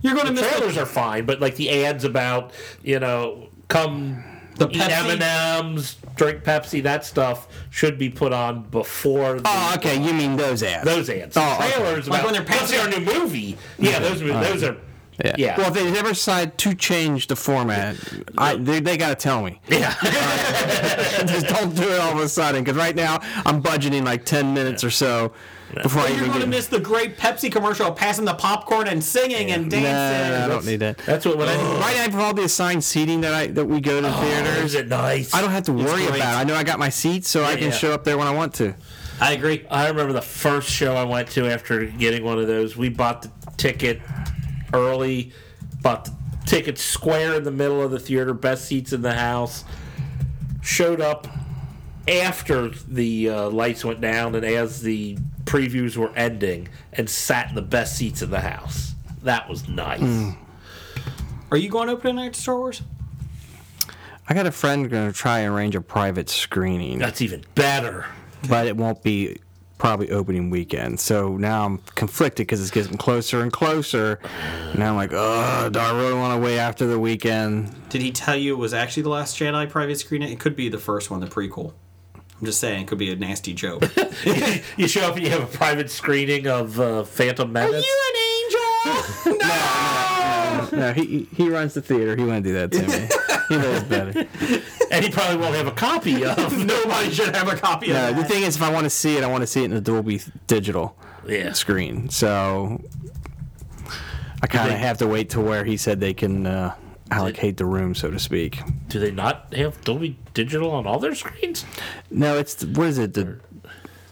[SPEAKER 2] You're going to miss
[SPEAKER 6] Trailers are fine, but like the ads about you know come
[SPEAKER 2] The
[SPEAKER 6] eat
[SPEAKER 2] Pepsi?
[SPEAKER 6] M and M's, drink Pepsi, that stuff should be put on before. The,
[SPEAKER 5] Oh, okay. You mean those ads?
[SPEAKER 6] Those ads.
[SPEAKER 5] Oh, okay.
[SPEAKER 6] trailers
[SPEAKER 2] Like
[SPEAKER 6] about
[SPEAKER 2] when they're
[SPEAKER 6] Let's see our new movie. Yeah, those mo- those are.
[SPEAKER 5] Yeah.
[SPEAKER 6] Yeah.
[SPEAKER 5] Well, if they ever decide to change the format, I, they, they got to tell me.
[SPEAKER 6] (laughs) Yeah.
[SPEAKER 5] (laughs) Just don't do it all of a sudden, because right now I'm budgeting like 10 minutes or so before I
[SPEAKER 2] You're
[SPEAKER 5] even
[SPEAKER 2] going to
[SPEAKER 5] get.
[SPEAKER 2] miss the great Pepsi commercial of passing the popcorn and singing and
[SPEAKER 5] Nah,
[SPEAKER 2] dancing.
[SPEAKER 5] I don't need that.
[SPEAKER 6] That's what when (gasps) I
[SPEAKER 5] Right after all the assigned seating that I that we go to
[SPEAKER 6] theaters
[SPEAKER 5] theaters,
[SPEAKER 6] at nice.
[SPEAKER 5] I don't have to worry about.
[SPEAKER 6] great.
[SPEAKER 5] it. I know I got my seat, so I can
[SPEAKER 6] yeah.
[SPEAKER 5] show up there when I want to.
[SPEAKER 2] I agree.
[SPEAKER 6] I remember the first show I went to after getting one of those. We bought the ticket early, bought the ticket square in the middle of the theater, best seats in the house. Showed up after the uh, lights went down and as the previews were ending, and sat in the best seats in the house. That was nice.
[SPEAKER 2] Are you going opening night to Star Wars?
[SPEAKER 5] I got a friend going to try and arrange a private screening,
[SPEAKER 6] That's even better.
[SPEAKER 5] but it won't be probably opening weekend. So now I'm conflicted because it's getting closer and closer. Now I'm like, oh, do I really want to wait after the weekend?
[SPEAKER 2] Did he tell you it was actually the last Jedi private screening? It could be the first one, the prequel. I'm just saying, it could be a nasty joke. Are
[SPEAKER 6] You show up and you have a private screening of uh, Phantom Menace.
[SPEAKER 2] an angel?
[SPEAKER 5] No, he he runs the theater. He wouldn't do that to me. he
[SPEAKER 6] (laughs)
[SPEAKER 5] knows better.
[SPEAKER 6] and he probably won't have a copy of.
[SPEAKER 2] Nobody should have a copy of
[SPEAKER 5] No,
[SPEAKER 2] that.
[SPEAKER 5] the thing is, if I want to see it, I want to see it in Adobe Digital
[SPEAKER 6] Yeah.
[SPEAKER 5] screen. So I kind of have to wait to where he said they can uh, allocate the room, so to speak.
[SPEAKER 6] Do they not have Dolby Digital on all their screens?
[SPEAKER 5] No, it's what is it? The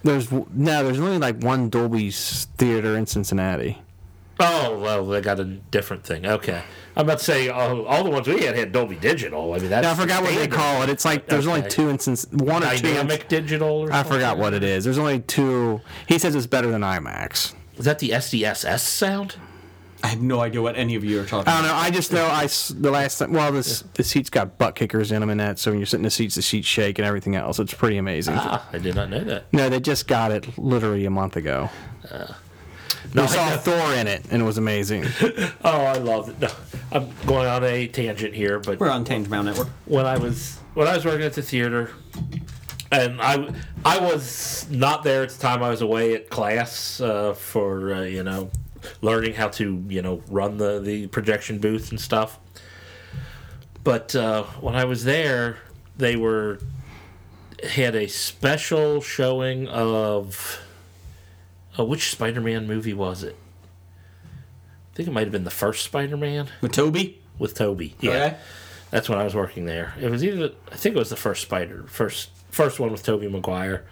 [SPEAKER 5] There's w- no, there's only like one Dolby's theater in Cincinnati.
[SPEAKER 6] Oh well, they got a different thing. Okay, I'm about to say oh, all the ones we had had Dolby Digital. I mean, that's
[SPEAKER 5] Yeah, I forgot what they
[SPEAKER 6] standard.
[SPEAKER 5] call it. It's like there's only
[SPEAKER 6] Okay.
[SPEAKER 5] two in Cinc- one or two. in-
[SPEAKER 6] Dynamic Digital. Or
[SPEAKER 5] I
[SPEAKER 6] something?
[SPEAKER 5] forgot what it is. There's only two. He says it's better than IMAX.
[SPEAKER 6] Is that the SDSS sound?
[SPEAKER 2] (laughs) I have no idea what any of you are talking
[SPEAKER 5] I
[SPEAKER 2] about.
[SPEAKER 5] don't know. I just know I s- the last time. Well, this the seats got butt kickers in them and that. So when you're sitting in the seats, the seats shake and everything else. It's pretty amazing.
[SPEAKER 6] Ah, I did not know that.
[SPEAKER 5] No, they just got it literally a month ago.
[SPEAKER 6] No, I
[SPEAKER 5] we saw
[SPEAKER 6] know.
[SPEAKER 5] Thor in it, and it was amazing.
[SPEAKER 6] Oh, I love it. No, I'm going on a tangent here, but
[SPEAKER 2] We're on Tange Mound Network.
[SPEAKER 6] when I was when I was working at the theater, and I I was not there at the time. I was away at class uh, for uh, you know learning how to you know run the the projection booth and stuff. But uh, when I was there, they were had a special showing of uh, which Spider-Man movie was it? I think it might have been the first Spider-Man
[SPEAKER 2] With Toby?
[SPEAKER 6] with Toby.
[SPEAKER 2] Okay.
[SPEAKER 6] That's when I was working there. It was either I think it was the first Spider, first first one with Toby Maguire.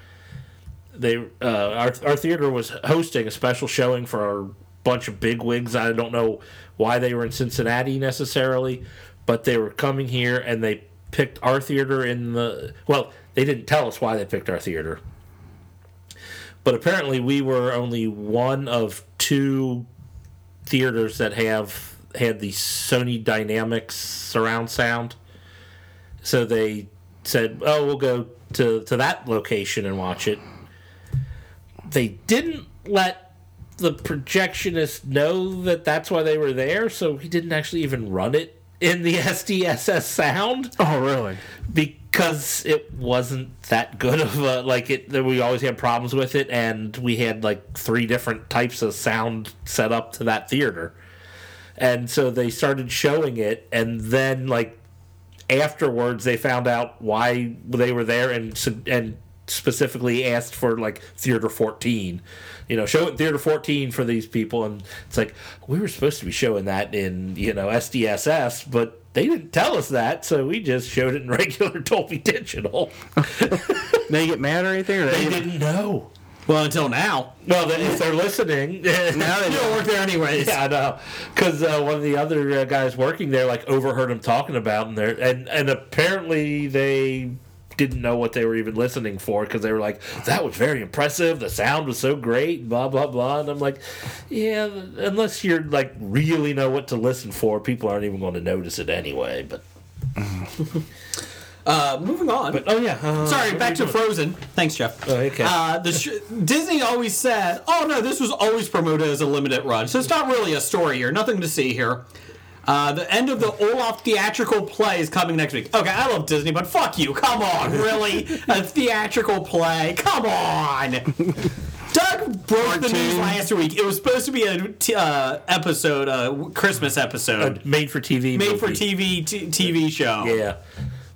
[SPEAKER 6] They uh, our our theater was hosting a special showing for a bunch of big wigs. I don't know why they were in Cincinnati necessarily, but they were coming here and they picked our theater in the well. They didn't tell us why they picked our theater, but apparently we were only one of two theaters that have had the Sony Dynamics surround sound. So they said, "Oh, we'll go to to that location and watch it." They didn't let the projectionist know that that's why they were there, so he didn't actually even run it in the (laughs) SDSS sound
[SPEAKER 5] oh, really?
[SPEAKER 6] because it wasn't that good of a like it that we always had problems with it and we had like three different types of sound set up to that theater and so they started showing it and then like afterwards they found out why they were there and s- and specifically asked for like theater 14 you know show it in theater 14 for these people and it's like we were supposed to be showing that in you know SDSS but they didn't tell us that so we just showed it in (laughs) regular Dolby Digital
[SPEAKER 5] They get mad or anything? Or they,
[SPEAKER 6] they
[SPEAKER 5] (laughs)
[SPEAKER 6] didn't know
[SPEAKER 2] Well, until now.
[SPEAKER 6] well then if they're listening (laughs)
[SPEAKER 5] Now they
[SPEAKER 2] You don't work there anyways.
[SPEAKER 6] Yeah, I know. Because uh, one of the other uh, guys working there like overheard him talking about and there, and and apparently they didn't know what they were even listening for because they were like, "That was very impressive. The sound was so great." Blah blah blah. And I'm like, "Yeah, unless you're like really know what to listen for, people aren't even going to notice it anyway." But
[SPEAKER 2] Uh, moving on.
[SPEAKER 6] oh yeah, uh,
[SPEAKER 2] Sorry, back to Frozen. Thanks, Jeff.
[SPEAKER 6] Oh, okay.
[SPEAKER 2] Uh, the sh- Disney always said, "Oh no, this was always promoted as a limited run, so it's not really a story here. Nothing to see here." Uh, the end of the Olaf theatrical play is coming next week. Okay, I love Disney, but fuck you. Come on, really?
[SPEAKER 6] (laughs)
[SPEAKER 2] a theatrical play? Come on. Doug broke the news last week. It was supposed to be a t- uh, episode, a Christmas episode,
[SPEAKER 6] made for TV,
[SPEAKER 2] made for TV t- TV show.
[SPEAKER 6] Yeah.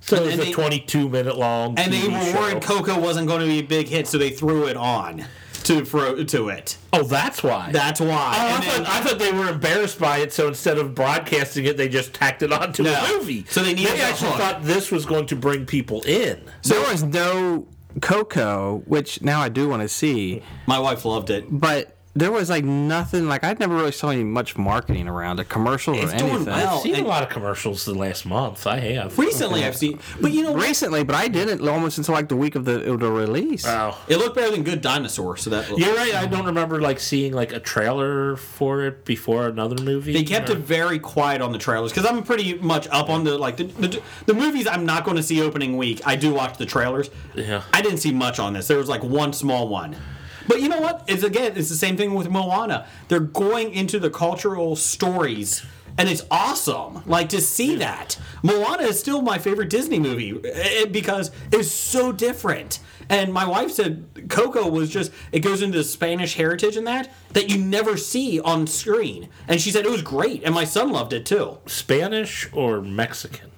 [SPEAKER 6] So it was
[SPEAKER 2] And
[SPEAKER 6] a
[SPEAKER 2] they-
[SPEAKER 6] 22 minute long.
[SPEAKER 2] and they
[SPEAKER 6] TV
[SPEAKER 2] were worried
[SPEAKER 6] show.
[SPEAKER 2] Coco wasn't going to be a big hit, so they threw it on to fro- to it.
[SPEAKER 6] Oh, that's why.
[SPEAKER 2] That's why.
[SPEAKER 6] Oh, I,
[SPEAKER 2] And then-
[SPEAKER 6] thought, I thought they were embarrassed by it, so instead of broadcasting it, they just tacked it onto
[SPEAKER 2] No.
[SPEAKER 6] a movie.
[SPEAKER 2] So they needed
[SPEAKER 6] They
[SPEAKER 2] a
[SPEAKER 6] actually
[SPEAKER 2] hook.
[SPEAKER 6] thought this was going to bring people in.
[SPEAKER 5] there was no Coco, which now I do want to see,
[SPEAKER 2] my wife loved it.
[SPEAKER 5] but there was like nothing. Like I'd never really saw any much marketing around it, commercials
[SPEAKER 2] It's
[SPEAKER 5] or
[SPEAKER 2] doing
[SPEAKER 5] anything.
[SPEAKER 2] well.
[SPEAKER 6] I've seen
[SPEAKER 2] and-
[SPEAKER 6] a lot of commercials the last month. I have.
[SPEAKER 2] Recently, I've seen, but you know, what?
[SPEAKER 5] Recently, but I didn't almost until like the week of the, the release.
[SPEAKER 6] Wow.
[SPEAKER 2] it looked better than Good Dinosaur. So that
[SPEAKER 6] You're right. I don't remember like seeing like a trailer for it before another movie.
[SPEAKER 2] they kept it very quiet on the trailers because I'm pretty much up on the like the the, the movies I'm not going to see opening week. I do watch the trailers.
[SPEAKER 6] Yeah.
[SPEAKER 2] I didn't see much on this. There was like one small one. But you know what? It's again, it's the same thing with Moana. They're going into the cultural stories, and it's awesome. Like to see that Moana is still my favorite Disney movie eh, because it's so different. And my wife said Coco was just it goes into the Spanish heritage and that that you never see on screen. And she said it was great, and my son loved it too.
[SPEAKER 6] Spanish or Mexican,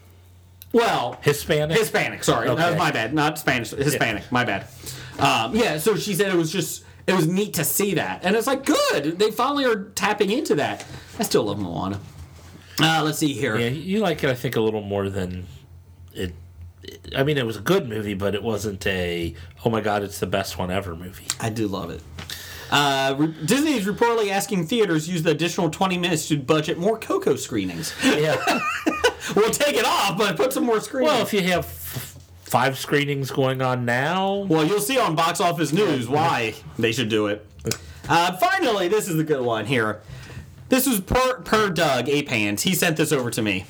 [SPEAKER 2] Well,
[SPEAKER 6] Hispanic.
[SPEAKER 2] Hispanic. Sorry, that
[SPEAKER 6] Okay.
[SPEAKER 2] was my bad. Not Spanish. Hispanic. My bad. Um, yeah. So she said it was just it was neat to see that, and it's like good. They finally are tapping into that. I still love Moana. Uh, let's see here.
[SPEAKER 6] Yeah, you like it. I think a little more than it I mean, it was a good movie, but it wasn't a oh my god, it's the best one ever movie.
[SPEAKER 2] I do love it. Uh, re- Disney is reportedly asking theaters use the additional 20 minutes to budget more Coco screenings.
[SPEAKER 6] (laughs) Yeah.
[SPEAKER 2] we'll take it off, but put some more screenings.
[SPEAKER 6] well, if you have f- five screenings going on now,
[SPEAKER 2] Well, you'll see on Box Office News why they should do it. Uh, finally, this is the good one here. This is per, per Doug Ape Hands. He sent this over to me.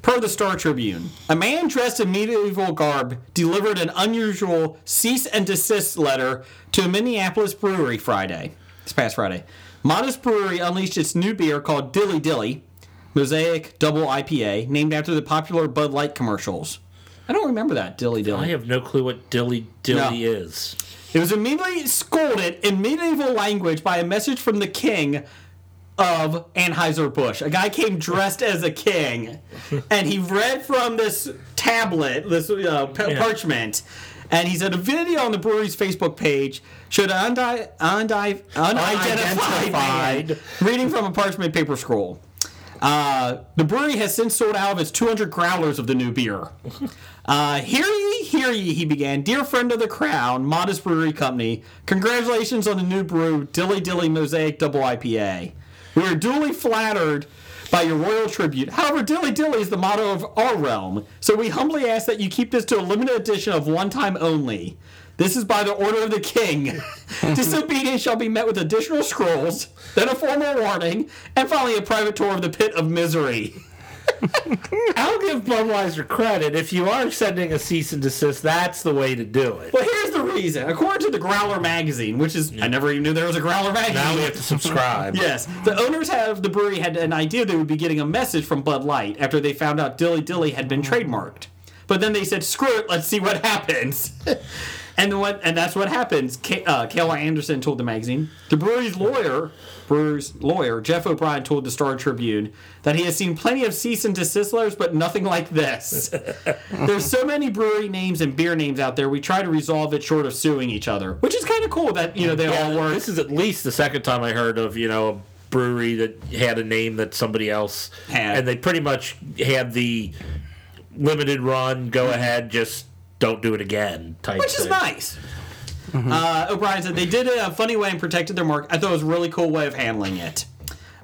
[SPEAKER 2] Per the Star Tribune, a man dressed in medieval garb delivered an unusual cease and desist letter to a Minneapolis brewery Friday, this past Friday. Modest Brewery unleashed its new beer called Dilly Dilly, Mosaic Double IPA, named after the popular Bud Light commercials. I don't remember that, Dilly Dilly.
[SPEAKER 6] I have no clue what dilly dilly
[SPEAKER 2] No.
[SPEAKER 6] is.
[SPEAKER 2] It was immediately scolded in medieval language by a message from the king of Anheuser-Busch. A guy came dressed as a king, and he read from this tablet, this uh, pa- parchment, and he said a video on the brewery's Facebook page showed an undi- undi- unidentified man
[SPEAKER 6] Unidentified.
[SPEAKER 2] reading from a parchment paper scroll. Uh, the brewery has since sold out of its 200 growlers of the new beer. Uh, hear ye, hear ye, he began. Dear friend of the crown, Modest Brewery Company, congratulations on the new brew, Dilly Dilly Mosaic Double IPA. We are duly flattered by your royal tribute. However, Dilly Dilly is the motto of our realm, so we humbly ask that you keep this to a limited edition of one time only. This is by the order of the king. (laughs) Disobedience shall be met with additional scrolls, then a formal warning, and finally a private tour of the pit of misery.
[SPEAKER 6] I'll give Budweiser credit. If you are sending a cease and desist, that's the way to do it.
[SPEAKER 2] Well, here's the reason. According to the Growler magazine, which is I never even knew there was a Growler magazine.
[SPEAKER 6] Now we have
[SPEAKER 2] (laughs)
[SPEAKER 6] to subscribe.
[SPEAKER 2] Yes, the owners of the brewery had an idea they would be getting a message from Bud Light after they found out Dilly Dilly had been trademarked. But then they said, "Screw it, let's see what happens." (laughs) and what and that's what happens. Ka- uh, Kayla Anderson told the magazine. The brewery's lawyer, brewer's lawyer Jeff O'Brien, told the Star Tribune that he has seen plenty of cease and desist letters, but nothing like this. There's so many brewery names and beer names out there. We try to resolve it short of suing each other, which is kind of cool that you know they all work.
[SPEAKER 6] This is at least the second time I heard of, you know, a brewery that had a name that somebody else
[SPEAKER 2] Had.
[SPEAKER 6] And they pretty much had the limited run, go ahead, just don't do it again type
[SPEAKER 2] Hmm. which is
[SPEAKER 6] thing.
[SPEAKER 2] nice. Uh, O'Brien said they did it in a funny way and protected their mark. I thought it was a really cool way of handling it.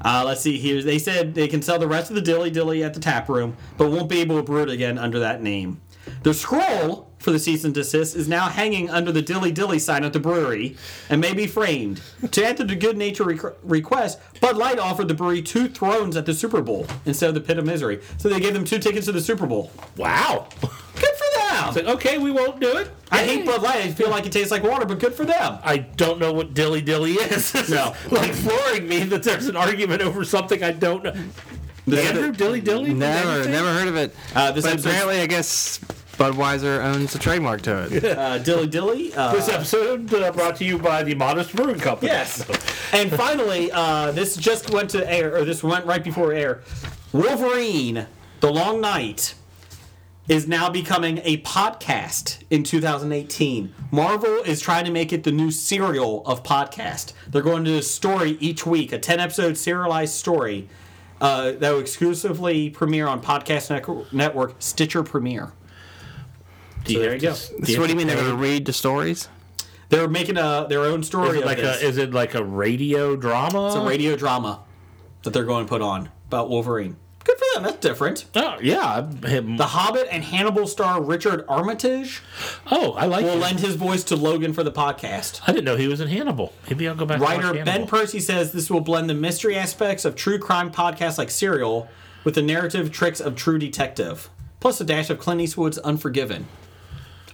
[SPEAKER 2] Uh, let's see here. They said they can sell the rest of the dilly dilly at the tap room, but won't be able to brew it again under that name. The scroll for the cease and desist is now hanging under the dilly dilly sign at the brewery and may be framed. to add to the good nature requ request, Bud Light offered the brewery two thrones at the Super Bowl instead of the pit of misery. So they gave them two tickets to the Super Bowl.
[SPEAKER 6] Wow.
[SPEAKER 2] Good for them!
[SPEAKER 6] But okay, we won't do it.
[SPEAKER 2] I hate Bud Light. I feel like it tastes like water, but good for (laughs) them.
[SPEAKER 6] I don't know what dilly dilly is. (laughs) This
[SPEAKER 2] No.
[SPEAKER 6] is, like flooring me that there's an argument over something I don't know. Andrew dilly dilly?
[SPEAKER 5] Never, never heard of it.
[SPEAKER 2] Uh, this
[SPEAKER 5] but
[SPEAKER 2] episode's-
[SPEAKER 5] apparently, I guess Budweiser owns the trademark to it.
[SPEAKER 2] Uh, dilly dilly. Uh,
[SPEAKER 6] This episode uh, brought to you by the Modest Brewing Company.
[SPEAKER 2] yes. And finally, uh, this just went to air, or this went right before air. Wolverine, The Long Night, is now becoming a podcast in 2018. Marvel is trying to make it the new serial of podcast. They're going to do a story each week, a 10 episode serialized story uh, that will exclusively premiere on Podcast Nec- Network Stitcher Premiere.
[SPEAKER 6] Do
[SPEAKER 2] So there you go.
[SPEAKER 5] so what do you mean they're going to read the stories?
[SPEAKER 2] They're making a their own
[SPEAKER 6] Is
[SPEAKER 2] story
[SPEAKER 6] it,
[SPEAKER 2] of
[SPEAKER 6] like
[SPEAKER 2] this.
[SPEAKER 6] a, is it like a radio drama?
[SPEAKER 2] it's a radio drama that they're going to put on about Wolverine. Good for them. That's different.
[SPEAKER 6] Oh yeah, him-
[SPEAKER 2] The Hobbit and Hannibal star Richard Armitage
[SPEAKER 6] oh I like.
[SPEAKER 2] will
[SPEAKER 6] him.
[SPEAKER 2] lend his voice to Logan for the podcast.
[SPEAKER 6] I didn't know he was in Hannibal. Maybe I'll go back.
[SPEAKER 2] Writer
[SPEAKER 6] and watch
[SPEAKER 2] Ben
[SPEAKER 6] Hannibal.
[SPEAKER 2] Percy says this will blend the mystery aspects of true crime podcasts like Serial with the narrative tricks of True Detective, plus a dash of Clint Eastwood's Unforgiven.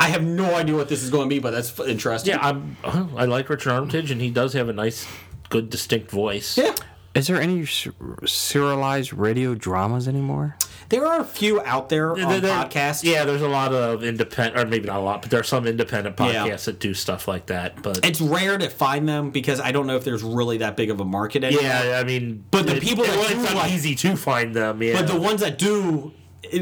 [SPEAKER 2] I have no idea what this is going to be, but that's f- interesting.
[SPEAKER 6] yeah, I'm, oh, I like Richard Armitage, and he does have a nice, good, distinct voice.
[SPEAKER 2] Yeah.
[SPEAKER 5] Is there any s- serialized radio dramas anymore?
[SPEAKER 2] There are a few out there on
[SPEAKER 6] There- there-
[SPEAKER 2] podcasts.
[SPEAKER 6] Yeah, there's a lot of independent, or maybe not a lot, but there are some independent podcasts
[SPEAKER 2] Yeah.
[SPEAKER 6] that do stuff like that. But
[SPEAKER 2] it's rare to find them because I don't know if there's really that big of a market anymore.
[SPEAKER 6] yeah, I mean,
[SPEAKER 2] But the
[SPEAKER 6] it-
[SPEAKER 2] people
[SPEAKER 6] it,
[SPEAKER 2] that do
[SPEAKER 6] it's not
[SPEAKER 2] like-
[SPEAKER 6] easy to find them. Yeah,
[SPEAKER 2] But the ones that do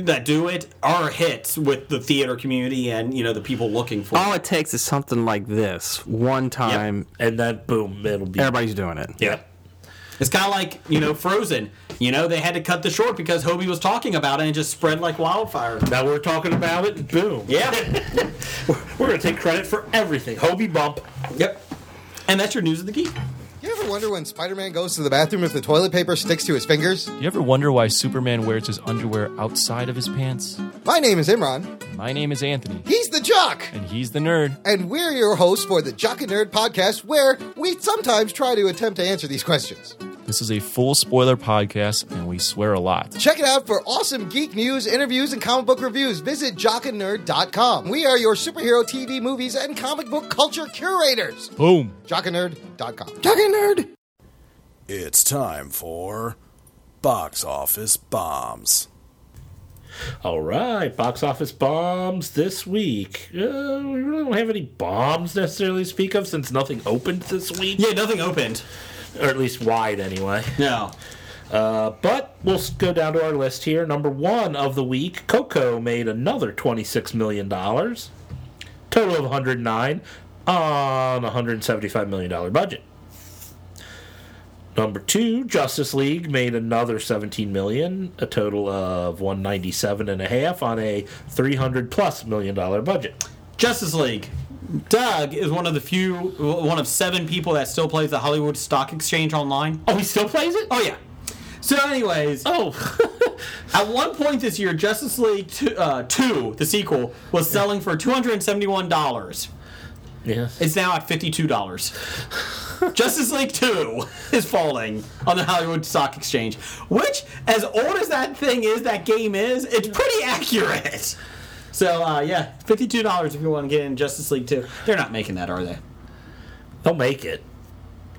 [SPEAKER 2] that do it are hits with the theater community and you know the people looking for.
[SPEAKER 5] All
[SPEAKER 2] it.
[SPEAKER 5] it takes is something like this one time.
[SPEAKER 6] and then boom, it'll be
[SPEAKER 5] Everybody's doing it.
[SPEAKER 6] yeah.
[SPEAKER 2] It's kind of like you know Frozen. You know they had to cut the short because Hobie was talking about it and it just spread like wildfire.
[SPEAKER 6] Now we're talking about it. Boom.
[SPEAKER 2] (laughs) Yeah.
[SPEAKER 6] We're gonna take credit for everything. Hobie Bump.
[SPEAKER 2] yep. And that's your news of the geek.
[SPEAKER 8] You ever wonder when Spider Man goes to the bathroom if the toilet paper sticks to his fingers?
[SPEAKER 9] Do you ever wonder why Superman wears his underwear outside of his pants?
[SPEAKER 8] My name is Imran.
[SPEAKER 9] My name is Anthony,
[SPEAKER 8] He's the jock!
[SPEAKER 9] and he's the nerd.
[SPEAKER 8] And we're your hosts for the Jock and Nerd podcast, where we sometimes try to attempt to answer these questions.
[SPEAKER 9] This is a full spoiler podcast, and we swear a lot.
[SPEAKER 8] Check it out for awesome geek news, interviews, and comic book reviews. Visit jockandnerd.com. We are your superhero TV, movies, and comic book culture curators.
[SPEAKER 9] Boom.
[SPEAKER 8] Jockandnerd.com.
[SPEAKER 10] It's time for box office bombs.
[SPEAKER 6] All right, box office bombs this week. Uh, we really don't have any bombs necessarily to speak of since nothing opened this week,
[SPEAKER 2] Yeah, nothing opened.
[SPEAKER 6] or at least wide anyway.
[SPEAKER 2] No.
[SPEAKER 6] Uh, but we'll s- go down to our list here. Number one of the week, Coco made another twenty-six million dollars, total of one hundred nine on a hundred seventy-five million dollar budget. Number two, Justice League made another seventeen million, a total of one ninety-seven and a half on a three hundred plus million dollar budget.
[SPEAKER 2] Justice League. Doug is one of the few, one of seven people that still plays the Hollywood Stock Exchange online.
[SPEAKER 6] Oh, he still plays it?
[SPEAKER 2] Oh yeah. So, anyways,
[SPEAKER 6] Oh, (laughs)
[SPEAKER 2] at one point this year, Justice League two, uh, two the sequel, was selling for two hundred and seventy-one dollars.
[SPEAKER 6] yes.
[SPEAKER 2] It's now at fifty-two
[SPEAKER 6] (laughs)
[SPEAKER 2] dollars. Justice League Two is falling on the Hollywood Stock Exchange, which, as old as that thing is, that game is, it's pretty accurate. So uh, yeah, fifty-two dollars if you want to get in Justice League Two. They're not making that, are they?
[SPEAKER 6] They'll make it.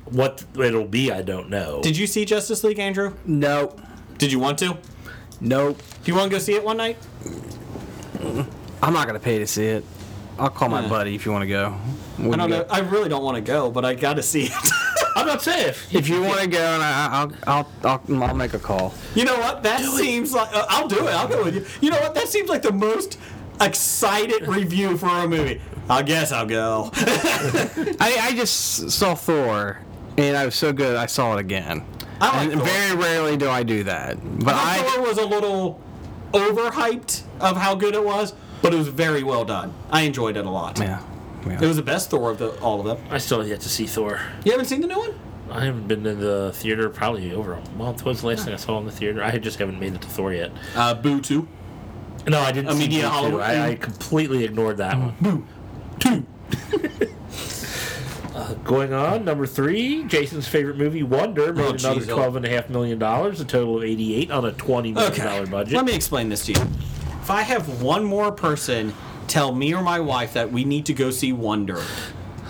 [SPEAKER 6] What it'll be, I don't know.
[SPEAKER 2] Did you see Justice League, Andrew?
[SPEAKER 5] Nope.
[SPEAKER 2] Did you want to? Do
[SPEAKER 5] Nope.
[SPEAKER 2] you want to go see it one night?
[SPEAKER 5] I'm not gonna pay to see it. I'll call my buddy if you want to go.
[SPEAKER 2] I don't know. I really don't want to go, but I got to see it.
[SPEAKER 6] I'm
[SPEAKER 2] (laughs)
[SPEAKER 6] not safe.
[SPEAKER 5] If you want to go, and I, I'll, I'll, I'll, I'll make a call.
[SPEAKER 2] You know what? That seems like uh, I'll do it. I'll go with you. You know what? That seems like the most excited review for a movie. I guess I'll go.
[SPEAKER 5] I, I just saw Thor, and I was so good. I saw it again.
[SPEAKER 2] I like
[SPEAKER 5] and
[SPEAKER 2] Thor.
[SPEAKER 5] very rarely do I do that, but
[SPEAKER 2] I
[SPEAKER 5] I,
[SPEAKER 2] thought it was a little overhyped of how good it was, but it was very well done. I enjoyed it a lot.
[SPEAKER 5] yeah, yeah.
[SPEAKER 2] It was the best Thor of the, all of them.
[SPEAKER 6] I still have yet to see Thor.
[SPEAKER 2] You haven't seen the new one?
[SPEAKER 6] I haven't been to the theater probably over a month. When's the last thing I saw in the theater? I just haven't made it to Thor yet.
[SPEAKER 2] Uh, Boo 2.
[SPEAKER 6] No, I didn't. see
[SPEAKER 2] Amelia
[SPEAKER 6] Boo, too.
[SPEAKER 2] Holloway.
[SPEAKER 6] I, I completely ignored that one. (laughs)
[SPEAKER 2] Two.
[SPEAKER 6] Uh, Going on, number three, Jason's favorite movie, Wonder, made
[SPEAKER 2] Oh,
[SPEAKER 6] another
[SPEAKER 2] geez, oh.
[SPEAKER 6] twelve and a half million dollars, a total of eighty-eight on a twenty million
[SPEAKER 2] Okay.
[SPEAKER 6] dollar budget.
[SPEAKER 2] Let me explain this to you. If I have one more person tell me or my wife that we need to go see Wonder,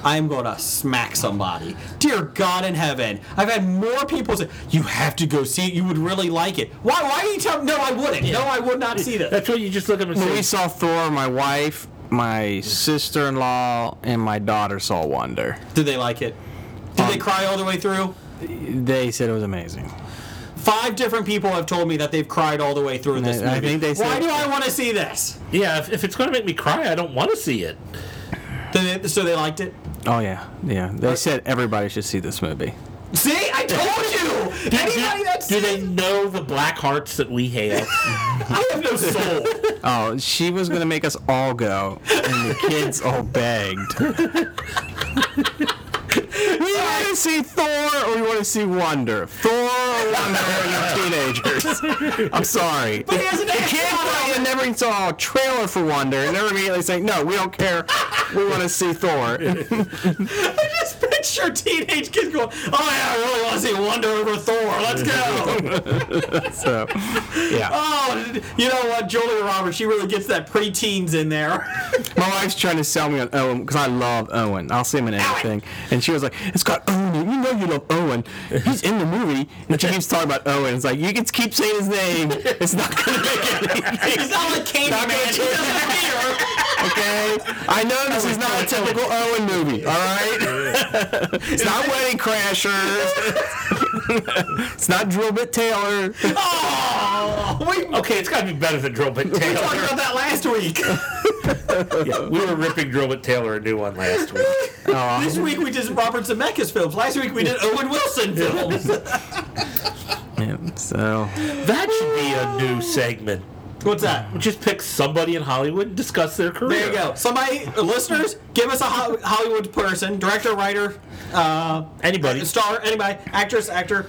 [SPEAKER 2] I am going to smack somebody. Dear God in heaven, I've had more people say, "You have to go see it. You would really like it." Why? Why are you telling? No, I wouldn't. No, I would not see
[SPEAKER 6] (laughs)
[SPEAKER 2] that.
[SPEAKER 6] That's what you just look at him and
[SPEAKER 5] When
[SPEAKER 6] say.
[SPEAKER 5] we saw Thor, my wife, my sister-in-law, and my daughter saw Wonder.
[SPEAKER 2] Did they like it? Did they cry all the way through?
[SPEAKER 5] They said it was amazing.
[SPEAKER 2] Five different people have told me that they've cried all the way through this
[SPEAKER 5] I- I
[SPEAKER 2] movie.
[SPEAKER 5] think they
[SPEAKER 2] Why
[SPEAKER 5] said-
[SPEAKER 2] do I want to see this?
[SPEAKER 6] Yeah, if, if it's going to make me cry, I don't want to see it.
[SPEAKER 2] Did they- so they liked it.
[SPEAKER 5] Oh yeah, yeah. They said everybody should see this movie.
[SPEAKER 2] See, I told you. Anybody that's
[SPEAKER 6] Do they know the black hearts that we
[SPEAKER 2] (laughs)
[SPEAKER 6] have?
[SPEAKER 2] I have no soul.
[SPEAKER 5] Oh, she was gonna make us all go, and the kids all begged. we want to see Thor, or we want to see Wonder. Thor, or Wonder, and the teenagers. I'm sorry.
[SPEAKER 2] But he has an
[SPEAKER 5] the
[SPEAKER 2] ass
[SPEAKER 5] kids
[SPEAKER 2] on
[SPEAKER 5] went out and never even saw a trailer for Wonder, and they're immediately saying, "No, we don't care. We want to see Thor."
[SPEAKER 2] (laughs) I just picture teenage kids going, "Oh yeah, I really want to see Wonder over Thor. Let's go!"
[SPEAKER 5] (laughs) So, yeah.
[SPEAKER 2] oh, you know what, Julia Roberts, she really gets that preteens in (laughs) there.
[SPEAKER 5] My wife's trying to sell me on Owen because I love Owen. I'll see him in anything. And she was like, "It's got Owen. in it. You know you love Owen. He's in the movie." And she keeps talking about Owen. It's like you can keep saying his name. It's not gonna make anything.
[SPEAKER 2] He's not like
[SPEAKER 5] Not gonna
[SPEAKER 2] Candyman. He
[SPEAKER 5] change
[SPEAKER 2] doesn't appear.
[SPEAKER 5] Okay. I know this is not a typical Owen movie. All right. (laughs) It's not Wedding Crashers. (laughs) It's not Drillbit Taylor.
[SPEAKER 2] Oh, (laughs) we we
[SPEAKER 6] okay, it's got to be better than Drillbit
[SPEAKER 2] talked
[SPEAKER 6] Taylor.
[SPEAKER 2] about that last week.
[SPEAKER 6] yeah, we were ripping Drillbit Taylor a new one last week.
[SPEAKER 2] (laughs) this week we did Robert Zemeckis films. Last week we did Owen Wilson films.
[SPEAKER 5] Yeah, so
[SPEAKER 6] That should be a new segment.
[SPEAKER 2] What's that?
[SPEAKER 6] Just pick somebody in Hollywood and discuss their career.
[SPEAKER 2] There you go. Somebody, uh, listeners, give us a Ho- Hollywood person, director, writer, uh,
[SPEAKER 6] Anybody.
[SPEAKER 2] star, anybody, actress, actor,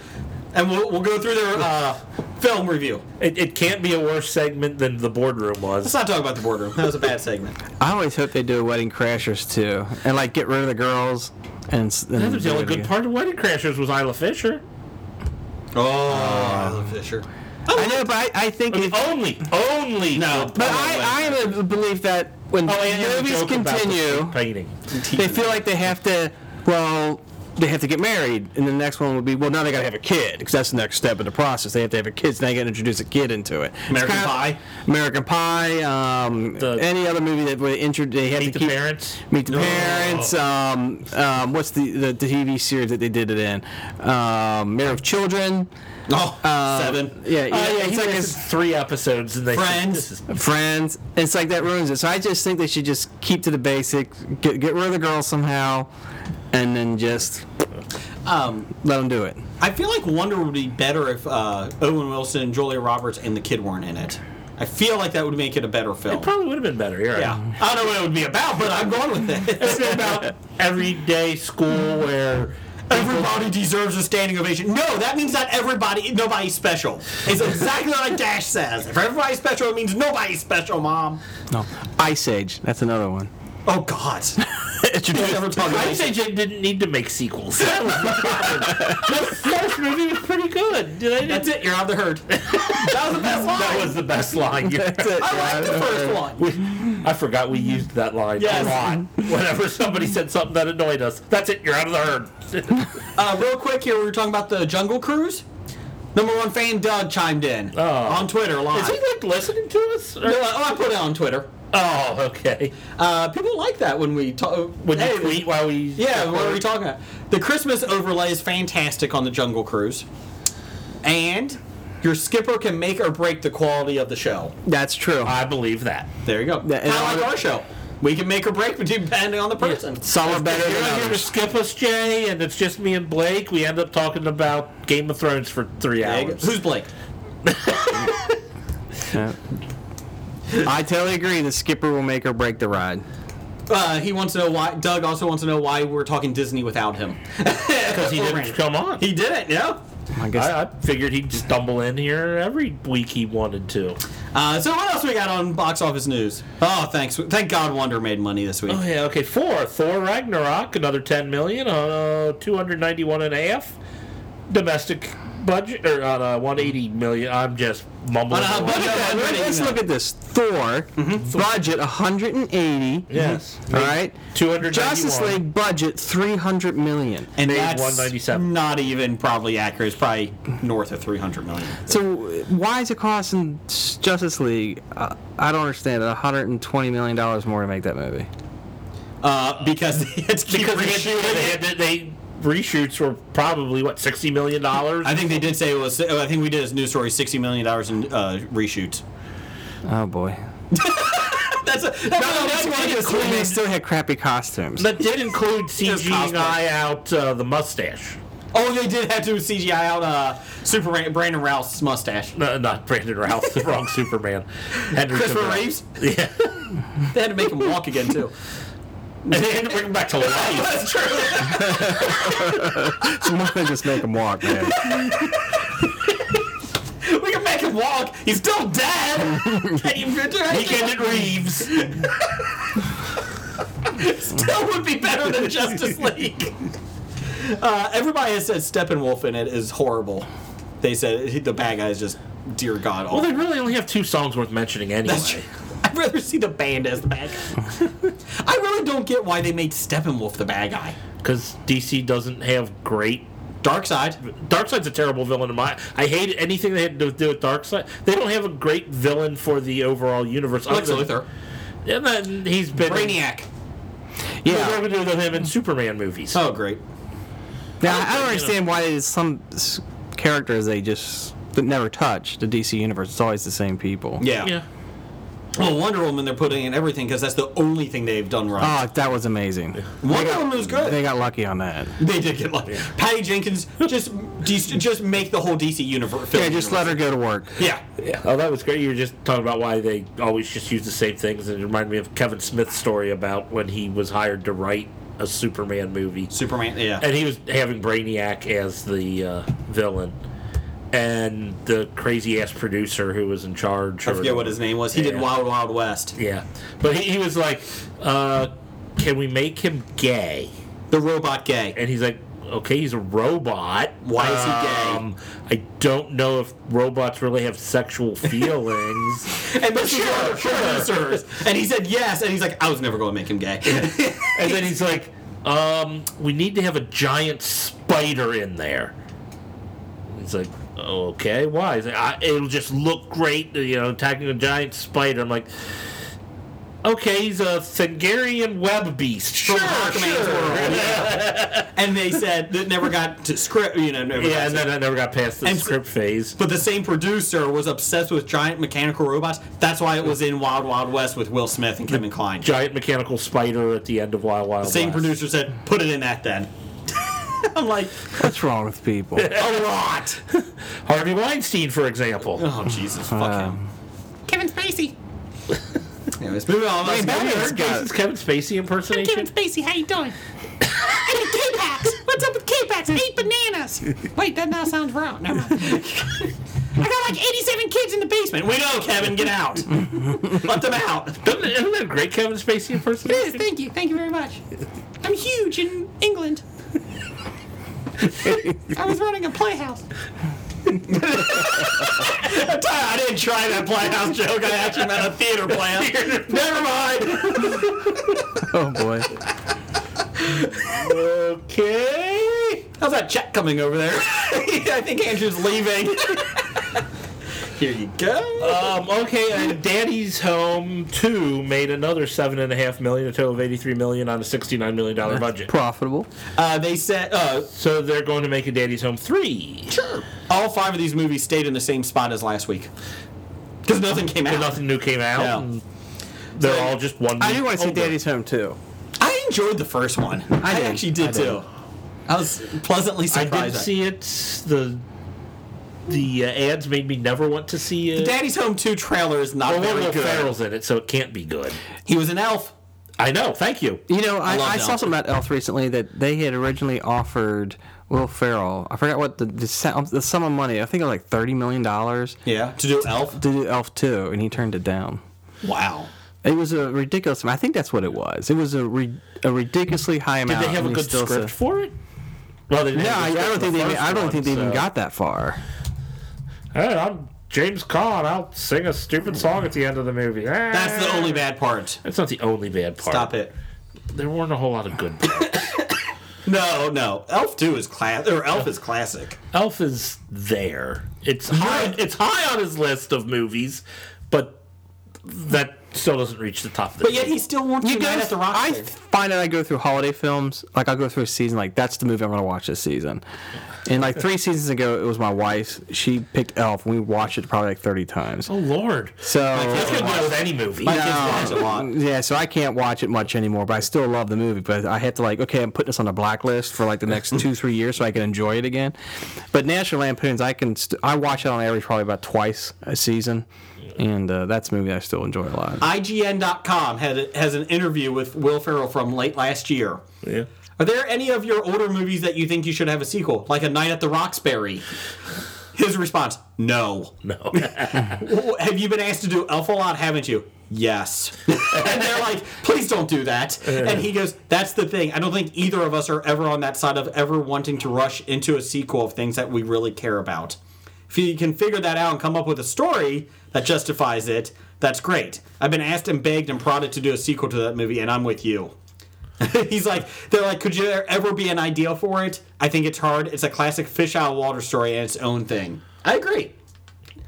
[SPEAKER 2] and we'll, we'll go through their uh, film review.
[SPEAKER 6] It, it can't be a worse segment than the boardroom
[SPEAKER 2] Let's
[SPEAKER 6] was.
[SPEAKER 2] not talk about the boardroom. That was a bad segment.
[SPEAKER 5] I always hope they do a Wedding Crashers too, and like get rid of the girls. And, s- and
[SPEAKER 6] That was the
[SPEAKER 5] do
[SPEAKER 6] only
[SPEAKER 5] it
[SPEAKER 6] good
[SPEAKER 5] again.
[SPEAKER 6] part of Wedding Crashers was Isla Fisher.
[SPEAKER 2] Oh, Fisher.
[SPEAKER 5] I know, but I, I think if,
[SPEAKER 6] Only, only. No,
[SPEAKER 5] But I, I am of the belief that
[SPEAKER 6] Oh,
[SPEAKER 5] when movies continue,
[SPEAKER 6] painting.
[SPEAKER 5] they feel like they have to, well, they have to get married. And the next one would be, well, now they got to have a kid because that's the next step in the process. They have to have a kid, so now you got to introduce a kid into it. It's
[SPEAKER 6] American
[SPEAKER 5] kinda-
[SPEAKER 6] Pie?
[SPEAKER 5] American Pie, um,
[SPEAKER 6] The-
[SPEAKER 5] any other movie that would introduce, they had
[SPEAKER 6] Meet
[SPEAKER 5] to
[SPEAKER 6] the
[SPEAKER 5] keep,
[SPEAKER 6] parents. Oh.
[SPEAKER 5] Meet the
[SPEAKER 6] No.
[SPEAKER 5] Parents. Um, um, what's the, the, the TV series that they did it in? Um, Mayor of Children.
[SPEAKER 2] Oh,
[SPEAKER 5] Uh,
[SPEAKER 2] seven.
[SPEAKER 5] Yeah,
[SPEAKER 6] Oh yeah,
[SPEAKER 5] it's
[SPEAKER 6] he
[SPEAKER 5] like
[SPEAKER 6] like
[SPEAKER 5] it's-
[SPEAKER 6] three episodes and they said,
[SPEAKER 2] Friends.
[SPEAKER 6] This is
[SPEAKER 5] friends. It's like that ruins it. So I just think they should just keep to the basics, get, get rid of the girls somehow, and then just
[SPEAKER 2] Um,
[SPEAKER 5] let them do it.
[SPEAKER 2] I feel like Wonder would be better if uh, Owen Wilson, Julia Roberts, and the kid weren't in it. I feel like that would make it a better film.
[SPEAKER 6] probably would have been better. You're right.
[SPEAKER 2] yeah. I don't know what it would be about, but I'm going with it.
[SPEAKER 6] It's about everyday school where
[SPEAKER 2] (laughs) Everybody deserves a standing ovation. No, that means not everybody, nobody's special. It's exactly like Dash says. If everybody's special, it means nobody's special, Mom.
[SPEAKER 5] No, Ice Age. That's another one.
[SPEAKER 2] Oh, God. Never talk about
[SPEAKER 6] Ice
[SPEAKER 2] it.
[SPEAKER 6] Age didn't need to make sequels. (laughs) That was the first movie was pretty good. Did I?
[SPEAKER 2] That's it, you're out of the herd. (laughs) That was the best line.
[SPEAKER 6] That was the best (laughs) line. You're right.
[SPEAKER 2] I like the first one.
[SPEAKER 6] We- I forgot we used that line
[SPEAKER 2] Yes.
[SPEAKER 6] a lot. Whenever somebody said something that annoyed us, that's it. You're out of the (laughs) herd.
[SPEAKER 2] Uh, real quick here, we were talking about the Jungle Cruise. Number one fan Doug chimed in on Twitter live.
[SPEAKER 6] Is he like listening to us? or-
[SPEAKER 2] No, I I put it on Twitter.
[SPEAKER 6] Oh, okay.
[SPEAKER 2] Uh, people like that when we talk.
[SPEAKER 6] Would you tweet while we?
[SPEAKER 2] Yeah, what are we talking about? The Christmas overlay is fantastic on the Jungle Cruise. And your skipper can make or break the quality of the show.
[SPEAKER 5] That's true.
[SPEAKER 6] I believe that.
[SPEAKER 2] There you go. Kind
[SPEAKER 5] Yeah,
[SPEAKER 2] of
[SPEAKER 5] and all
[SPEAKER 2] like
[SPEAKER 5] the-
[SPEAKER 2] our show. We can make or break (laughs) depending on the person.
[SPEAKER 5] Some are better
[SPEAKER 6] (laughs) You're
[SPEAKER 5] than
[SPEAKER 6] not here to
[SPEAKER 5] others.
[SPEAKER 6] skip us, Jay, and it's just me and Blake. We end up talking about Game of Thrones for three
[SPEAKER 2] There you go.
[SPEAKER 6] hours.
[SPEAKER 2] Who's Blake?
[SPEAKER 5] I totally agree. The skipper will make or break the ride.
[SPEAKER 2] Uh, he wants to know why. Doug also wants to know why we're talking Disney without him.
[SPEAKER 6] Because he didn't come on.
[SPEAKER 2] He did it, yeah.
[SPEAKER 5] I guess.
[SPEAKER 6] I, I figured he'd stumble in here every week he wanted to.
[SPEAKER 2] Uh, so what else we got on box office news? Oh, thanks. Thank God Wonder made money this week.
[SPEAKER 6] Oh yeah, okay. Four Thor Ragnarok, another ten million on uh, two hundred ninety-one and a half domestic budget or on uh, one eighty million. I'm just
[SPEAKER 2] On
[SPEAKER 6] mumbling.
[SPEAKER 2] a
[SPEAKER 6] along.
[SPEAKER 2] Uh, budget-
[SPEAKER 5] Let- Let's look at this. Thor budget 180.
[SPEAKER 6] Yes,
[SPEAKER 5] All right.
[SPEAKER 6] two hundred.
[SPEAKER 5] Justice League budget 300 million.
[SPEAKER 2] and
[SPEAKER 6] made
[SPEAKER 2] that's
[SPEAKER 6] 197.
[SPEAKER 2] not even probably accurate. It's probably north of 300 million.
[SPEAKER 5] So uh, why is it costing s- Justice League? Uh, I don't understand. 120 million dollars more to make that movie.
[SPEAKER 2] Uh, because (laughs) they had to keep
[SPEAKER 6] Because they,
[SPEAKER 2] reshooting
[SPEAKER 6] had, they,
[SPEAKER 2] it.
[SPEAKER 6] had, they, they reshoots were probably what sixty million dollars.
[SPEAKER 2] I think they did say it was. oh, I think we did this news story: sixty million dollars in uh, reshoots.
[SPEAKER 5] Oh boy.
[SPEAKER 2] That's a, that's
[SPEAKER 6] that's why
[SPEAKER 2] a-
[SPEAKER 6] it's
[SPEAKER 5] And they still had crappy costumes.
[SPEAKER 6] That did (laughs) include
[SPEAKER 2] cosplay.
[SPEAKER 6] CGI out uh, the mustache.
[SPEAKER 2] Oh, they did have to CGI out uh, Superman Brandon Routh's mustache.
[SPEAKER 6] No, not Brandon Ralph, (laughs) the wrong Superman. Henry
[SPEAKER 2] Christopher
[SPEAKER 6] Cavill.
[SPEAKER 2] Reeves.
[SPEAKER 6] Yeah.
[SPEAKER 2] They had to
[SPEAKER 6] (laughs)
[SPEAKER 2] make him walk again too.
[SPEAKER 6] and then bring him back to life.
[SPEAKER 2] (laughs) That's true.
[SPEAKER 5] Why don't they just make them walk, man?
[SPEAKER 2] (laughs) we can make him walk. He's still (laughs) dead. Can you
[SPEAKER 6] Weekend at Reeves.
[SPEAKER 2] still would be better than Justice League. (laughs) Uh, everybody has said Steppenwolf in it is horrible. They said he- the bad guy is just dear God awful.
[SPEAKER 6] Well, they really only have two songs worth mentioning anyway.
[SPEAKER 2] That's true. (laughs) I'd rather see the band as the bad guy. (laughs) I really don't get why they made Steppenwolf the bad guy.
[SPEAKER 6] Because DC doesn't have great.
[SPEAKER 2] Dark Side.
[SPEAKER 6] Darkseid's a terrible villain in my. I hate anything they had to do with Darkseid. They don't have a great villain for the overall universe.
[SPEAKER 2] Lex
[SPEAKER 6] other
[SPEAKER 2] Luthor.
[SPEAKER 6] than- And then he's been.
[SPEAKER 2] Brainiac.
[SPEAKER 6] What are
[SPEAKER 5] Yeah.
[SPEAKER 6] we gonna do with him in Superman movies?
[SPEAKER 2] Oh, great.
[SPEAKER 5] (laughs) Now, I don't understand why there's some s- characters they just that never touch the DC universe. It's always the same people.
[SPEAKER 2] Yeah.
[SPEAKER 6] yeah.
[SPEAKER 2] Well, Wonder Woman, they're putting in everything because that's the only thing they've done right.
[SPEAKER 5] Oh, that was amazing.
[SPEAKER 2] Wonder Woman was good.
[SPEAKER 5] They got lucky on that.
[SPEAKER 2] They did get lucky. Patty Jenkins just (laughs) DC, just make the whole DC universe. Film
[SPEAKER 5] Yeah, just let her go to work.
[SPEAKER 2] Yeah,
[SPEAKER 6] Oh, that was great. You were just talking about why they always just use the same things. It reminded me of Kevin Smith's story about when he was hired to write a Superman movie.
[SPEAKER 2] Superman. Yeah,
[SPEAKER 6] and he was having Brainiac as the uh, villain, and the crazy ass producer who was in charge.
[SPEAKER 2] I forget what his name was. He did
[SPEAKER 6] Yeah.
[SPEAKER 2] Wild Wild West.
[SPEAKER 6] Yeah, but he, he was like, uh, "Can we make him gay?"
[SPEAKER 2] The robot gay.
[SPEAKER 6] And he's like, "Okay, he's a robot. Um,
[SPEAKER 2] Why is he gay?"
[SPEAKER 6] I don't know if robots really
[SPEAKER 2] (laughs)
[SPEAKER 6] have sexual feelings."
[SPEAKER 2] And this sure, was one of the producers. And he said yes. And he's like, I was never going to make him gay. (laughs)
[SPEAKER 6] and then he's like, um, "We need to have a giant spider in there." He's like, "Okay, why?" He's like, I, "It'll just look great, you know, attacking a giant spider." I'm like, "Okay, he's a Thangarian web beast." Sure, (laughs)
[SPEAKER 2] and they said that never got to script. You know, never got
[SPEAKER 6] Yeah, and
[SPEAKER 2] to-
[SPEAKER 6] then I never got past the
[SPEAKER 2] And-
[SPEAKER 6] script phase.
[SPEAKER 2] But the same producer was obsessed with giant mechanical robots. That's why it was in Wild Wild West with Will Smith and Kevin Kline.
[SPEAKER 6] Giant mechanical spider at the end of Wild Wild
[SPEAKER 2] same
[SPEAKER 6] West. (laughs)
[SPEAKER 2] producer said, put it in that then. (laughs) I'm like,
[SPEAKER 5] What's wrong with people?
[SPEAKER 2] a lot.
[SPEAKER 6] Harvey Weinstein, for example.
[SPEAKER 2] Oh, Jesus, fuck
[SPEAKER 6] Uh,
[SPEAKER 2] him. Kevin Spacey. Anyways, moving on. Let's-
[SPEAKER 6] This is Kevin Spacey impersonation.
[SPEAKER 11] Spacey, how you doing? (coughs) I need K-Pax. What's up with K-Pax? I Eat bananas. Wait, that now sounds wrong. Never mind. I got like 87 kids in the basement.
[SPEAKER 2] We know, Kevin, get out. (laughs) Let them out.
[SPEAKER 6] Doesn't- Isn't that a great Kevin Spacey
[SPEAKER 11] Yes,
[SPEAKER 6] impersonation?
[SPEAKER 11] Thank you. Thank you very much. I'm huge in England. I was running a playhouse.
[SPEAKER 2] I didn't try that playhouse joke. I actually meant a theater playhouse. Never mind.
[SPEAKER 5] Oh (laughs) boy.
[SPEAKER 6] Okay.
[SPEAKER 2] How's that check coming over
[SPEAKER 6] (laughs)
[SPEAKER 2] there? I think Andrew's leaving. Here you go.
[SPEAKER 6] Um, okay, and Daddy's Home 2 made another $7.5 million, a total of $83 million on a $69 million budget.
[SPEAKER 5] Profitable.
[SPEAKER 2] Uh, they said uh,
[SPEAKER 6] so they're going to make a Daddy's Home 3.
[SPEAKER 2] all five of these movies stayed in the same spot as last week because nothing came out.
[SPEAKER 6] And nothing new came out.
[SPEAKER 2] Yeah.
[SPEAKER 6] and They're all just one
[SPEAKER 5] I do want to see
[SPEAKER 6] older.
[SPEAKER 5] Daddy's Home too.
[SPEAKER 2] I enjoyed the first one. I,
[SPEAKER 5] did.
[SPEAKER 2] actually did
[SPEAKER 5] I did.
[SPEAKER 2] too. I was pleasantly
[SPEAKER 6] I
[SPEAKER 2] surprised.
[SPEAKER 6] didn't see it. The the uh, ads made me never want to see it.
[SPEAKER 2] Daddy's Home 2 trailer is not
[SPEAKER 6] well,
[SPEAKER 2] very
[SPEAKER 6] Will
[SPEAKER 2] good.
[SPEAKER 6] Ferrell's in it, so it can't be good.
[SPEAKER 2] He was an elf.
[SPEAKER 6] I know. Thank you.
[SPEAKER 5] You know, I,
[SPEAKER 2] love
[SPEAKER 5] I,
[SPEAKER 2] Elf.
[SPEAKER 5] saw something about Elf recently that they had originally offered Will Ferrell. I forgot what the the, sa- the sum of money. I think it was like thirty million dollars
[SPEAKER 2] Yeah. To do elf.
[SPEAKER 5] to do Elf two, and he turned it down.
[SPEAKER 2] Wow.
[SPEAKER 5] It was a ridiculous. amount. I think that's what it was. It was a, ri- a ridiculously high
[SPEAKER 6] Did
[SPEAKER 5] amount.
[SPEAKER 6] they have a
[SPEAKER 5] and he
[SPEAKER 6] good
[SPEAKER 5] still
[SPEAKER 6] script
[SPEAKER 5] said-
[SPEAKER 6] for it? Well, they didn't
[SPEAKER 5] No, I, I
[SPEAKER 6] have a good script
[SPEAKER 5] don't
[SPEAKER 6] for
[SPEAKER 5] think they.
[SPEAKER 6] the
[SPEAKER 5] Even, I
[SPEAKER 6] first
[SPEAKER 5] don't think they
[SPEAKER 6] one,
[SPEAKER 5] even
[SPEAKER 6] so-
[SPEAKER 5] got that far.
[SPEAKER 6] Hey, I'm James Caan. I'll sing a stupid song at the end of the movie. Eh,
[SPEAKER 2] That's the only bad part.
[SPEAKER 6] That's not the only bad part.
[SPEAKER 2] Stop it.
[SPEAKER 6] There weren't a whole lot of good.
[SPEAKER 5] (coughs)
[SPEAKER 6] parts.
[SPEAKER 2] No, no. Elf 2 is class or Elf is classic.
[SPEAKER 6] Elf is there. It's high. It's high on his list of movies, but that still doesn't reach the top. Of the
[SPEAKER 2] But yet he still wants you guys at the rock.
[SPEAKER 5] I
[SPEAKER 2] Fair.
[SPEAKER 5] find that I go through holiday films. Like I'll go through a season. Like that's the movie I'm gonna watch this season. And
[SPEAKER 2] (laughs)
[SPEAKER 5] like three seasons ago, it was my wife's. She picked Elf, and we watched it probably like 30 times.
[SPEAKER 6] oh Lord, that's
[SPEAKER 5] So
[SPEAKER 6] gonna go with any movie.
[SPEAKER 2] My kids watch a lot.
[SPEAKER 5] yeah, so I can't watch it much anymore. But I still love the movie. But I have to like, okay, I'm putting this on a blacklist for like
[SPEAKER 2] (laughs)
[SPEAKER 5] the next two, three years, so I can enjoy it again. But National Lampoons, I can. St- I watch it on average probably about twice a season, and uh, that's a movie I still enjoy a lot.
[SPEAKER 2] IGN.com had has an interview with Will Ferrell from late last year.
[SPEAKER 6] Yeah.
[SPEAKER 2] Are there any of your older movies that you think you should have a sequel, like A Night at the Roxbury? His response: No.
[SPEAKER 6] No.
[SPEAKER 2] "Well, (laughs) Have you been asked to do Elf a lot? Haven't you? Yes. (laughs) and they're like, please don't do that. And he goes, that's the thing. I don't think either of us are ever on that side of ever wanting to rush into a sequel of things that we really care about. If you can figure that out and come up with a story that justifies it, that's great. I've been asked and begged and prodded to do a sequel to that movie, and I'm with you. (laughs) He's like, they're like, could you there ever be an ideal for it? I think it's hard. It's a classic fish out of water story and its own thing. I agree.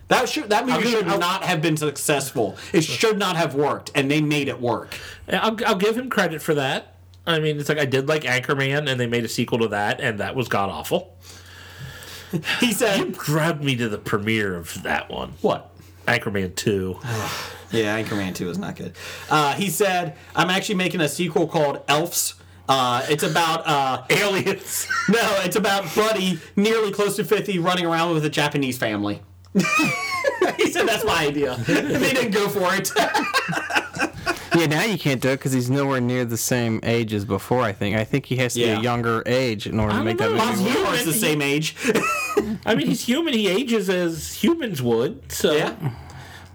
[SPEAKER 2] That should that movie should not have been successful. It should not have worked, and they made it work.
[SPEAKER 6] I'll, I'll give him credit for that. I mean, it's like I did like Anchorman, and they made a sequel to that, and that was god awful.
[SPEAKER 2] He said,
[SPEAKER 6] Grabbed me to the premiere of that one,
[SPEAKER 2] "What?
[SPEAKER 6] Anchorman Two.
[SPEAKER 2] Yeah, Anchorman 2 is not good. Uh, he said, I'm actually making a sequel called Elfs. Uh, it's about uh, (laughs) aliens. No, it's about Buddy, nearly close to 50, running around with a Japanese family. (laughs) he said, That's my idea. And they didn't go for it. (laughs)
[SPEAKER 5] Yeah, now you can't do it because he's nowhere near the same age as before. I think. I think he has to be
[SPEAKER 2] Yeah.
[SPEAKER 5] a younger age in order to make that
[SPEAKER 6] know.
[SPEAKER 5] movie.
[SPEAKER 2] Bob's
[SPEAKER 5] work.
[SPEAKER 2] Blue is the same age.
[SPEAKER 6] I mean, he's human. He ages as humans would. So
[SPEAKER 2] yeah.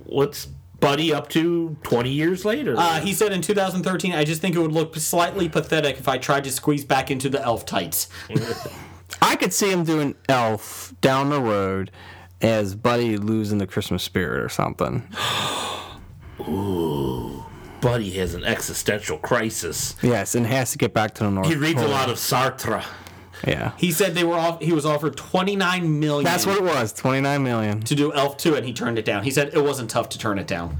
[SPEAKER 6] what's Buddy up to 20 years later?
[SPEAKER 2] (laughs) Uh, he said in 2013, I just think it would look slightly pathetic if I tried to squeeze back into the elf tights.
[SPEAKER 5] I could see him doing Elf down the road as Buddy losing the Christmas spirit or something.
[SPEAKER 6] Buddy has an existential crisis.
[SPEAKER 5] Yes, and has to get back to the North.
[SPEAKER 6] He reads a
[SPEAKER 5] Pole.
[SPEAKER 6] lot of Sartre.
[SPEAKER 5] Yeah,
[SPEAKER 2] He said they were off, he was offered 29 million.
[SPEAKER 5] that's what it was. Twenty nine million.
[SPEAKER 2] to do Elf 2 and he turned it down. He said it wasn't tough to turn it down.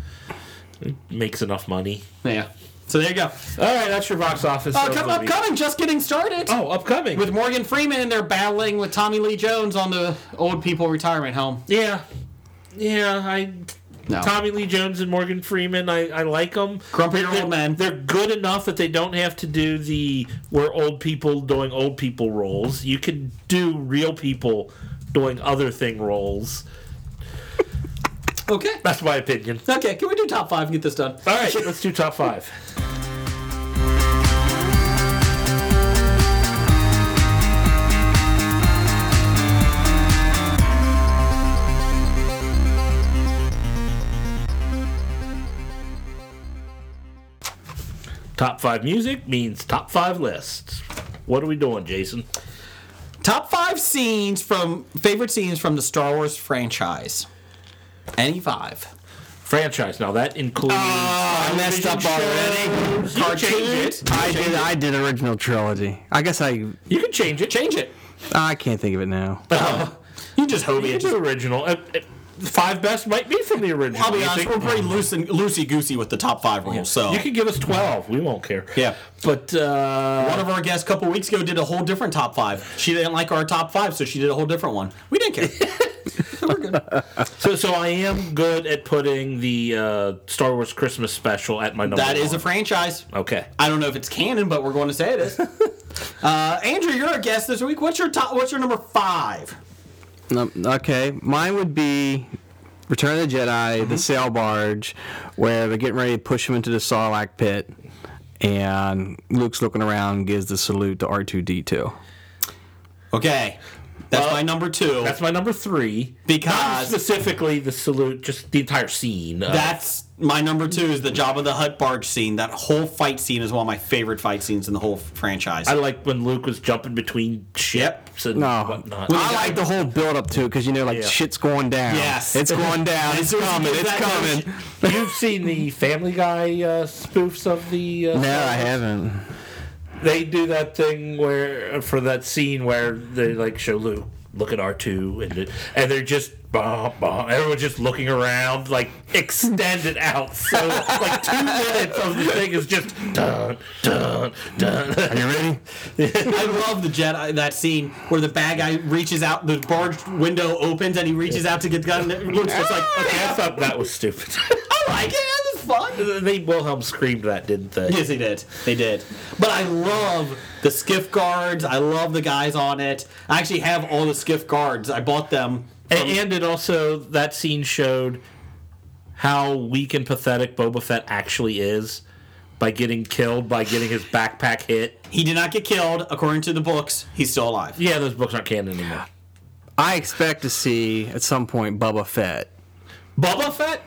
[SPEAKER 6] Makes enough money.
[SPEAKER 2] Yeah. So there you go.
[SPEAKER 6] All right, that's your box office.
[SPEAKER 2] Uh,
[SPEAKER 6] of
[SPEAKER 2] come
[SPEAKER 6] the
[SPEAKER 2] up,
[SPEAKER 6] week.
[SPEAKER 2] coming, just getting started.
[SPEAKER 6] Oh, upcoming.
[SPEAKER 2] With Morgan Freeman and they're battling with Tommy Lee Jones on the old people retirement home.
[SPEAKER 6] yeah, yeah. I
[SPEAKER 2] No.
[SPEAKER 6] Tommy Lee Jones and Morgan Freeman. I, I like them.
[SPEAKER 2] Grumpy old men.
[SPEAKER 6] They're good enough that they don't have to do the we're old people doing old people roles. You can do real people doing other thing roles.
[SPEAKER 2] Okay.
[SPEAKER 6] That's my opinion.
[SPEAKER 2] Okay, can we do top five and get this done?
[SPEAKER 6] All right, let's do top five. Top five music means top five lists. What are we doing, Jason?
[SPEAKER 2] Top five scenes from favorite scenes from the Star Wars franchise. Any five.
[SPEAKER 6] Franchise. Now that includes.
[SPEAKER 2] Ah, I messed up already.
[SPEAKER 6] You can change it.
[SPEAKER 5] I did. I did original trilogy. I guess I.
[SPEAKER 6] You can change it. Change it.
[SPEAKER 5] I can't think of it now.
[SPEAKER 2] You just hope
[SPEAKER 6] You
[SPEAKER 2] it.
[SPEAKER 6] can do original. Uh, uh, Five best might be from the original.
[SPEAKER 2] I'll be
[SPEAKER 6] You
[SPEAKER 2] honest,
[SPEAKER 6] think-
[SPEAKER 2] we're pretty loose and loosey goosey with the top five rules. So
[SPEAKER 6] You can give us 12. We won't care.
[SPEAKER 2] Yeah.
[SPEAKER 6] But uh,
[SPEAKER 2] One of our guests a couple weeks ago did a whole different top five. She didn't like our top five, so she did a whole different one. We didn't care.
[SPEAKER 6] so, so I am good at putting the uh, Star Wars Christmas special at my
[SPEAKER 2] (laughs)
[SPEAKER 6] number.
[SPEAKER 2] that is a
[SPEAKER 6] one.
[SPEAKER 2] franchise.
[SPEAKER 6] okay.
[SPEAKER 2] I don't know if it's canon, but we're going to say it (laughs) is. Uh, Andrew, you're a guest this week. What's your top? What's your number five?
[SPEAKER 5] Um, okay, mine would be Return of the Jedi, the sail barge, where they're getting ready to push him into the Sarlacc pit, and Luke's looking around, and gives the salute to R two D two.
[SPEAKER 2] Okay, that's my number two
[SPEAKER 6] That's my number three. Not
[SPEAKER 2] because
[SPEAKER 6] specifically the salute, just the entire scene. Uh,
[SPEAKER 2] that's my number two is the Jabba the Hutt barge scene. That whole fight scene is one of my favorite fight scenes in the whole franchise.
[SPEAKER 6] I like when Luke was jumping between ships and
[SPEAKER 5] No.
[SPEAKER 6] whatnot.
[SPEAKER 5] I like the whole build up to it because you know, like
[SPEAKER 6] Yeah.
[SPEAKER 5] shit's going down.
[SPEAKER 2] Yes.
[SPEAKER 5] it's going down.
[SPEAKER 2] As
[SPEAKER 5] it's
[SPEAKER 2] soon as he
[SPEAKER 5] coming.
[SPEAKER 2] gives
[SPEAKER 5] It's
[SPEAKER 2] that
[SPEAKER 5] coming.
[SPEAKER 2] notion-
[SPEAKER 6] You've seen the Family Guy uh, spoofs of the. Uh,
[SPEAKER 5] No, I haven't.
[SPEAKER 6] they do that thing where for that scene where they like show Luke look at R two and it, and they're just bah, bah, everyone's just looking around like extended out so like two minutes of the thing is just dun dun dun.
[SPEAKER 5] Are you ready?
[SPEAKER 2] I love the Jedi that scene where the bad guy reaches out, the barge window opens, and he reaches out to get the gun. And Luke's just like, okay,
[SPEAKER 6] I thought that was stupid.
[SPEAKER 2] I like it. It was fun.
[SPEAKER 6] they Wilhelm screamed that, didn't they?
[SPEAKER 2] Yes, they did. They did. But I love the skiff guards. I love the guys on it. I actually have all the skiff guards. I bought them.
[SPEAKER 6] And, and it also that scene showed how weak and pathetic Boba Fett actually is by getting killed by getting his backpack hit.
[SPEAKER 2] He did not get killed, according to the books. He's still alive.
[SPEAKER 6] Yeah, those books aren't canon (gasps) anymore.
[SPEAKER 5] I expect to see at some point Bubba Fett.
[SPEAKER 6] Bubba Fett?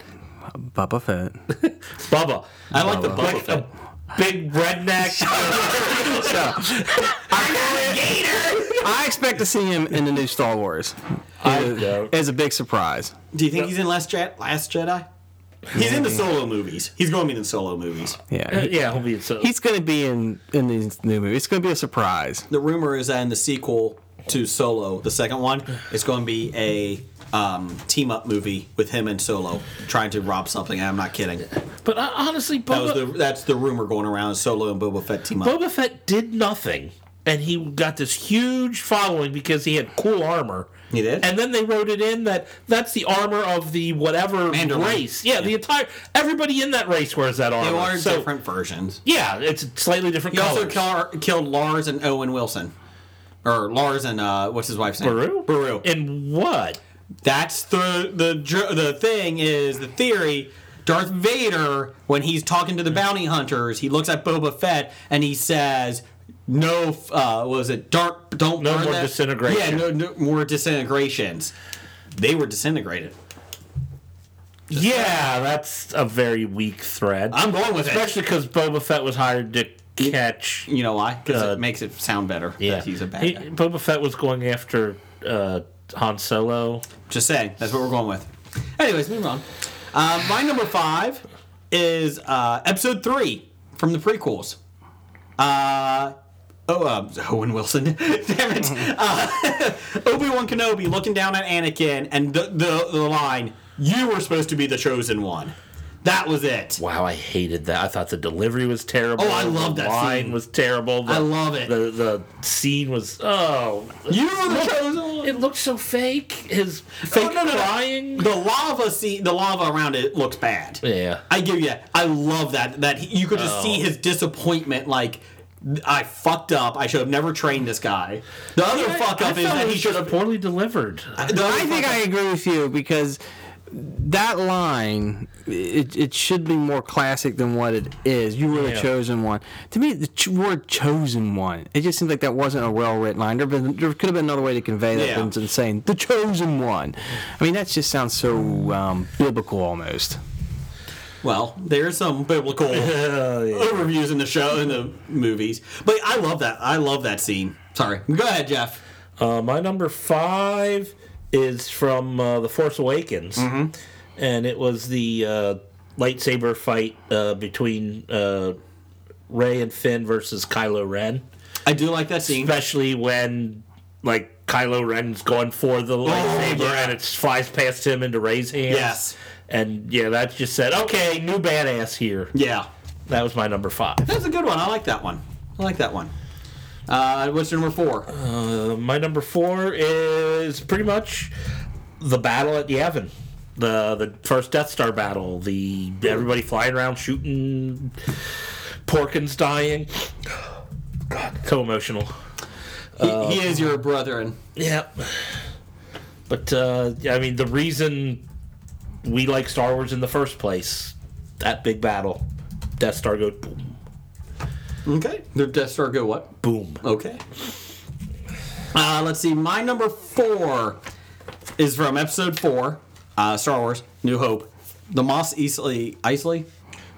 [SPEAKER 5] Bubba Fett.
[SPEAKER 6] Bubba.
[SPEAKER 2] I like the Oh, Boba
[SPEAKER 6] Like a
[SPEAKER 2] Fett.
[SPEAKER 6] big redneck.
[SPEAKER 5] (laughs) I expect to see him in the new Star Wars.
[SPEAKER 6] don't.
[SPEAKER 5] As a big surprise.
[SPEAKER 2] Do you think he's in Last, Je- Last Jedi? He's in the solo movies. He's going to be in the solo movies.
[SPEAKER 5] Yeah. he-
[SPEAKER 6] Uh, yeah, he'll be in so.
[SPEAKER 5] He's going to be in in these new movies. It's going to be a surprise.
[SPEAKER 2] the rumor is that in the sequel to Solo, the second one, it's going to be a um, team up movie with him and Solo trying to rob something. I'm not kidding.
[SPEAKER 6] but uh, honestly,
[SPEAKER 2] That was
[SPEAKER 6] Boba,
[SPEAKER 2] the that's the rumor going around. Solo and Boba Fett team up.
[SPEAKER 6] Boba Fett did nothing. and he got this huge following because he had cool armor. He did, and then they wrote it in that that's the armor of the whatever
[SPEAKER 2] Mandarin.
[SPEAKER 6] race. Yeah, the entire everybody in that race wears that armor.
[SPEAKER 2] They are
[SPEAKER 6] So,
[SPEAKER 2] different versions.
[SPEAKER 6] Yeah, it's slightly different
[SPEAKER 2] He also
[SPEAKER 6] colors.
[SPEAKER 2] kill, killed Lars and Owen Wilson, or Lars and uh, what's his wife's name?
[SPEAKER 6] Baru?
[SPEAKER 2] Baru.
[SPEAKER 6] And what?
[SPEAKER 2] That's the the dr- the thing is the theory. Darth Vader, when he's talking to the bounty hunters, he looks at Boba Fett and he says, "No, f- uh, what was it dark? Don't
[SPEAKER 6] No
[SPEAKER 2] burn
[SPEAKER 6] more
[SPEAKER 2] that-
[SPEAKER 6] disintegration.
[SPEAKER 2] Yeah, no, no more disintegrations. They were disintegrated.
[SPEAKER 6] yeah, that's a very weak thread.
[SPEAKER 2] I'm going with it.
[SPEAKER 6] especially because Boba Fett was hired to catch.
[SPEAKER 2] You know why? Because
[SPEAKER 6] Uh,
[SPEAKER 2] it makes it sound better.
[SPEAKER 6] Yeah,
[SPEAKER 2] that he's a bad
[SPEAKER 6] He-
[SPEAKER 2] guy.
[SPEAKER 6] Boba Fett was going after uh, Han Solo.
[SPEAKER 2] Just saying. That's what we're going with. Anyways, moving on. Uh, my number five is uh, episode three from the prequels. Uh, oh, uh, (laughs) Owen Wilson. Damn it. Uh, (laughs) Obi Wan Kenobi looking down at Anakin and the, the, the line, You were supposed to be the chosen one. That was it.
[SPEAKER 6] Wow, I hated that. I thought the delivery was terrible.
[SPEAKER 2] Oh, I
[SPEAKER 6] The
[SPEAKER 2] love that
[SPEAKER 6] Line
[SPEAKER 2] scene.
[SPEAKER 6] was terrible. The-
[SPEAKER 2] I love it.
[SPEAKER 6] The the scene was oh,
[SPEAKER 2] You were the chosen one.
[SPEAKER 6] it looked so fake. His
[SPEAKER 2] Oh,
[SPEAKER 6] fake crying.
[SPEAKER 2] The lava see the lava around it looks bad.
[SPEAKER 6] Yeah.
[SPEAKER 2] I give you. that. I love that. That he, you could just see his disappointment. Like I fucked up. I should have never trained this guy. The other fuck up is
[SPEAKER 6] felt
[SPEAKER 2] that
[SPEAKER 6] it
[SPEAKER 2] he
[SPEAKER 6] was
[SPEAKER 2] should
[SPEAKER 6] just
[SPEAKER 2] have.
[SPEAKER 6] poorly delivered.
[SPEAKER 5] I think I agree with you because that line it, it should be more classic than what it is. You were the
[SPEAKER 6] Yeah.
[SPEAKER 5] chosen one. To me, the ch- word "chosen one" it just seems like that wasn't a well written line. There, been, there could have been another way to convey that
[SPEAKER 2] Yeah.
[SPEAKER 5] than than saying "the chosen one." I mean, that just sounds so um, biblical almost.
[SPEAKER 2] Well, there's some biblical overviews in the show in the movies, but I love that. I love that scene. Sorry. Go ahead, Jeff.
[SPEAKER 6] Uh, my number five is from uh, The Force Awakens, and it was the uh, lightsaber fight uh, between uh, Ray and Finn versus Kylo Ren.
[SPEAKER 2] I do like that scene.
[SPEAKER 6] especially when like Kylo Ren's going for the lightsaber
[SPEAKER 2] Oh, yeah.
[SPEAKER 6] and it flies past him into Ray's hands.
[SPEAKER 2] Yes.
[SPEAKER 6] And yeah, that just said, okay, new badass here.
[SPEAKER 2] Yeah,
[SPEAKER 6] That was my number five.
[SPEAKER 2] that's a good one. I like that one. I like that one. Uh, what's your number four?
[SPEAKER 6] Uh, my number four is pretty much the battle at Yavin. The the first Death Star battle. The everybody flying around shooting Porkins dying. (sighs) God, so emotional.
[SPEAKER 2] he, he is your brethren.
[SPEAKER 6] Yeah. But uh, I mean, the reason we like Star Wars in the first place, that big battle, Death Star go boom,
[SPEAKER 2] Okay. The Death Star go what?
[SPEAKER 6] boom.
[SPEAKER 2] Okay. Uh, let's see. My number four is from episode four, uh, Star Wars: New Hope. The Moss Isley, Isley,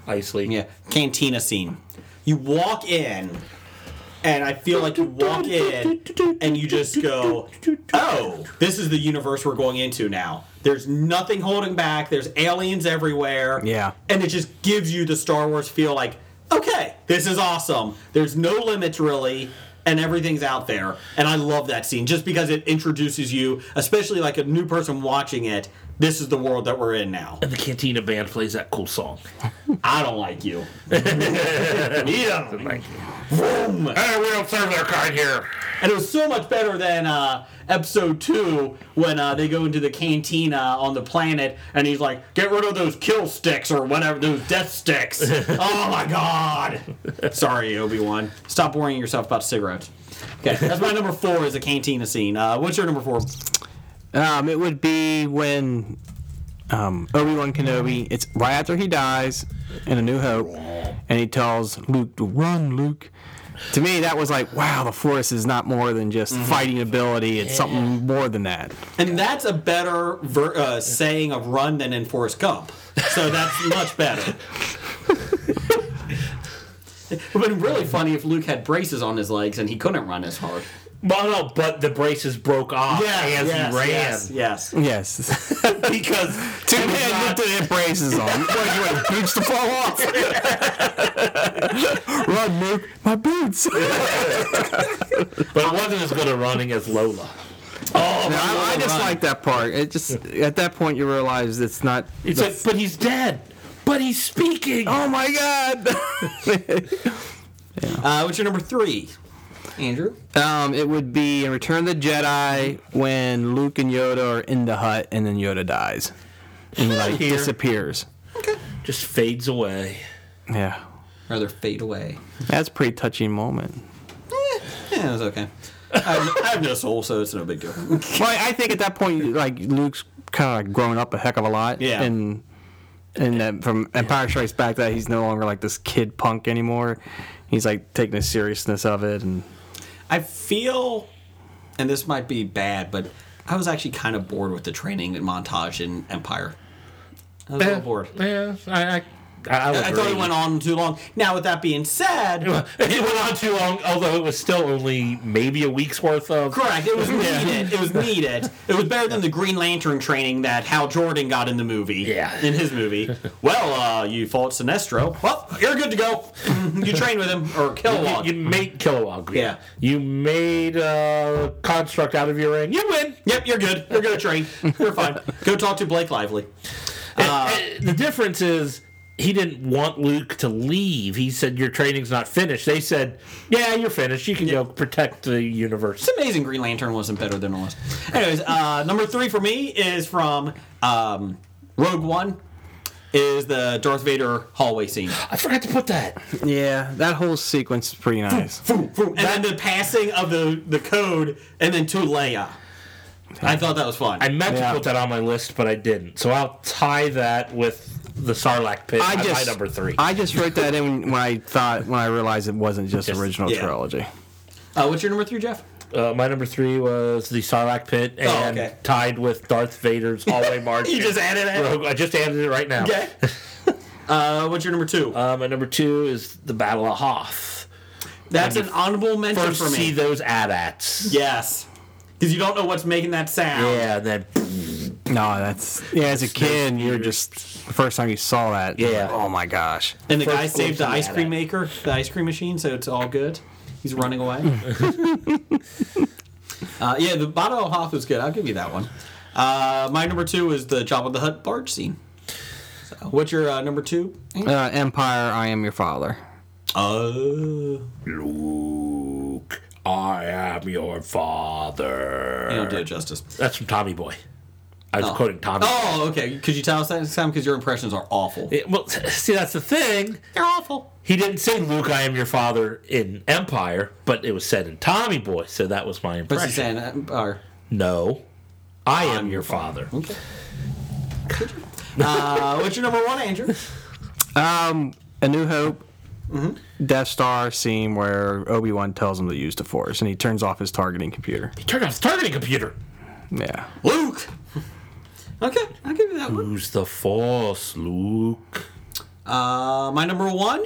[SPEAKER 6] Nicely.
[SPEAKER 2] yeah, cantina scene. You walk in, and I feel like you walk in, and you just go, "Oh, this is the universe we're going into now." There's nothing holding back. There's aliens everywhere.
[SPEAKER 5] Yeah.
[SPEAKER 2] and it just gives you the Star Wars feel. Like, okay, this is awesome. There's no limits really, and everything's out there. And I love that scene just because it introduces you, especially like a new person watching it. This is the world that we're in now.
[SPEAKER 6] And the Cantina band plays that cool song.
[SPEAKER 2] I don't like you.
[SPEAKER 6] (laughs) yeah. Like,
[SPEAKER 2] Vroom.
[SPEAKER 6] hey, we don't serve their kind here.
[SPEAKER 2] And it was so much better than uh, episode two when uh, they go into the cantina on the planet and he's like, get rid of those kill sticks or whatever, those death sticks. oh my god. Sorry, Obi Wan. Stop worrying yourself about cigarettes. Okay, that's my number four is the cantina scene. Uh, what's your number four?
[SPEAKER 5] Um, it would be when um, Obi Wan Kenobi. It's right after he dies in A New Hope, and he tells Luke to run, Luke. To me, that was like, wow, the Force is not more than just fighting ability. It's something more than that.
[SPEAKER 2] And that's a better ver- uh, saying of run than in Forrest Gump. So that's much better. (laughs) it would have been really funny if Luke had braces on his legs and he couldn't run as hard.
[SPEAKER 6] Well, no, but the braces broke off
[SPEAKER 2] Uh,
[SPEAKER 6] as he ran.
[SPEAKER 2] Yes, yes.
[SPEAKER 5] (laughs) Yes.
[SPEAKER 2] (laughs)
[SPEAKER 6] Because
[SPEAKER 5] Two men looked at it, braces on. What, you want boots to fall off? (laughs) run, Luke. My boots.
[SPEAKER 6] but it wasn't as good a running as Lola.
[SPEAKER 5] I, I just like that part. It just at that point you realize it's not.
[SPEAKER 6] It's like, but he's dead. But he's speaking.
[SPEAKER 5] oh my god. (laughs)
[SPEAKER 2] Uh, what's your number three? Andrew?
[SPEAKER 5] Um, it would be in Return of the Jedi when Luke and Yoda are in the hut and then Yoda dies. And he like
[SPEAKER 6] Here.
[SPEAKER 5] disappears.
[SPEAKER 6] Just fades away.
[SPEAKER 5] Yeah.
[SPEAKER 2] Rather fade away.
[SPEAKER 5] That's a pretty touching moment.
[SPEAKER 2] Yeah, it was okay. (laughs) I have, I have no soul, so it's no big deal.
[SPEAKER 5] Well, I I think at that point, like Luke's kind of like grown up a heck of a lot.
[SPEAKER 2] Yeah.
[SPEAKER 5] And and then from Empire Strikes Back, that he's no longer like this kid punk anymore. He's like taking the seriousness of it, and
[SPEAKER 2] I feel, and this might be bad, but I was actually kind of bored with the training and montage in Empire. I was a
[SPEAKER 6] Eh.
[SPEAKER 2] little bored.
[SPEAKER 6] Yeah, I, I, I, I,
[SPEAKER 2] I thought it went on too long. Now, with that being said,
[SPEAKER 6] (laughs) It went on too long, although it was still only maybe a week's worth of.
[SPEAKER 2] Correct. It was needed. It was needed. It was better than the Green Lantern training that Hal Jordan got in the movie.
[SPEAKER 6] Yeah.
[SPEAKER 2] In his movie. Well, uh, you fought Sinestro. Well, you're good to go. You train with him or kill one.
[SPEAKER 6] You made Kilowog.
[SPEAKER 2] Yeah.
[SPEAKER 6] You made a construct out of your ring. You win.
[SPEAKER 2] Yep, you're good. You're gonna train. You're fine. Go talk to Blake Lively.
[SPEAKER 6] And- and the difference is he didn't want Luke to leave. He said, Your training's not finished. They said, Yeah, you're finished. You can go protect the universe.
[SPEAKER 2] It's amazing Green Lantern wasn't better than it was. Anyways, uh, number three for me is from um, Rogue One. Is the Darth Vader hallway scene?
[SPEAKER 6] I forgot to put that.
[SPEAKER 5] yeah, that whole sequence is pretty nice.
[SPEAKER 2] Vroom, vroom. and then the passing of the, the code, and then to Leia. I thought that was fun.
[SPEAKER 6] I meant
[SPEAKER 5] Yeah.
[SPEAKER 6] to put that on my list, but I didn't. So I'll tie that with the Sarlacc pit.
[SPEAKER 5] I
[SPEAKER 6] on
[SPEAKER 5] just
[SPEAKER 6] my number three.
[SPEAKER 5] I just wrote that in when I thought when I realized it wasn't just
[SPEAKER 6] Just-
[SPEAKER 5] original
[SPEAKER 2] yeah.
[SPEAKER 5] trilogy.
[SPEAKER 2] Uh, what's your number three, Jeff?
[SPEAKER 6] Uh, my number three was the Sarlacc pit, and
[SPEAKER 2] okay.
[SPEAKER 6] tied with Darth Vader's hallway march.
[SPEAKER 2] You just added it?
[SPEAKER 6] Rogue- I just added it right now.
[SPEAKER 2] Okay. (laughs) uh, what's your number two?
[SPEAKER 6] Uh, my number two is the Battle of Hoth.
[SPEAKER 2] That's an honorable mention
[SPEAKER 6] First,
[SPEAKER 2] for me.
[SPEAKER 6] see those AT-ATs.
[SPEAKER 2] yes, because you don't know what's making that sound.
[SPEAKER 6] Yeah, and then
[SPEAKER 5] No, that's yeah. As a kid, you're just the first time you saw that. you're
[SPEAKER 6] Yeah.
[SPEAKER 5] like, oh my gosh.
[SPEAKER 2] And the
[SPEAKER 6] First
[SPEAKER 2] guy saved
[SPEAKER 6] glimpse
[SPEAKER 2] the
[SPEAKER 6] of
[SPEAKER 2] ice
[SPEAKER 6] that.
[SPEAKER 2] cream maker, the ice cream machine, so it's all good. He's running
[SPEAKER 6] (laughs)
[SPEAKER 2] away. uh, yeah, the Battle of Hoth was good. I'll give you that one. Uh, my number two is the Job of the Hut barge scene. So, what's your uh, number two?
[SPEAKER 5] Uh, Empire, I am your father.
[SPEAKER 2] Oh,
[SPEAKER 6] Luke, I am your father.
[SPEAKER 2] you don't do it justice.
[SPEAKER 6] That's from Tommy Boy. I was quoting Tommy.
[SPEAKER 2] Oh, okay. Could you tell us that next time? Because your impressions are awful.
[SPEAKER 6] It- well, (laughs) see, that's the thing.
[SPEAKER 2] They're awful.
[SPEAKER 6] He didn't say Luke, I am your father in Empire, but it was said in Tommy Boy, so that was my
[SPEAKER 2] What's
[SPEAKER 6] impression.
[SPEAKER 2] he saying? Uh, Or
[SPEAKER 6] No, I am your father.
[SPEAKER 2] Uh, what's your number one, Andrew?
[SPEAKER 5] Um, A New Hope,
[SPEAKER 2] Mm-hmm.
[SPEAKER 5] Death Star scene where Obi Wan tells him to use the Force, and he turns off his targeting computer.
[SPEAKER 6] Turn off the targeting computer.
[SPEAKER 5] Yeah,
[SPEAKER 2] (laughs) Luke. Okay, I'll give you that one.
[SPEAKER 6] Who's the Force, Luke?
[SPEAKER 2] Uh, my number one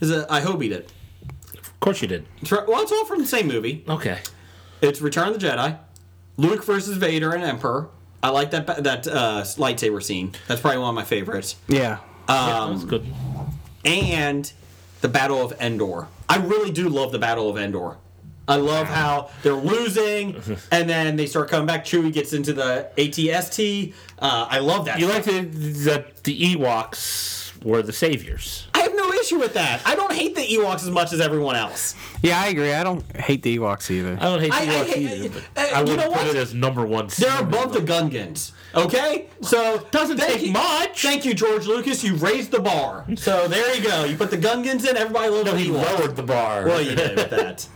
[SPEAKER 2] is a, I hope he did.
[SPEAKER 6] Of course you did.
[SPEAKER 2] Tr- Well, it's all from the same movie.
[SPEAKER 6] Okay.
[SPEAKER 2] It's Return of the Jedi, Luke versus Vader and Emperor. I like that ba- that uh, lightsaber scene. That's probably one of my favorites.
[SPEAKER 5] yeah.
[SPEAKER 6] that was good.
[SPEAKER 2] and the Battle of Endor. I really do love the Battle of Endor. I love how they're
[SPEAKER 6] (laughs)
[SPEAKER 2] losing, and then they start coming back. Chewie gets into the ATST. Uh, I love that.
[SPEAKER 6] You like the, that the Ewoks were the saviors.
[SPEAKER 2] I have no issue with that. I don't hate the Ewoks as much as everyone else.
[SPEAKER 5] yeah, I agree. I don't hate the
[SPEAKER 2] (laughs)
[SPEAKER 5] Ewoks either.
[SPEAKER 6] I don't hate the
[SPEAKER 2] I- I
[SPEAKER 6] Ewoks
[SPEAKER 2] hate-
[SPEAKER 6] either, but
[SPEAKER 2] uh,
[SPEAKER 6] I
[SPEAKER 2] you
[SPEAKER 6] would
[SPEAKER 2] know
[SPEAKER 6] put
[SPEAKER 2] what?
[SPEAKER 6] it as number one.
[SPEAKER 2] They're
[SPEAKER 6] seed.
[SPEAKER 2] above the Gungans. Okay, so
[SPEAKER 6] Doesn't
[SPEAKER 2] thank
[SPEAKER 6] take
[SPEAKER 2] you-
[SPEAKER 6] much.
[SPEAKER 2] Thank you, George Lucas. You raised the bar. So there you go. You put the Gungans in. Everybody loves the
[SPEAKER 6] He
[SPEAKER 2] Ewoks.
[SPEAKER 6] lowered the bar.
[SPEAKER 2] Well, you did with
[SPEAKER 6] (laughs)
[SPEAKER 2] that.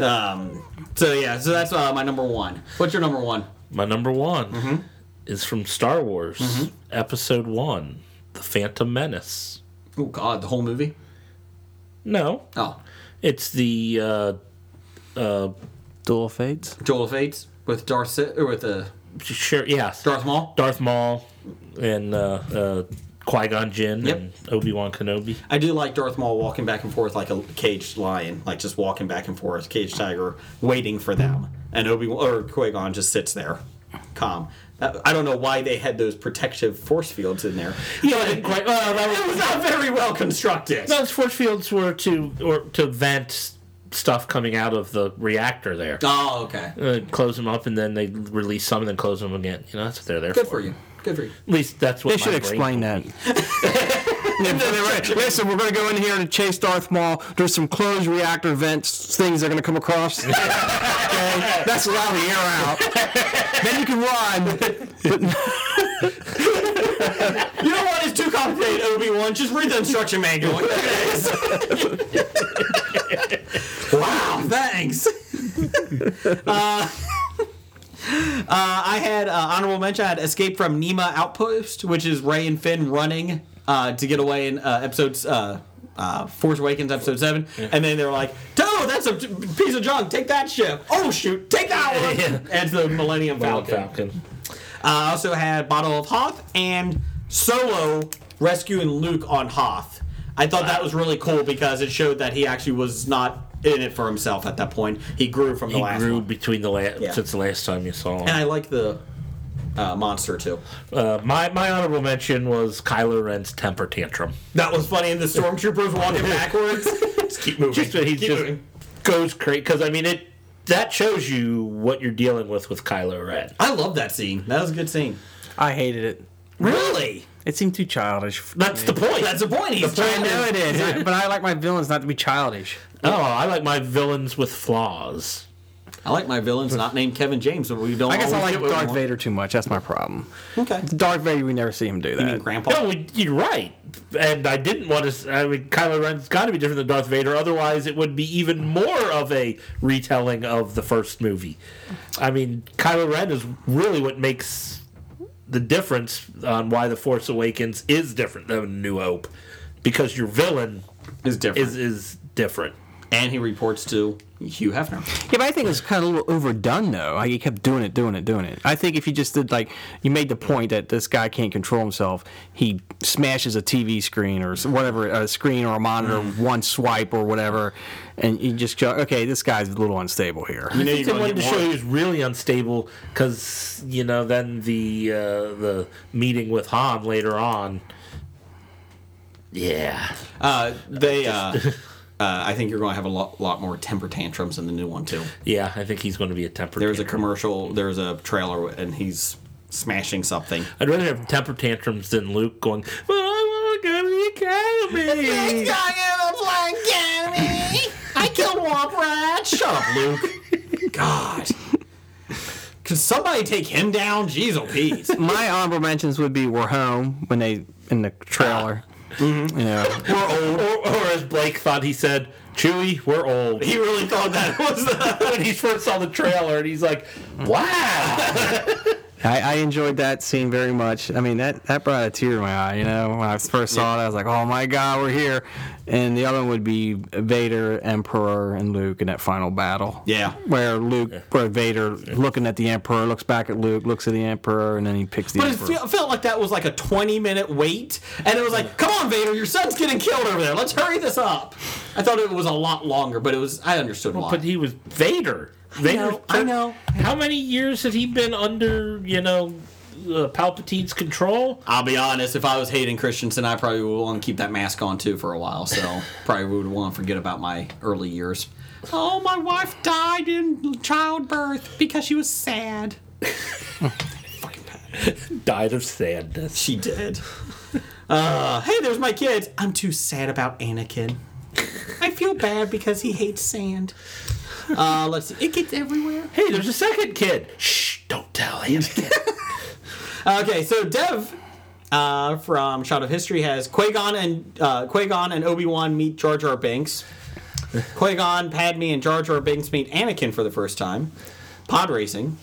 [SPEAKER 2] Um, so yeah, so that's uh, my number one. What's your number one?
[SPEAKER 6] My number one
[SPEAKER 2] Mm-hmm.
[SPEAKER 6] is from Star Wars, Episode One, The Phantom Menace.
[SPEAKER 2] Oh God, the whole movie.
[SPEAKER 6] No,
[SPEAKER 2] Oh,
[SPEAKER 6] it's the uh,
[SPEAKER 5] Dual Fates.
[SPEAKER 2] Joel of Fates with Darth Si- or with uh,
[SPEAKER 6] sure, yes,
[SPEAKER 2] Darth Maul.
[SPEAKER 6] Darth Maul and uh, uh, Qui Gon Jinn
[SPEAKER 2] Yep.
[SPEAKER 6] and Obi Wan Kenobi.
[SPEAKER 2] I do like Darth Maul walking back and forth like a caged lion, like just walking back and forth, caged tiger, waiting for them. And Obi or Qui Gon just sits there, calm. That- I don't know why they had those protective force fields in there.
[SPEAKER 6] Yeah, I didn't quite. Well, that was,
[SPEAKER 2] It was not very well constructed.
[SPEAKER 6] those force fields were to or to vent stuff coming out of the reactor there.
[SPEAKER 2] Oh, okay.
[SPEAKER 6] Uh, close them up and then they release some and then close them again. You know that's what they're there
[SPEAKER 2] Good for
[SPEAKER 6] for.
[SPEAKER 2] you. Good for you.
[SPEAKER 6] At least that's what
[SPEAKER 5] (laughs) They
[SPEAKER 6] my
[SPEAKER 5] should
[SPEAKER 6] brain-
[SPEAKER 5] explain that. And they were- Listen, we're going to go in here and chase Darth Maul. There's some closed reactor vents, things they're going to
[SPEAKER 2] (laughs)
[SPEAKER 5] come across. Okay? That's allow the air out. Then you can run.
[SPEAKER 2] You know what? It's too complicated, Obi Wan. Just read the instruction manual. (laughs) Here it is. wow, thanks. (laughs) Uh, uh, I had uh, honorable mention. I had Escape from Nema Outpost, which is Ray and Finn running uh, to get away in uh, episodes. Uh, uh, Force Awakens episode seven, and then they're like, "No, that's a piece of junk. Take that ship. Oh shoot, take that (laughs) one." And it's the Millennium Falcon.
[SPEAKER 6] Falcon.
[SPEAKER 2] I also had Bottle of Hoth and Solo rescuing Luke on Hoth. I thought that was really cool because it showed that he actually was not in it for himself at that point. He grew from the
[SPEAKER 6] He
[SPEAKER 2] last
[SPEAKER 6] grew
[SPEAKER 2] one.
[SPEAKER 6] between the last
[SPEAKER 2] Yeah.
[SPEAKER 6] since the last time you saw
[SPEAKER 2] And
[SPEAKER 6] him.
[SPEAKER 2] I like the uh, monster too.
[SPEAKER 6] Uh, my my honorable mention was Kylo Ren's temper tantrum.
[SPEAKER 2] That was funny. And the (laughs) stormtroopers walking backwards. just keep moving.
[SPEAKER 6] Just that he
[SPEAKER 2] keep
[SPEAKER 6] just
[SPEAKER 2] moving.
[SPEAKER 6] goes crazy because I mean it. That shows you what you're dealing with with Kylo Ren.
[SPEAKER 2] I love that scene. That was a good scene.
[SPEAKER 5] I hated it.
[SPEAKER 2] Really?
[SPEAKER 5] It seemed too childish.
[SPEAKER 6] That's the point.
[SPEAKER 2] That's the point. He's
[SPEAKER 5] I
[SPEAKER 2] trying
[SPEAKER 5] know
[SPEAKER 2] to.
[SPEAKER 5] it is, I- but I like my villains not to be childish.
[SPEAKER 6] oh, I like my villains with flaws.
[SPEAKER 2] I like my villains not named Kevin James, but we don't.
[SPEAKER 5] I guess I
[SPEAKER 2] always
[SPEAKER 5] like
[SPEAKER 2] get what we
[SPEAKER 5] Darth
[SPEAKER 2] want.
[SPEAKER 5] Vader too much. That's my problem.
[SPEAKER 2] Okay.
[SPEAKER 5] Darth Vader, we never see him do that.
[SPEAKER 2] Grandpa.
[SPEAKER 6] No, we- Oh, you're right. And I didn't want to. I mean, Kylo Ren's got to be different than Darth Vader. Otherwise, it would be even more of a retelling of the first movie. I mean, Kylo Ren is really what makes the difference on why The Force Awakens is different than New Hope, because your villain
[SPEAKER 2] is different.
[SPEAKER 6] is is different.
[SPEAKER 2] and he reports to Hugh Hefner.
[SPEAKER 5] Yeah, but I think it's kind of a little overdone though. Like he kept doing it, doing it, doing it. I think if you just did like you made the point that this guy can't control himself, he smashes a TV screen or s- whatever, a screen or a monitor, one swipe or whatever, and you just go, okay, this guy's a little unstable here.
[SPEAKER 2] know
[SPEAKER 6] I think they wanted to show he was really unstable because you know then the uh, the meeting with Han later on. Yeah,
[SPEAKER 2] Uh,
[SPEAKER 6] (laughs)
[SPEAKER 2] they, uh, uh, I think you're going to have a lot, lot more temper tantrums in the new one too.
[SPEAKER 6] yeah, I think he's going to be a temper.
[SPEAKER 2] There's a
[SPEAKER 6] tantrum.
[SPEAKER 2] commercial. There's a trailer, and he's smashing something.
[SPEAKER 6] I'd rather have temper tantrums than Luke going. But I want to go to the academy.
[SPEAKER 2] I killed Womp Rat. Shut up, Luke. God. Could somebody take him down? Jeez, oh, Pete.
[SPEAKER 5] My honorable mentions would be "We're Home" when they in the trailer. Mm-hmm. Yeah.
[SPEAKER 6] we're old, or, or as Blake thought he said, Chewie, we're old.
[SPEAKER 2] He really thought
[SPEAKER 6] (laughs)
[SPEAKER 2] that was the.
[SPEAKER 6] when he first saw the trailer, and he's like, (laughs) "Wow."
[SPEAKER 5] I, I enjoyed that scene very much. I mean, that, that brought a tear to my eye. You know, when I first saw it, I was like, "Oh my God, we're here!" And the other one would be Vader, Emperor, and Luke in that final battle.
[SPEAKER 2] Yeah.
[SPEAKER 5] where Luke, where Vader looking at the Emperor, looks back at Luke, looks at the Emperor, and then he picks the
[SPEAKER 2] (laughs) But it
[SPEAKER 5] Emperor.
[SPEAKER 2] fe- felt like that was like a 20 minute wait. And it was like, come on, Vader, your son's getting killed over there. Let's hurry this up. I thought it was a lot longer, but it was, I understood why.
[SPEAKER 6] But he was Vader. Vader.
[SPEAKER 2] know, I know.
[SPEAKER 6] How many years had he been under, you know, uh, Palpatine's control?
[SPEAKER 2] I'll be honest, if I was Hayden Christensen, I probably would want to keep that mask on too for a while.
[SPEAKER 6] (laughs)
[SPEAKER 2] So probably would want to forget about my early years.
[SPEAKER 11] Oh, my wife died in childbirth because she was sad.
[SPEAKER 6] Died of sadness.
[SPEAKER 2] She did. Uh, hey, there's my kids. I'm too sad about Anakin.
[SPEAKER 11] I feel bad because he hates sand.
[SPEAKER 2] Uh, let's see.
[SPEAKER 11] It gets everywhere.
[SPEAKER 6] Hey, there's a second kid. Shh, don't tell him.
[SPEAKER 2] Okay, so Dev uh, from Shot of History has Qui-Gon and uh, Qui-Gon and Obi-Wan meet Jar Jar Binks. Qui-Gon, Padme, and Jar Jar Binks meet Anakin for the first time. Pod racing.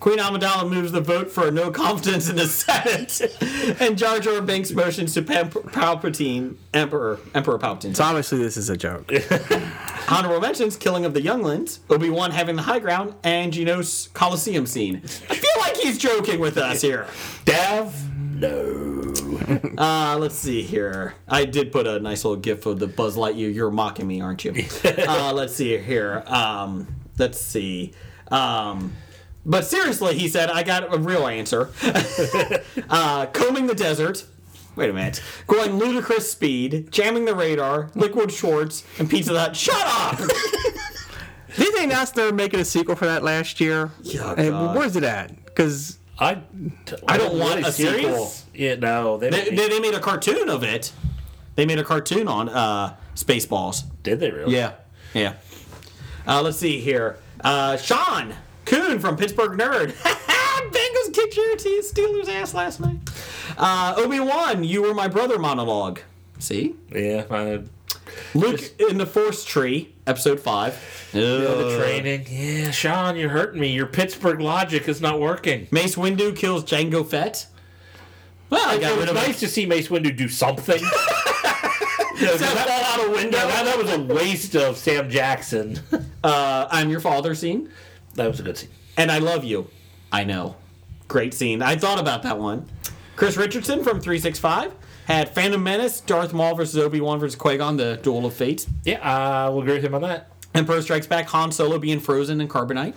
[SPEAKER 2] Queen Amidala moves the vote for no confidence in the Senate, (laughs) and Jar Jar Binks motions to Pam- Palpatine, Emperor Emperor Palpatine.
[SPEAKER 5] so obviously, this is a joke.
[SPEAKER 2] Honorable mentions: Killing of the Younglings, Obi Wan having the high ground, and Genos Coliseum scene. I feel like he's joking with us here.
[SPEAKER 6] Dev? No.
[SPEAKER 2] (laughs) Uh, let's see here. I did put a nice little gif of the Buzz Lightyear. You're mocking me, aren't
[SPEAKER 6] (laughs)
[SPEAKER 2] you? uh, let's see here. Um, let's see. Um, but seriously, he said, I got a real answer. (laughs) uh, combing the desert. Wait a minute. Going ludicrous speed, jamming the radar, liquid shorts, and Pizza Hut. Shut
[SPEAKER 6] (laughs)
[SPEAKER 2] up!
[SPEAKER 5] Did they announce they're making a sequel for that last year?
[SPEAKER 2] Yeah,
[SPEAKER 5] And
[SPEAKER 2] God.
[SPEAKER 5] where's it at? Because
[SPEAKER 6] I, I
[SPEAKER 2] don't want a
[SPEAKER 6] serious?
[SPEAKER 2] sequel.
[SPEAKER 6] Yeah, no. They,
[SPEAKER 2] They,
[SPEAKER 6] don't-
[SPEAKER 2] they, they made a cartoon of it. They made a cartoon on uh, Spaceballs.
[SPEAKER 6] Did they really?
[SPEAKER 2] Yeah. Yeah. Uh, let's see here. Uh, Sean Coon from Pittsburgh Nerd. (laughs) Bengals kicked your te- Steelers ass last night. Uh, Obi Wan, you were my brother monologue. See?
[SPEAKER 6] Yeah. I,
[SPEAKER 2] Luke in the Force Tree, episode five.
[SPEAKER 6] the training. Yeah, Sean, you're hurting me. Your Pittsburgh logic is not working.
[SPEAKER 2] Mace Windu kills Django Fett. Well, I got
[SPEAKER 6] It
[SPEAKER 2] rid
[SPEAKER 6] was
[SPEAKER 2] of
[SPEAKER 6] nice to see Mace Windu do (laughs) something. Yeah, that,
[SPEAKER 2] fall out a window.
[SPEAKER 6] yeah, that- that was a waste of Sam Jackson.
[SPEAKER 2] Uh, I'm your father scene,
[SPEAKER 6] That was a good scene.
[SPEAKER 2] and I love you. I know. Great scene. I thought about that one. Chris Richardson from 365 had Phantom Menace, Darth Maul versus Obi Wan versus Qui Gon, the Duel of Fate.
[SPEAKER 6] Yeah, I will agree with him on that.
[SPEAKER 2] Emperor Strikes Back, Han Solo being frozen in carbonite.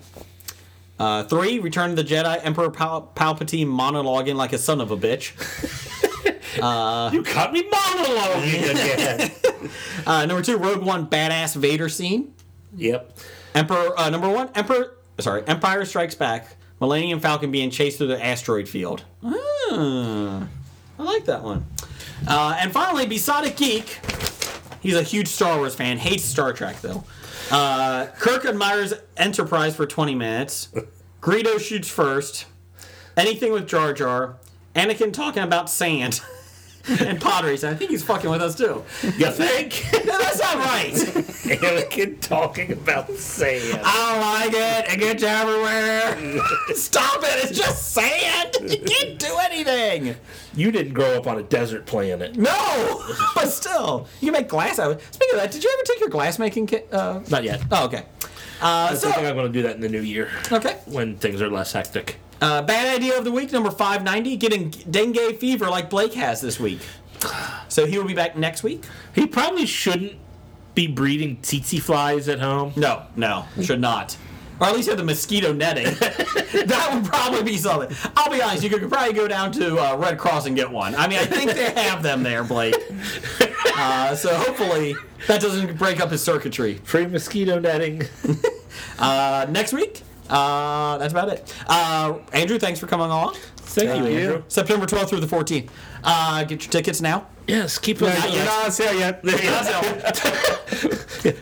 [SPEAKER 2] Uh, three, Return of the Jedi, Emperor Pal- Palpatine monologuing like a son of a bitch.
[SPEAKER 6] You cut me monologuing (laughs) again.
[SPEAKER 2] Uh, number two, Rogue One badass Vader scene.
[SPEAKER 6] yep.
[SPEAKER 2] Emperor uh, number one, Emperor sorry, Empire Strikes Back, Millennium Falcon being chased through the asteroid field. Ah, I like that one. Uh, and finally, Besotted Geek. He's a huge Star Wars fan, hates Star Trek though. Uh, Kirk admires Enterprise for 20 minutes. Greedo shoots first. Anything with Jar Jar. Anakin talking about sand (laughs) and pottery. So I think he's fucking with us too.
[SPEAKER 6] You think?
[SPEAKER 2] (laughs) That's not right.
[SPEAKER 6] Anakin talking about sand.
[SPEAKER 2] I don't like it. It gets everywhere. (laughs) Stop it. It's just sand. You can't do anything.
[SPEAKER 6] You didn't grow up on a desert planet.
[SPEAKER 2] No, (laughs) but still, you can make glass out of it. Speaking of that, did you ever take your glass making kit? Uh,
[SPEAKER 6] Not yet.
[SPEAKER 2] oh, okay. Uh,
[SPEAKER 6] I think
[SPEAKER 2] so,
[SPEAKER 6] I'm going to do that in the new year
[SPEAKER 2] okay.
[SPEAKER 6] when things are less hectic.
[SPEAKER 2] Uh, bad idea of the week, number 590, getting dengue fever like Blake has this week. So he will be back next week?
[SPEAKER 6] He probably shouldn't be breeding tsetse flies at home.
[SPEAKER 2] No, no, should not. Or at least have the mosquito netting. that would probably be something. I'll be honest, you could probably go down to uh, Red Cross and get one. I mean, I think they have them there, Blake. Uh, so hopefully that doesn't break up his circuitry.
[SPEAKER 6] Free mosquito netting.
[SPEAKER 2] Uh, next week, uh, that's about it. Uh, Andrew, thanks for coming along.
[SPEAKER 6] Thank you, Uh, Andrew.
[SPEAKER 2] September 12th through the 14th. Uh, get your tickets now.
[SPEAKER 6] Yes, keep it.
[SPEAKER 2] Not yet.
[SPEAKER 6] not there yet.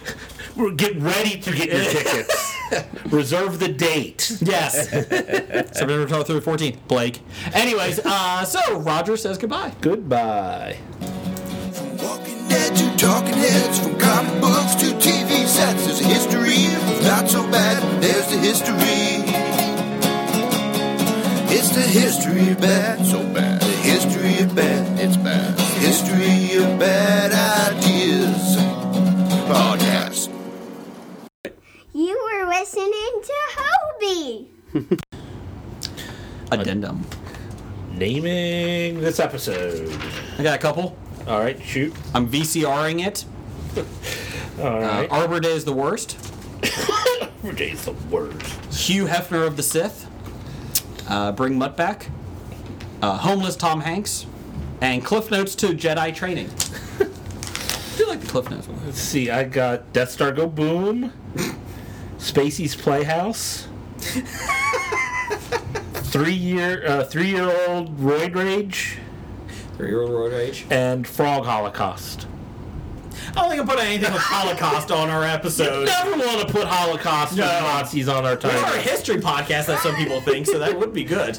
[SPEAKER 6] We're get ready to get your
[SPEAKER 2] (laughs)
[SPEAKER 6] tickets. Reserve the date.
[SPEAKER 2] Yes. September 12th through the 14th, Blake. Anyways, uh, so Roger says goodbye.
[SPEAKER 6] Goodbye.
[SPEAKER 3] Walking dead to talking heads, from comic books to TV sets. There's a history, if not so bad, there's the history. It's the history of bad, so bad. The history of bad, it's bad. History of bad ideas. Podcast.
[SPEAKER 12] You were listening to Hobie.
[SPEAKER 2] Addendum.
[SPEAKER 6] Naming this episode.
[SPEAKER 2] I got a couple.
[SPEAKER 6] All right, shoot.
[SPEAKER 2] I'm VCRing it.
[SPEAKER 6] All
[SPEAKER 2] Uh,
[SPEAKER 6] right.
[SPEAKER 2] Arbor Day is the worst.
[SPEAKER 6] Arbor Day is the worst.
[SPEAKER 2] Hugh Hefner of the Sith. Uh, bring Mutt back. Uh, homeless Tom Hanks. And Cliff Notes to Jedi
[SPEAKER 6] (laughs)
[SPEAKER 2] Training. I do like the Cliff Notes one.
[SPEAKER 6] Let's see. I got Death Star Go Boom, Spacey's Playhouse, three year uh, three year old Roid Rage,
[SPEAKER 2] Three-year-old road rage.
[SPEAKER 6] and Frog Holocaust.
[SPEAKER 2] I don't think I'm putting anything with Holocaust on our episode.
[SPEAKER 6] (laughs) Never want to put Holocaust
[SPEAKER 2] No.
[SPEAKER 6] and Nazis on our
[SPEAKER 2] We are a
[SPEAKER 6] time.
[SPEAKER 2] history podcast, that some people think, so that would be good.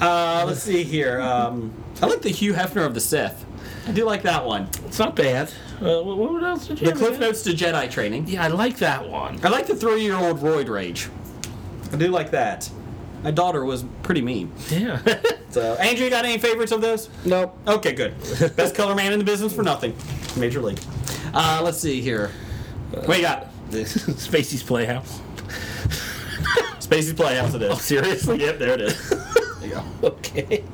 [SPEAKER 2] uh, let's see here. Um, I like the Hugh Hefner of the Sith. I do like that one.
[SPEAKER 6] It's not bad. Uh, what, what else did you
[SPEAKER 2] The
[SPEAKER 6] have
[SPEAKER 2] Cliff
[SPEAKER 6] again?
[SPEAKER 2] Notes to Jedi Training.
[SPEAKER 6] Yeah, I like that one. (laughs)
[SPEAKER 2] I like the three-year-old roid rage. I do like that. My daughter was pretty mean.
[SPEAKER 6] Yeah.
[SPEAKER 2] So, Andrew, you got any favorites of those?
[SPEAKER 5] Nope.
[SPEAKER 2] Okay, good. Best color man in the business for nothing. Major League. Uh, let's see here. What you got?
[SPEAKER 6] Spacey's Playhouse.
[SPEAKER 2] Spacey's Playhouse it is.
[SPEAKER 6] Seriously?
[SPEAKER 2] Yep, there it is.
[SPEAKER 6] Okay.